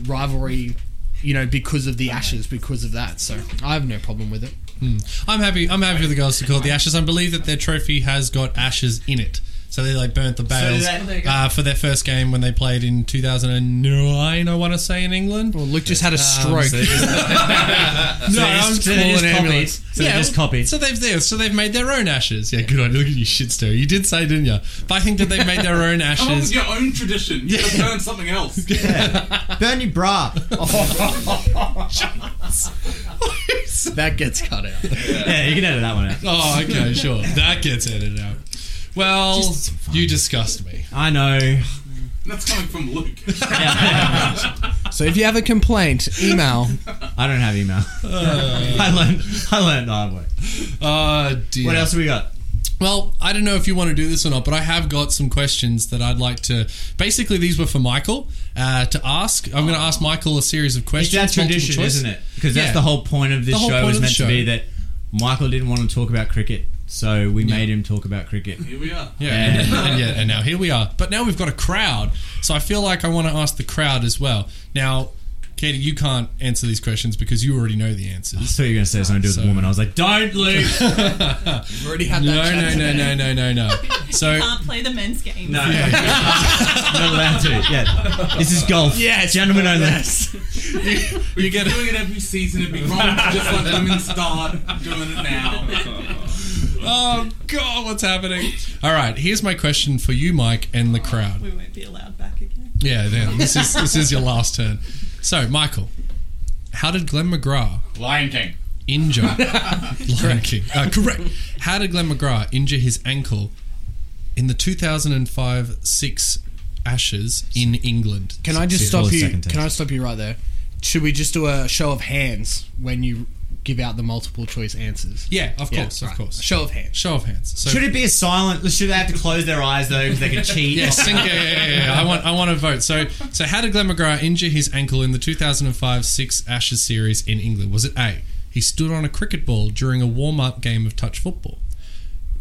Speaker 5: rivalry, you know, because of the ashes, because of that. So I have no problem with it.
Speaker 1: I'm happy. I'm happy for the girls to call it the ashes. I believe that their trophy has got ashes in it. So they like burnt the bales
Speaker 3: that-
Speaker 1: uh, for their first game when they played in 2009. I want to say in England.
Speaker 5: Well, Luke just had a stroke.
Speaker 1: no,
Speaker 3: they
Speaker 1: I'm
Speaker 3: just- so they
Speaker 1: calling
Speaker 3: just copied.
Speaker 1: an ambulance.
Speaker 3: So they just copied.
Speaker 1: So they've there. So they've made their own ashes. Yeah, good on you. Look at you, shit stir. You did say, didn't you? But I think that they've made their own
Speaker 4: Come up with
Speaker 3: Oh,
Speaker 1: ashes.
Speaker 4: your own tradition. You gotta learn something else.
Speaker 3: Burn your bra.
Speaker 5: that gets cut out.
Speaker 3: yeah, you can edit that one out.
Speaker 1: oh, okay, sure. That gets edited out. Well, you disgust me.
Speaker 3: I know.
Speaker 4: And that's coming from Luke.
Speaker 5: So if you have a complaint, email.
Speaker 3: I don't have email.
Speaker 1: Uh.
Speaker 3: I learned. I learned the hard way.
Speaker 1: Oh dear.
Speaker 3: What else have we got?
Speaker 1: Well, I don't know if you want to do this or not, but I have got some questions that I'd like to. Basically, these were for Michael uh, to ask. I'm going to ask Michael a series of
Speaker 3: It's
Speaker 1: questions.
Speaker 3: that
Speaker 1: multiple
Speaker 3: tradition,
Speaker 1: choice.
Speaker 3: isn't it? Because that's
Speaker 1: Yeah.
Speaker 3: the whole point of
Speaker 1: The
Speaker 3: this
Speaker 1: whole
Speaker 3: show
Speaker 1: point
Speaker 3: was
Speaker 1: of the
Speaker 3: meant to be
Speaker 1: show.
Speaker 3: that Michael didn't want to talk about cricket, so we made him talk about cricket.
Speaker 4: Here we are.
Speaker 1: Yeah, and, and yeah, and now here we are. But now we've got a crowd, so I feel like I want to ask the crowd as well. Now, Katie, you can't answer these questions because you already know the answers.
Speaker 3: I thought you were going to say something to do with the woman. I was like, don't Luke.
Speaker 5: You've already had
Speaker 1: No,
Speaker 5: that. chat
Speaker 1: no, no, no,
Speaker 5: today.
Speaker 1: no, no, no. So
Speaker 7: Can't play the men's game.
Speaker 3: No, not allowed to. Yeah, this is golf. Yeah, gentlemen only.
Speaker 4: We get doing it every season. It'd be wrong to just let women start doing it now.
Speaker 1: Oh God, what's happening? All right, here's my question for you, Mike, and the crowd.
Speaker 7: We won't be allowed back again.
Speaker 1: Yeah, then this is this is your last turn. So, Michael, how did Glenn McGrath
Speaker 6: Lion King.
Speaker 1: injure Lion King? Uh, correct. How did Glenn McGrath injure his ankle in the 2005-6 Ashes in England?
Speaker 5: Can I just
Speaker 3: See, hold
Speaker 5: stop
Speaker 3: a
Speaker 5: you?
Speaker 3: second,
Speaker 5: Can I stop you right there? Should we just do a show of hands when you give out the multiple choice answers?
Speaker 1: Yeah, of
Speaker 5: Yeah,
Speaker 1: course,
Speaker 5: right.
Speaker 1: of course.
Speaker 5: Show of hands.
Speaker 1: Show of hands. So,
Speaker 3: Should it be a silent? Should they have to close their eyes though because they can cheat?
Speaker 1: Yeah, sing- yeah, yeah, yeah, yeah. I want, I want to vote. So, so how did Glenn McGrath injure his ankle in the 2005-6 Ashes series in England? Was it A? He stood on a cricket ball during a warm-up game of touch football.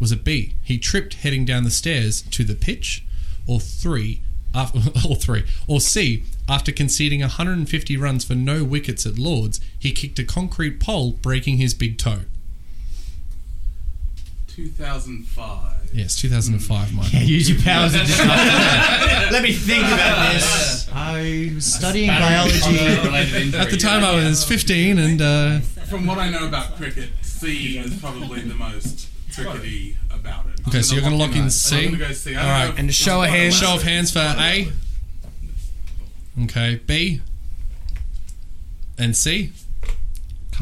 Speaker 1: Was it B? He tripped heading down the stairs to the pitch, or three, af or three, or C? After conceding 150 runs for no wickets at Lords, he kicked a concrete pole, breaking his big toe.
Speaker 4: 2005.
Speaker 1: Yes, 2005, Mike.
Speaker 3: Use your powers of discussion. Let me think about this. I was studying biology.
Speaker 1: At the time, I was 15, and uh,
Speaker 4: From what I know about cricket, C is probably the most crickety about it.
Speaker 1: Okay, so you're gonna lock in C?
Speaker 4: I'm gonna go C. I don't
Speaker 1: All right,
Speaker 4: know if-
Speaker 5: and a show of
Speaker 4: I'm
Speaker 5: hands-
Speaker 1: show
Speaker 4: allowed
Speaker 1: of hands for A. Okay, B. And C.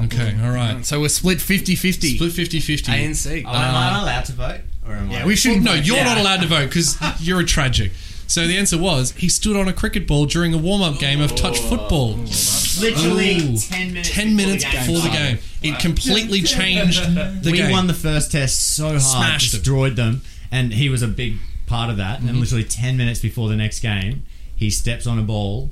Speaker 1: Okay, all right.
Speaker 5: So we're split 50-50.
Speaker 1: Split 50 50.
Speaker 5: A and C.
Speaker 3: Oh,
Speaker 1: Uh,
Speaker 3: am I allowed to vote? Or am I?
Speaker 5: yeah, we shouldn't.
Speaker 1: No,
Speaker 5: vote.
Speaker 1: you're
Speaker 5: Yeah.
Speaker 1: not allowed to vote because you're a tragic. So the answer was he stood on a cricket ball during a warm up game of touch football.
Speaker 3: literally
Speaker 1: Ooh.
Speaker 3: 10 minutes
Speaker 1: 10 minutes before the game. It completely changed the
Speaker 3: we
Speaker 1: game.
Speaker 3: won the first test so hard,
Speaker 1: Smashed them. Mm-hmm.
Speaker 3: destroyed them, and he was a big part of that. And literally 10 minutes before the next game, he steps on a ball,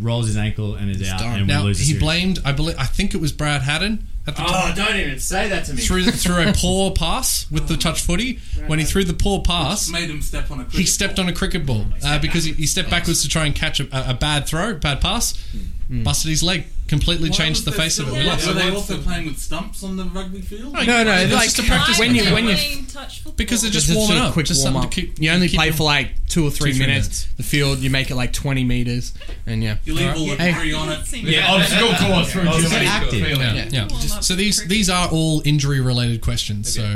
Speaker 3: rolls his ankle, and is out.
Speaker 5: done.
Speaker 3: And
Speaker 1: now,
Speaker 3: we lose the
Speaker 1: he
Speaker 3: series.
Speaker 1: blamed, I believe, I think it was Brad Haddon at the time.
Speaker 6: Oh, don't even say that to me.
Speaker 1: Through, through a poor pass with the touch footy. When he threw the poor pass,
Speaker 4: Made him step on a cricket
Speaker 1: he stepped on a cricket ball uh, because he, he stepped backwards to try and catch a, a bad throw, bad pass,
Speaker 3: Hmm.
Speaker 1: busted his leg, completely changed the face of it. We
Speaker 4: Were
Speaker 1: lost.
Speaker 4: they also playing with stumps on the rugby field?
Speaker 5: No, no,
Speaker 1: It's
Speaker 5: like
Speaker 1: just a practice
Speaker 5: when you when you
Speaker 7: touch football?
Speaker 1: because they're
Speaker 5: It's
Speaker 1: just
Speaker 5: a
Speaker 1: warming
Speaker 5: sort of
Speaker 1: up,
Speaker 5: quick
Speaker 1: just
Speaker 5: warm
Speaker 1: something
Speaker 5: up.
Speaker 1: to keep.
Speaker 5: You only
Speaker 1: keep
Speaker 5: play
Speaker 1: your-
Speaker 5: for like two or three,
Speaker 1: Two, three
Speaker 5: minutes.
Speaker 1: minutes.
Speaker 5: The field, you make it like 20 meters, and yeah.
Speaker 4: You leave all the
Speaker 5: Hey.
Speaker 4: debris on it.
Speaker 7: Seems-
Speaker 6: Yeah, obstacle course. for a
Speaker 3: Obstacle
Speaker 6: German
Speaker 3: active.
Speaker 6: field.
Speaker 1: Yeah, yeah.
Speaker 7: Well, not
Speaker 1: so these
Speaker 7: cricket.
Speaker 1: these are all injury related questions. So uh, if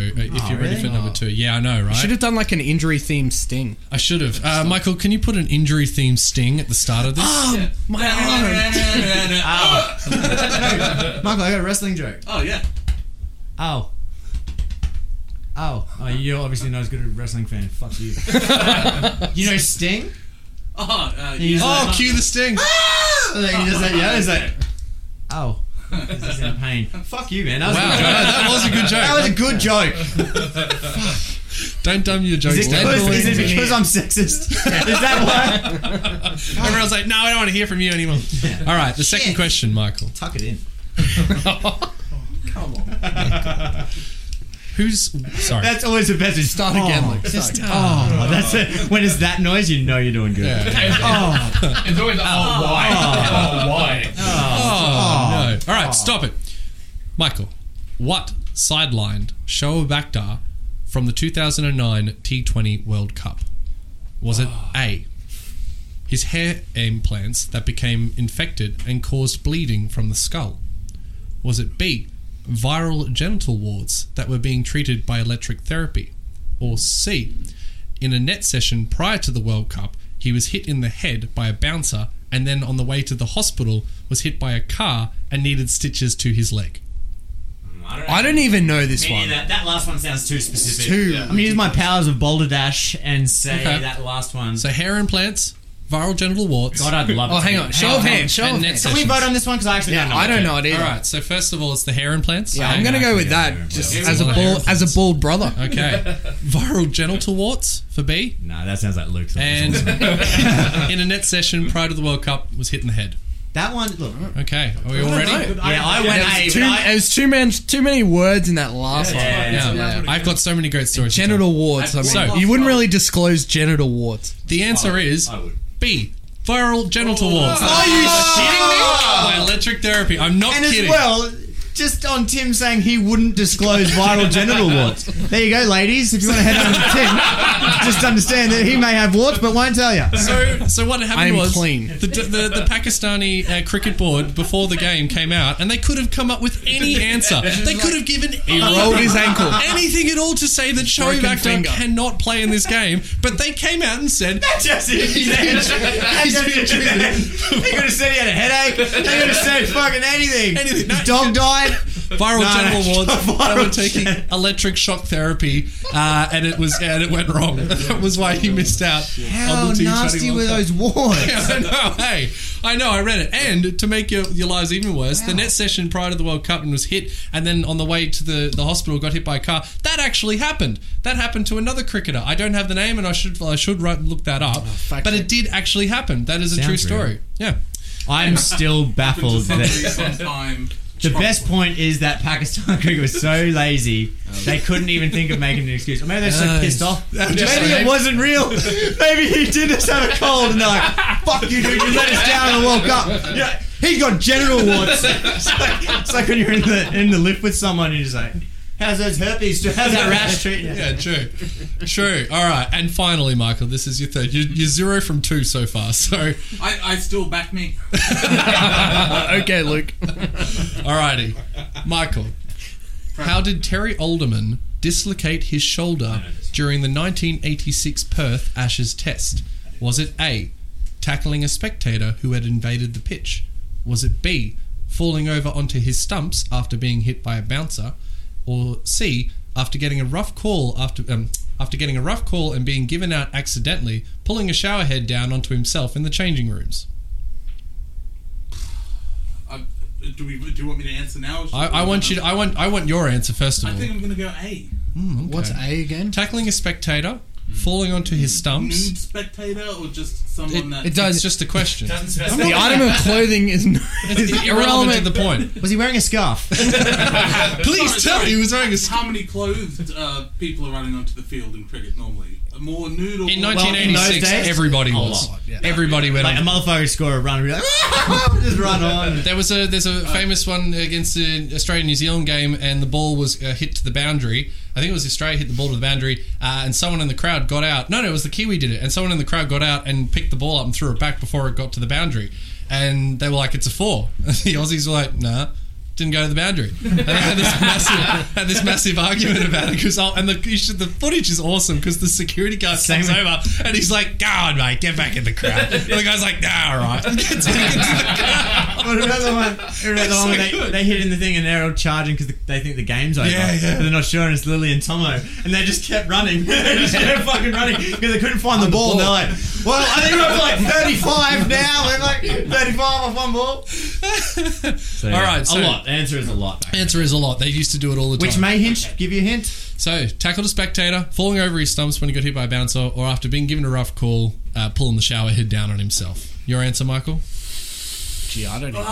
Speaker 1: you're ready for
Speaker 3: really?
Speaker 1: number two, yeah, I know, right?
Speaker 5: Should have done like an injury themed sting.
Speaker 1: I should have. Uh, Michael, can you put an injury themed sting at the start of this?
Speaker 3: Ah!
Speaker 4: Yeah.
Speaker 3: Ow.
Speaker 1: Ah.
Speaker 3: Michael, I got a wrestling joke.
Speaker 4: oh yeah.
Speaker 3: Ow. Ow. Oh, you're obviously not as good a wrestling fan. Fuck you. you know Sting?
Speaker 4: Oh, uh,
Speaker 3: He's
Speaker 4: yeah. Ah!
Speaker 3: like-
Speaker 1: oh, cue the sting.
Speaker 3: And then he does that, yeah, he's like, ow. This is in pain. Fuck you, man. That was,
Speaker 1: Wow,
Speaker 3: a, good joke.
Speaker 1: that was a good joke.
Speaker 3: That was a good joke.
Speaker 1: Don't dumb your jokes.
Speaker 3: Is, it
Speaker 1: down.
Speaker 3: because, is it because I'm sexist? Is that why?
Speaker 1: Everyone's like, no, I don't want to hear from you anymore. All right, the second
Speaker 3: Shit.
Speaker 1: question, Michael.
Speaker 3: Tuck it in.
Speaker 1: Who's sorry?
Speaker 3: That's always the best. Start
Speaker 5: again, like,
Speaker 3: just,
Speaker 5: start
Speaker 3: oh, that's it. When it's that noise, you know you're doing good. Oh,
Speaker 6: It's always oh, why? Oh, why?
Speaker 1: Oh, no! All right, stop it, Michael. What sidelined Showa Bakhtar from the 2009 T20 World Cup? Was it A. His hair implants that became infected and caused bleeding from the skull? Was it B. Viral genital warts that were being treated by electric therapy? Or C. In a net session prior to the World Cup, he was hit in the head by a bouncer and then on the way to the hospital was hit by a car and needed stitches to his leg.
Speaker 5: I don't even know this one.
Speaker 3: that, that last one sounds too specific.
Speaker 5: Too-
Speaker 3: I'm gonna use my powers of Boulder Dash and say
Speaker 1: Okay.
Speaker 3: that last one.
Speaker 1: So hair implants, viral genital warts.
Speaker 3: God, I'd love
Speaker 5: Oh,
Speaker 3: it.
Speaker 5: hang on. Show
Speaker 1: Hang
Speaker 5: of
Speaker 1: on.
Speaker 5: hands. Show
Speaker 1: And
Speaker 5: of
Speaker 1: net
Speaker 5: hands.
Speaker 1: session.
Speaker 3: Can we vote on this one? Because I actually
Speaker 5: Yeah,
Speaker 3: don't know.
Speaker 5: I don't know it
Speaker 1: All
Speaker 5: either.
Speaker 1: right. So first of all, it's the hair implants.
Speaker 5: Yeah, I'm
Speaker 1: Okay.
Speaker 5: gonna go with that. Just as a bald, as a bald brother.
Speaker 1: Okay. viral genital warts for B,
Speaker 3: Nah, that sounds like Luke's.
Speaker 1: and in a net session prior to the World Cup was hit in the head.
Speaker 3: that one, look.
Speaker 1: Okay. Are we all ready?
Speaker 3: Yeah, I went A,
Speaker 5: Too,
Speaker 3: but I,
Speaker 5: it was too man, too many words in that last one.
Speaker 3: yeah, yeah.
Speaker 1: Yeah. I've got so many great stories. to tell.
Speaker 5: Genital warts. I mean,
Speaker 1: So-
Speaker 5: you wouldn't really disclose genital warts.
Speaker 1: The answer is
Speaker 3: I would. Oh.
Speaker 1: B. Viral genital warts.
Speaker 3: Are you
Speaker 1: Oh! By electric therapy. I'm not
Speaker 3: And
Speaker 1: kidding.
Speaker 3: as well, just on Tim saying he wouldn't disclose viral genital warts. There you go, ladies. If you want to head on to Tim, just understand that he may have warts but won't tell you.
Speaker 1: So, so what happened
Speaker 5: I'm
Speaker 1: was
Speaker 5: clean.
Speaker 1: The, the, the Pakistani uh, cricket board before the game came out, and they could have come up with any answer. They could have given he
Speaker 5: rolled his ankle.
Speaker 1: anything at all to say that Shoaib
Speaker 5: Broken
Speaker 1: Akhtar
Speaker 5: finger.
Speaker 1: cannot play in this game, but they came out and said
Speaker 3: That's it. That's it. They could have said he had a headache. They could have said fucking anything.
Speaker 1: Anything.
Speaker 3: His dog died.
Speaker 1: viral
Speaker 3: No, no,
Speaker 1: general wards.
Speaker 3: viral
Speaker 1: they were taking
Speaker 3: gen-
Speaker 1: electric shock therapy, uh, and it was and it went wrong. that was why he missed out.
Speaker 3: How
Speaker 1: on the T20
Speaker 3: nasty
Speaker 1: World
Speaker 3: were
Speaker 1: Cup.
Speaker 3: those warts?
Speaker 1: Yeah, I know. Hey, I know. I read it. And to make your, your lives even worse, the net session prior to the World Cup and was hit, and then on the way to the, the hospital got hit by a car. That actually happened. That happened to another cricketer. I don't have the name, and I should I should write, look that up.
Speaker 5: fact
Speaker 1: but
Speaker 5: check.
Speaker 1: it did actually happen. That is a true
Speaker 3: Oh, Sounds
Speaker 1: story.
Speaker 3: real.
Speaker 1: Yeah.
Speaker 3: I'm still
Speaker 4: To
Speaker 3: baffled
Speaker 4: somebody
Speaker 3: that
Speaker 4: sometime.
Speaker 3: the best point is that Pakistan cricket was so lazy they couldn't even think of making an excuse. Or maybe they're so pissed off. Maybe it wasn't real. Maybe he did just have a cold and they're like, "Fuck you, dude! You let us down in the World Cup." Yeah, he's got general warts. It's like, it's like when you're in the in the lift with someone and you're just like, "How's those herpes? How's that rash treating you?"
Speaker 1: Yeah, true. True. All right. And finally, Michael, this is your third. You're, you're zero from two so far. So,
Speaker 4: I, I still back me.
Speaker 5: okay, Luke.
Speaker 1: all righty. Michael, how did Terry Alderman dislocate his shoulder during the 1986 Perth Ashes test? Was it A, tackling a spectator who had invaded the pitch? Was it B, falling over onto his stumps after being hit by a bouncer? Or C, after getting a rough call after um, after getting a rough call and being given out accidentally, pulling a shower head down onto himself in the changing rooms?
Speaker 4: I, do we? Do you want me to answer now? or should
Speaker 1: I, I want you to, I want I want your answer first of
Speaker 4: I
Speaker 1: all.
Speaker 4: think I'm gonna go A.
Speaker 5: What's A again?
Speaker 1: tackling a spectator, falling onto his
Speaker 4: Nude
Speaker 1: stumps.
Speaker 4: spectator or just someone that
Speaker 1: It does. It's just a question.
Speaker 6: Doesn't
Speaker 5: The
Speaker 6: specify.
Speaker 5: item of clothing is, n- is
Speaker 1: It's irrelevant to
Speaker 5: irrelevant.
Speaker 1: the point.
Speaker 3: Was he wearing a scarf?
Speaker 1: Please tell me he was wearing a.
Speaker 4: How many clothed uh, people are running onto the field in cricket normally? More nude or
Speaker 1: In
Speaker 4: more-
Speaker 3: in
Speaker 1: 1986,
Speaker 3: those days,
Speaker 1: everybody
Speaker 3: a
Speaker 1: was.
Speaker 3: lot,
Speaker 1: Everybody went
Speaker 3: like a
Speaker 1: on.
Speaker 3: motherfucker score a run and be like, just run on.
Speaker 1: There was a there's
Speaker 3: Oh.
Speaker 1: a famous one against the Australia New Zealand game, and the ball was uh, hit to the boundary. I think it was Australia hit the ball to the boundary, uh, and someone in the crowd got out. No, no, it was the Kiwi did it, and someone in the crowd got out and picked the ball up and threw it back before it got to the boundary. And they were like, "It's a four. And the Aussies were like, "Nah." Didn't go to the boundary. And they had this massive, had this massive argument about it because, oh, and the you should- the footage is awesome because the security guard comes over and he's like, "Go on, mate, get back in the crowd." And the guy's like, "Nah, all right." Gets back into the crowd.
Speaker 3: What about the one? Remember the
Speaker 1: It's
Speaker 3: one
Speaker 1: so
Speaker 3: where they,
Speaker 1: good.
Speaker 3: they hit in the thing and they're all charging because they think the game's over.
Speaker 1: Yeah, yeah.
Speaker 3: But They're not sure, and it's Lily and Tomo, and they just kept running. they just kept fucking running because they couldn't find the ball. And they're like, "Well, I think we're up to like 35 now. We're like 35 off one ball." So,
Speaker 1: All right,
Speaker 3: a
Speaker 1: so-
Speaker 3: lot. The answer is a lot. back.
Speaker 1: Answer is a lot. They used to do it all the time.
Speaker 3: Which may hint, give you a hint.
Speaker 1: so tackled a spectator, falling over his stumps when he got hit by a bouncer, or after being given a rough call, uh, pulling the shower head down on himself. Your answer, Michael?
Speaker 5: Gee, I don't. Even,
Speaker 4: Um,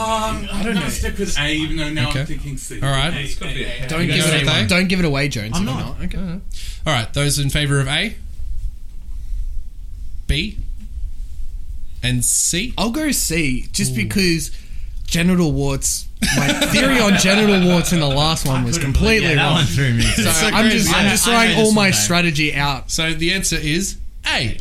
Speaker 4: I'm going to stick with A, even though now
Speaker 1: Okay.
Speaker 4: I'm thinking C.
Speaker 1: All right.
Speaker 4: A,
Speaker 1: It's
Speaker 4: A, A, A.
Speaker 5: don't give
Speaker 1: gotta
Speaker 5: it.
Speaker 1: say
Speaker 5: Away.
Speaker 1: one.
Speaker 5: Don't give it away, Jones.
Speaker 3: I'm
Speaker 5: if you're Uh-huh.
Speaker 3: not.
Speaker 5: Okay.
Speaker 1: All right, those in favour of A, B, and C.
Speaker 5: I'll go C just because genital warts. My theory on genital warts in the last one was completely
Speaker 3: yeah, that
Speaker 5: wrong.
Speaker 3: one threw me.
Speaker 5: So
Speaker 1: so
Speaker 5: I'm
Speaker 1: crazy.
Speaker 5: just
Speaker 1: I
Speaker 5: I'm
Speaker 1: know-
Speaker 5: just
Speaker 3: I know
Speaker 5: throwing
Speaker 3: this
Speaker 5: all
Speaker 3: one,
Speaker 5: my
Speaker 3: though.
Speaker 5: strategy out.
Speaker 1: So the answer is A.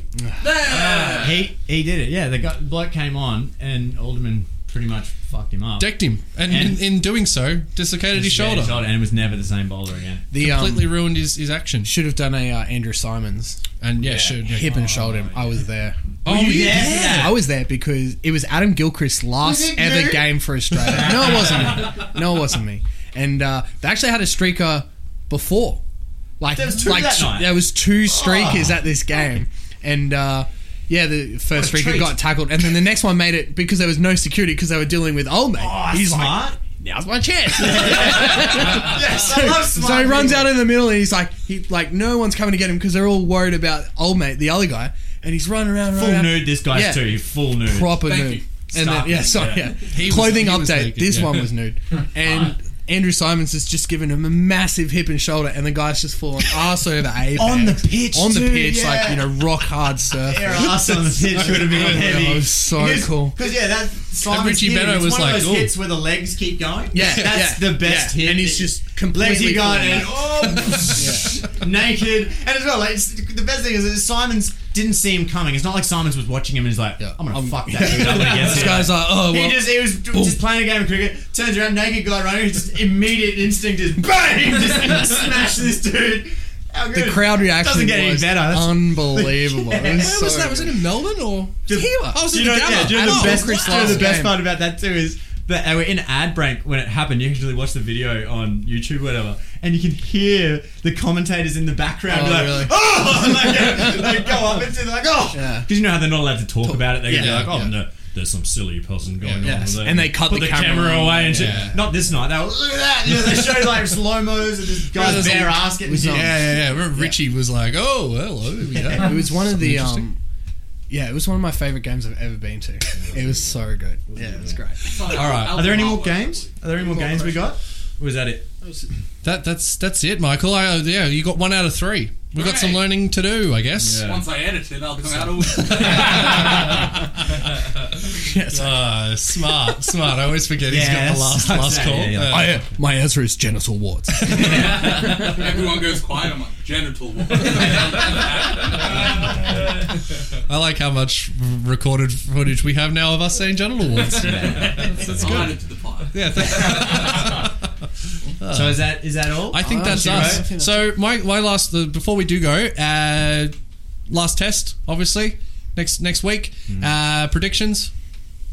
Speaker 3: he he did it. Yeah, the guy, bloke came on, and Alderman pretty much fucked him up.
Speaker 1: Decked him, and,
Speaker 3: And-
Speaker 1: in, in doing so, dislocated his shoulder.
Speaker 3: and it was never the same bowler again.
Speaker 5: The
Speaker 1: Completely
Speaker 5: um,
Speaker 1: ruined his, his action.
Speaker 5: should have done a uh, Andrew Simons
Speaker 1: And yeah, sure. yeah.
Speaker 5: hip and shoulder. him. I was there.
Speaker 1: Oh, yeah.
Speaker 5: I was there because it was Adam Gilchrist's last ever game for Australia. no, it wasn't me. No, it wasn't me. And uh, they actually had a streaker before. Like,
Speaker 3: There was two
Speaker 5: like
Speaker 3: that
Speaker 5: t-
Speaker 3: night. Oh.
Speaker 5: there was two streakers at this game, and uh, yeah, the first
Speaker 3: What a
Speaker 5: streaker
Speaker 3: treat.
Speaker 5: got tackled, and then the next one made it because there was no security because they were dealing with old mate.
Speaker 3: Oh,
Speaker 5: he's like,
Speaker 3: smart.
Speaker 5: now's my chance.
Speaker 3: yes,
Speaker 5: so, so he runs out in the middle and he's like, he like no one's coming to get him because they're all worried about old mate, the other guy, and he's running around, running
Speaker 3: Full
Speaker 5: around.
Speaker 3: nude, this guy's
Speaker 5: Yeah.
Speaker 3: too. Full nude.
Speaker 5: proper
Speaker 4: Thank
Speaker 5: nude.
Speaker 4: you.
Speaker 5: And
Speaker 3: Stop
Speaker 5: then, yeah,
Speaker 3: it.
Speaker 5: sorry,
Speaker 3: Yeah.
Speaker 5: yeah.
Speaker 1: was-
Speaker 5: Clothing
Speaker 1: he was
Speaker 5: update.
Speaker 1: naked,
Speaker 5: this
Speaker 1: yeah.
Speaker 5: one was nude, and Andrew Simons has just given him a massive hip and shoulder, and the guy's just fallen ass over a
Speaker 3: On the pitch,
Speaker 5: on the
Speaker 3: too,
Speaker 5: pitch,
Speaker 3: yeah.
Speaker 5: like you know, rock hard surf.
Speaker 3: Their ass on the pitch would have been heavy.
Speaker 5: That was Oh, so cool.
Speaker 3: Because yeah, that Simon's
Speaker 1: Richie
Speaker 3: hit,
Speaker 1: Benaud
Speaker 3: it's
Speaker 1: was
Speaker 3: one
Speaker 1: like,
Speaker 3: of those
Speaker 1: "Ooh."
Speaker 3: hits where the legs keep going.
Speaker 5: Yeah,
Speaker 3: that's
Speaker 5: yeah,
Speaker 3: the best
Speaker 5: yeah.
Speaker 3: hit.
Speaker 5: And he's just
Speaker 3: legs
Speaker 5: completely
Speaker 3: he got
Speaker 5: falling
Speaker 3: and oh, naked. And as well, like, it's, the best thing is that Simon's didn't see him coming. It's not like Simon's was watching him and he's like, I'm gonna fuck that dude up when he gets
Speaker 5: this
Speaker 3: here."
Speaker 5: guy's like, oh
Speaker 3: He
Speaker 5: well,
Speaker 3: just he was just playing a game of cricket, turns around, naked guy running, his just immediate instinct is bang, just smash this dude. How good.
Speaker 5: the crowd reaction
Speaker 3: doesn't get any
Speaker 5: was
Speaker 3: better. That's-
Speaker 5: Unbelievable. It was
Speaker 1: Where
Speaker 5: so
Speaker 1: was that? Was it
Speaker 5: good.
Speaker 1: in Melbourne or?
Speaker 3: Just-
Speaker 1: Here. I was
Speaker 3: Do
Speaker 1: in
Speaker 3: you
Speaker 1: the
Speaker 3: know,
Speaker 1: Gabba.
Speaker 3: yeah, do you know
Speaker 1: Oh,
Speaker 3: the best,
Speaker 1: Chris
Speaker 3: do you know
Speaker 1: last
Speaker 3: the best
Speaker 1: game.
Speaker 3: part about that too is that they were in ad break when it happened. You can usually watch the video on YouTube, or whatever, and you can hear the commentators in the background
Speaker 5: Oh,
Speaker 3: be like,
Speaker 5: really?
Speaker 3: "Oh!" And they, go, they go up and they're like, "Oh," because
Speaker 5: Yeah.
Speaker 3: you know how they're not allowed to talk, about it. They're gonna
Speaker 5: Yeah,
Speaker 3: be like, "Oh
Speaker 1: yeah.
Speaker 3: no." There's some silly person going on
Speaker 5: Yes.
Speaker 3: over there.
Speaker 5: And they cut
Speaker 3: Put
Speaker 5: the camera
Speaker 3: camera,
Speaker 5: on.
Speaker 3: away and shit.
Speaker 1: Yeah.
Speaker 3: Not this night. They were look at that. You know, they showed like slow mos and this guy's
Speaker 1: there's a-
Speaker 3: bare ass getting
Speaker 5: was
Speaker 3: hit.
Speaker 5: on.
Speaker 1: Yeah, yeah, yeah. Remember Richie was like, "Oh, hello, there we
Speaker 5: It
Speaker 1: go."
Speaker 5: was one of the
Speaker 1: interesting.
Speaker 5: um, yeah, it was one of my favorite games I've ever been to. It was so good. Yeah, it was great.
Speaker 4: All
Speaker 1: right.
Speaker 3: Are there any more games? Are there any more games we got? Or was that it?
Speaker 1: That that's that's it, Michael. I, uh, yeah, you got one out of three. We've got some
Speaker 4: Hooray.
Speaker 1: learning to do, I guess.
Speaker 4: Once I edit it, I'll come out with
Speaker 1: Ah, smart, smart. I always forget he's
Speaker 3: Yeah,
Speaker 1: got the
Speaker 3: that's-
Speaker 1: last last
Speaker 3: yeah,
Speaker 1: call.
Speaker 3: yeah, yeah.
Speaker 1: Yeah.
Speaker 5: I, my answer is genital warts.
Speaker 4: everyone goes quiet. I'm like genital. warts."
Speaker 1: I like how much r- recorded footage we have now of us saying genital awards.
Speaker 4: That's good. Added to the pie.
Speaker 1: yeah, th-
Speaker 3: So is that is that all?
Speaker 1: I think
Speaker 5: Oh,
Speaker 1: that's
Speaker 5: shit,
Speaker 1: us.
Speaker 5: right? I think
Speaker 1: So my my last the, before we do go, uh, last test obviously next next week.
Speaker 5: Hmm.
Speaker 1: Uh, predictions? Do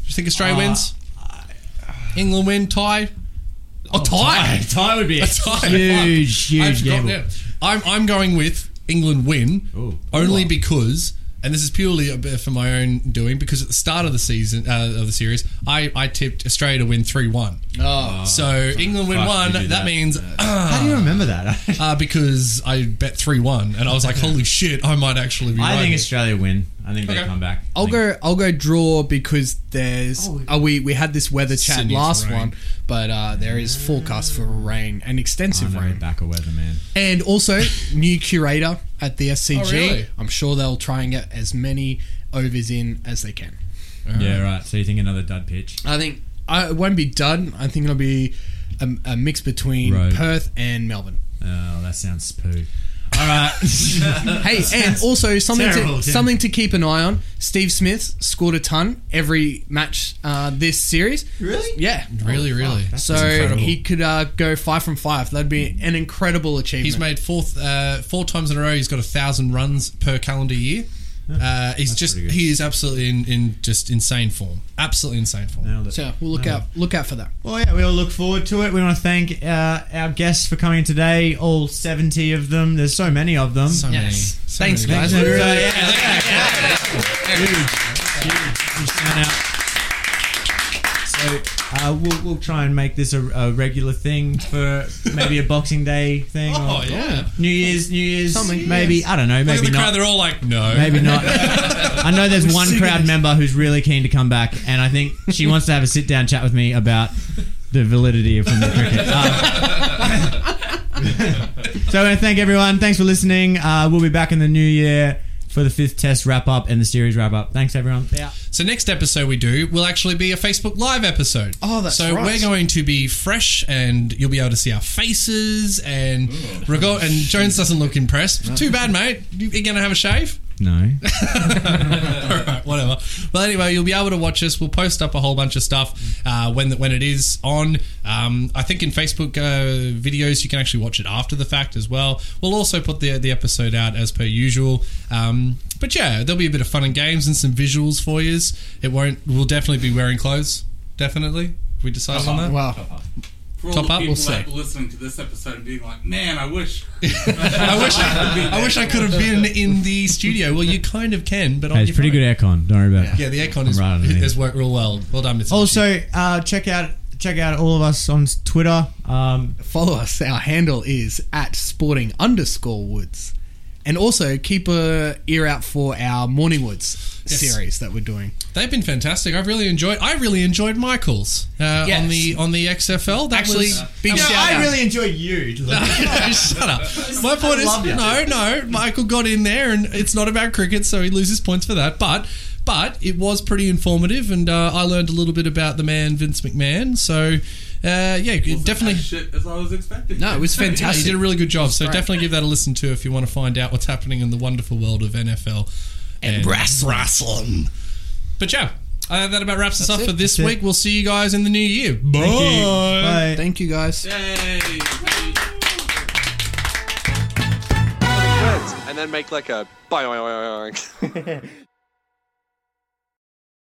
Speaker 1: you think Australia
Speaker 5: Uh,
Speaker 1: wins? England win tie? Oh, tie!
Speaker 3: Tie would be a
Speaker 1: tie.
Speaker 3: huge,
Speaker 1: I
Speaker 3: huge
Speaker 1: forgot,
Speaker 3: gamble.
Speaker 1: yeah. I'm I'm going with England win
Speaker 3: Ooh.
Speaker 1: only because. And this is purely a bit for my own doing because at the start of the season uh, of the series, I, I tipped Australia to win three one.
Speaker 5: Oh,
Speaker 1: so England win
Speaker 3: Ah, fuck,
Speaker 1: one.
Speaker 3: you did
Speaker 1: That,
Speaker 3: that.
Speaker 1: means ah,
Speaker 3: How do you remember that?
Speaker 1: uh, because I bet three one, and I was like, "Holy shit, I might actually be."
Speaker 3: I
Speaker 1: right
Speaker 3: think
Speaker 1: here.
Speaker 3: Australia win. I think they
Speaker 1: Okay.
Speaker 3: come back. I
Speaker 5: I'll
Speaker 3: think-
Speaker 5: go. I'll go draw because there's.
Speaker 1: Oh,
Speaker 5: uh, we we had this weather chat
Speaker 1: Sydney's
Speaker 5: last
Speaker 1: rain.
Speaker 5: one, but uh, there is forecast for rain and
Speaker 3: I'm
Speaker 5: extensive
Speaker 3: not a
Speaker 5: rain,
Speaker 3: backer weatherman.
Speaker 5: and also new curator at the SCG.
Speaker 1: Oh, really?
Speaker 5: I'm sure they'll try and get as many overs in as they can.
Speaker 3: Yeah, right. So you think another dud pitch?
Speaker 5: I think I, it won't be done. I think it'll be a, a mix between
Speaker 3: Right.
Speaker 5: Perth and Melbourne.
Speaker 3: Oh, that sounds poo. All right.
Speaker 5: Hey, and also something
Speaker 3: terrible,
Speaker 5: to,
Speaker 3: Tim.
Speaker 5: something to keep an eye on. Steve Smith scored a ton every match uh, this series.
Speaker 3: Really?
Speaker 5: Yeah.
Speaker 1: Really, really.
Speaker 5: So he could uh, go five from five. That'd be an incredible achievement.
Speaker 1: He's made four uh, four times in a row. He's got a thousand runs per calendar year. Uh, he's just
Speaker 3: pretty good.
Speaker 1: he is absolutely in, in just insane form. Absolutely insane form.
Speaker 3: Nailed it.
Speaker 5: So we'll look out look out for that.
Speaker 3: Well, yeah, we all look forward to it. We want to thank uh, our guests for coming today, all 70 of them. There's so many of them.
Speaker 1: So many.
Speaker 5: Yes.
Speaker 1: So
Speaker 5: Thanks,
Speaker 1: many.
Speaker 5: guys.
Speaker 3: So,
Speaker 5: Really?
Speaker 3: yeah, yeah, yeah. Huge, huge shout out. So uh, we'll, we'll try and make this a, a regular thing for maybe a Boxing Day thing.
Speaker 1: Oh
Speaker 3: or
Speaker 1: yeah.
Speaker 3: New Year's, New Year's,
Speaker 5: Something.
Speaker 3: maybe I don't know,
Speaker 1: Look at
Speaker 3: maybe
Speaker 1: the crowd.
Speaker 3: not.
Speaker 1: They're all like, no.
Speaker 3: Maybe not. I know there's one crowd member who's really keen to come back, and I think she wants to have a sit down chat with me about the validity of from the cricket. Um, so I want to thank everyone. Thanks for listening. Uh, we'll be back in the new year for the fifth test wrap up and the series wrap up. Thanks everyone. Yeah.
Speaker 1: So next episode we do will actually be a Facebook Live episode.
Speaker 5: Oh, that's
Speaker 1: so
Speaker 5: right.
Speaker 1: we're going to be fresh, and you'll be able to see our faces. And rego- and Jones doesn't look impressed. Too bad, mate. You, you gonna have a shave?
Speaker 3: No.
Speaker 1: All right, whatever. Well, anyway, you'll be able to watch us. We'll post up a whole bunch of stuff uh, when when it is on. Um, I think in Facebook uh, videos you can actually watch it after the fact as well. We'll also put the the episode out as per usual. Um, but yeah, there'll be a bit of fun and games and some visuals for yous. It won't. We'll definitely be wearing clothes. Definitely. We decided on that.
Speaker 5: Wow.
Speaker 4: For all
Speaker 1: Top
Speaker 4: the
Speaker 1: up,
Speaker 4: people that
Speaker 1: we'll see.
Speaker 4: were listening to this episode and being like, man, I wish.
Speaker 1: I wish I, I wish I could have been in the studio. Well, you kind of can, but on
Speaker 3: Hey, it's
Speaker 1: your
Speaker 3: pretty
Speaker 1: phone.
Speaker 3: good aircon. Don't worry about it.
Speaker 1: Yeah, the aircon is,
Speaker 3: Right on it.
Speaker 1: has worked real well. Well done, Mr.
Speaker 3: Also, uh, check out check out all of us on Twitter. Um,
Speaker 5: Follow us. Our handle is at sporting underscore woods. And also keep a ear out for our Morning Woods
Speaker 1: Yes.
Speaker 5: series that we're doing.
Speaker 1: They've been fantastic. I've really enjoyed. I really enjoyed Michaels uh,
Speaker 5: Yes.
Speaker 1: on the on the XFL. That
Speaker 5: Actually,
Speaker 1: was, that
Speaker 5: big
Speaker 1: was-
Speaker 5: shout out.
Speaker 3: enjoy you.
Speaker 1: shut up. My point
Speaker 3: love you.
Speaker 1: is, no, no. Michael got in there, and it's not about cricket, so he loses points for that. But but it was pretty informative, and uh, I learned a little bit about the man Vince McMahon. So uh, yeah,
Speaker 4: Wasn't
Speaker 1: definitely.
Speaker 4: as shit as I was expecting.
Speaker 5: No, it was
Speaker 1: Yeah, you
Speaker 5: fantastic.
Speaker 1: did a really good job. So
Speaker 5: great.
Speaker 1: definitely give that a listen to if you want to find out what's happening in the wonderful world of NFL and, wrestling. But yeah, uh, that about wraps us up
Speaker 5: it.
Speaker 1: for this
Speaker 3: That's it.
Speaker 1: week. We'll see you guys in the new year. Bye.
Speaker 3: Bye.
Speaker 5: Thank you guys.
Speaker 4: Yay.
Speaker 8: words and then make like a boing.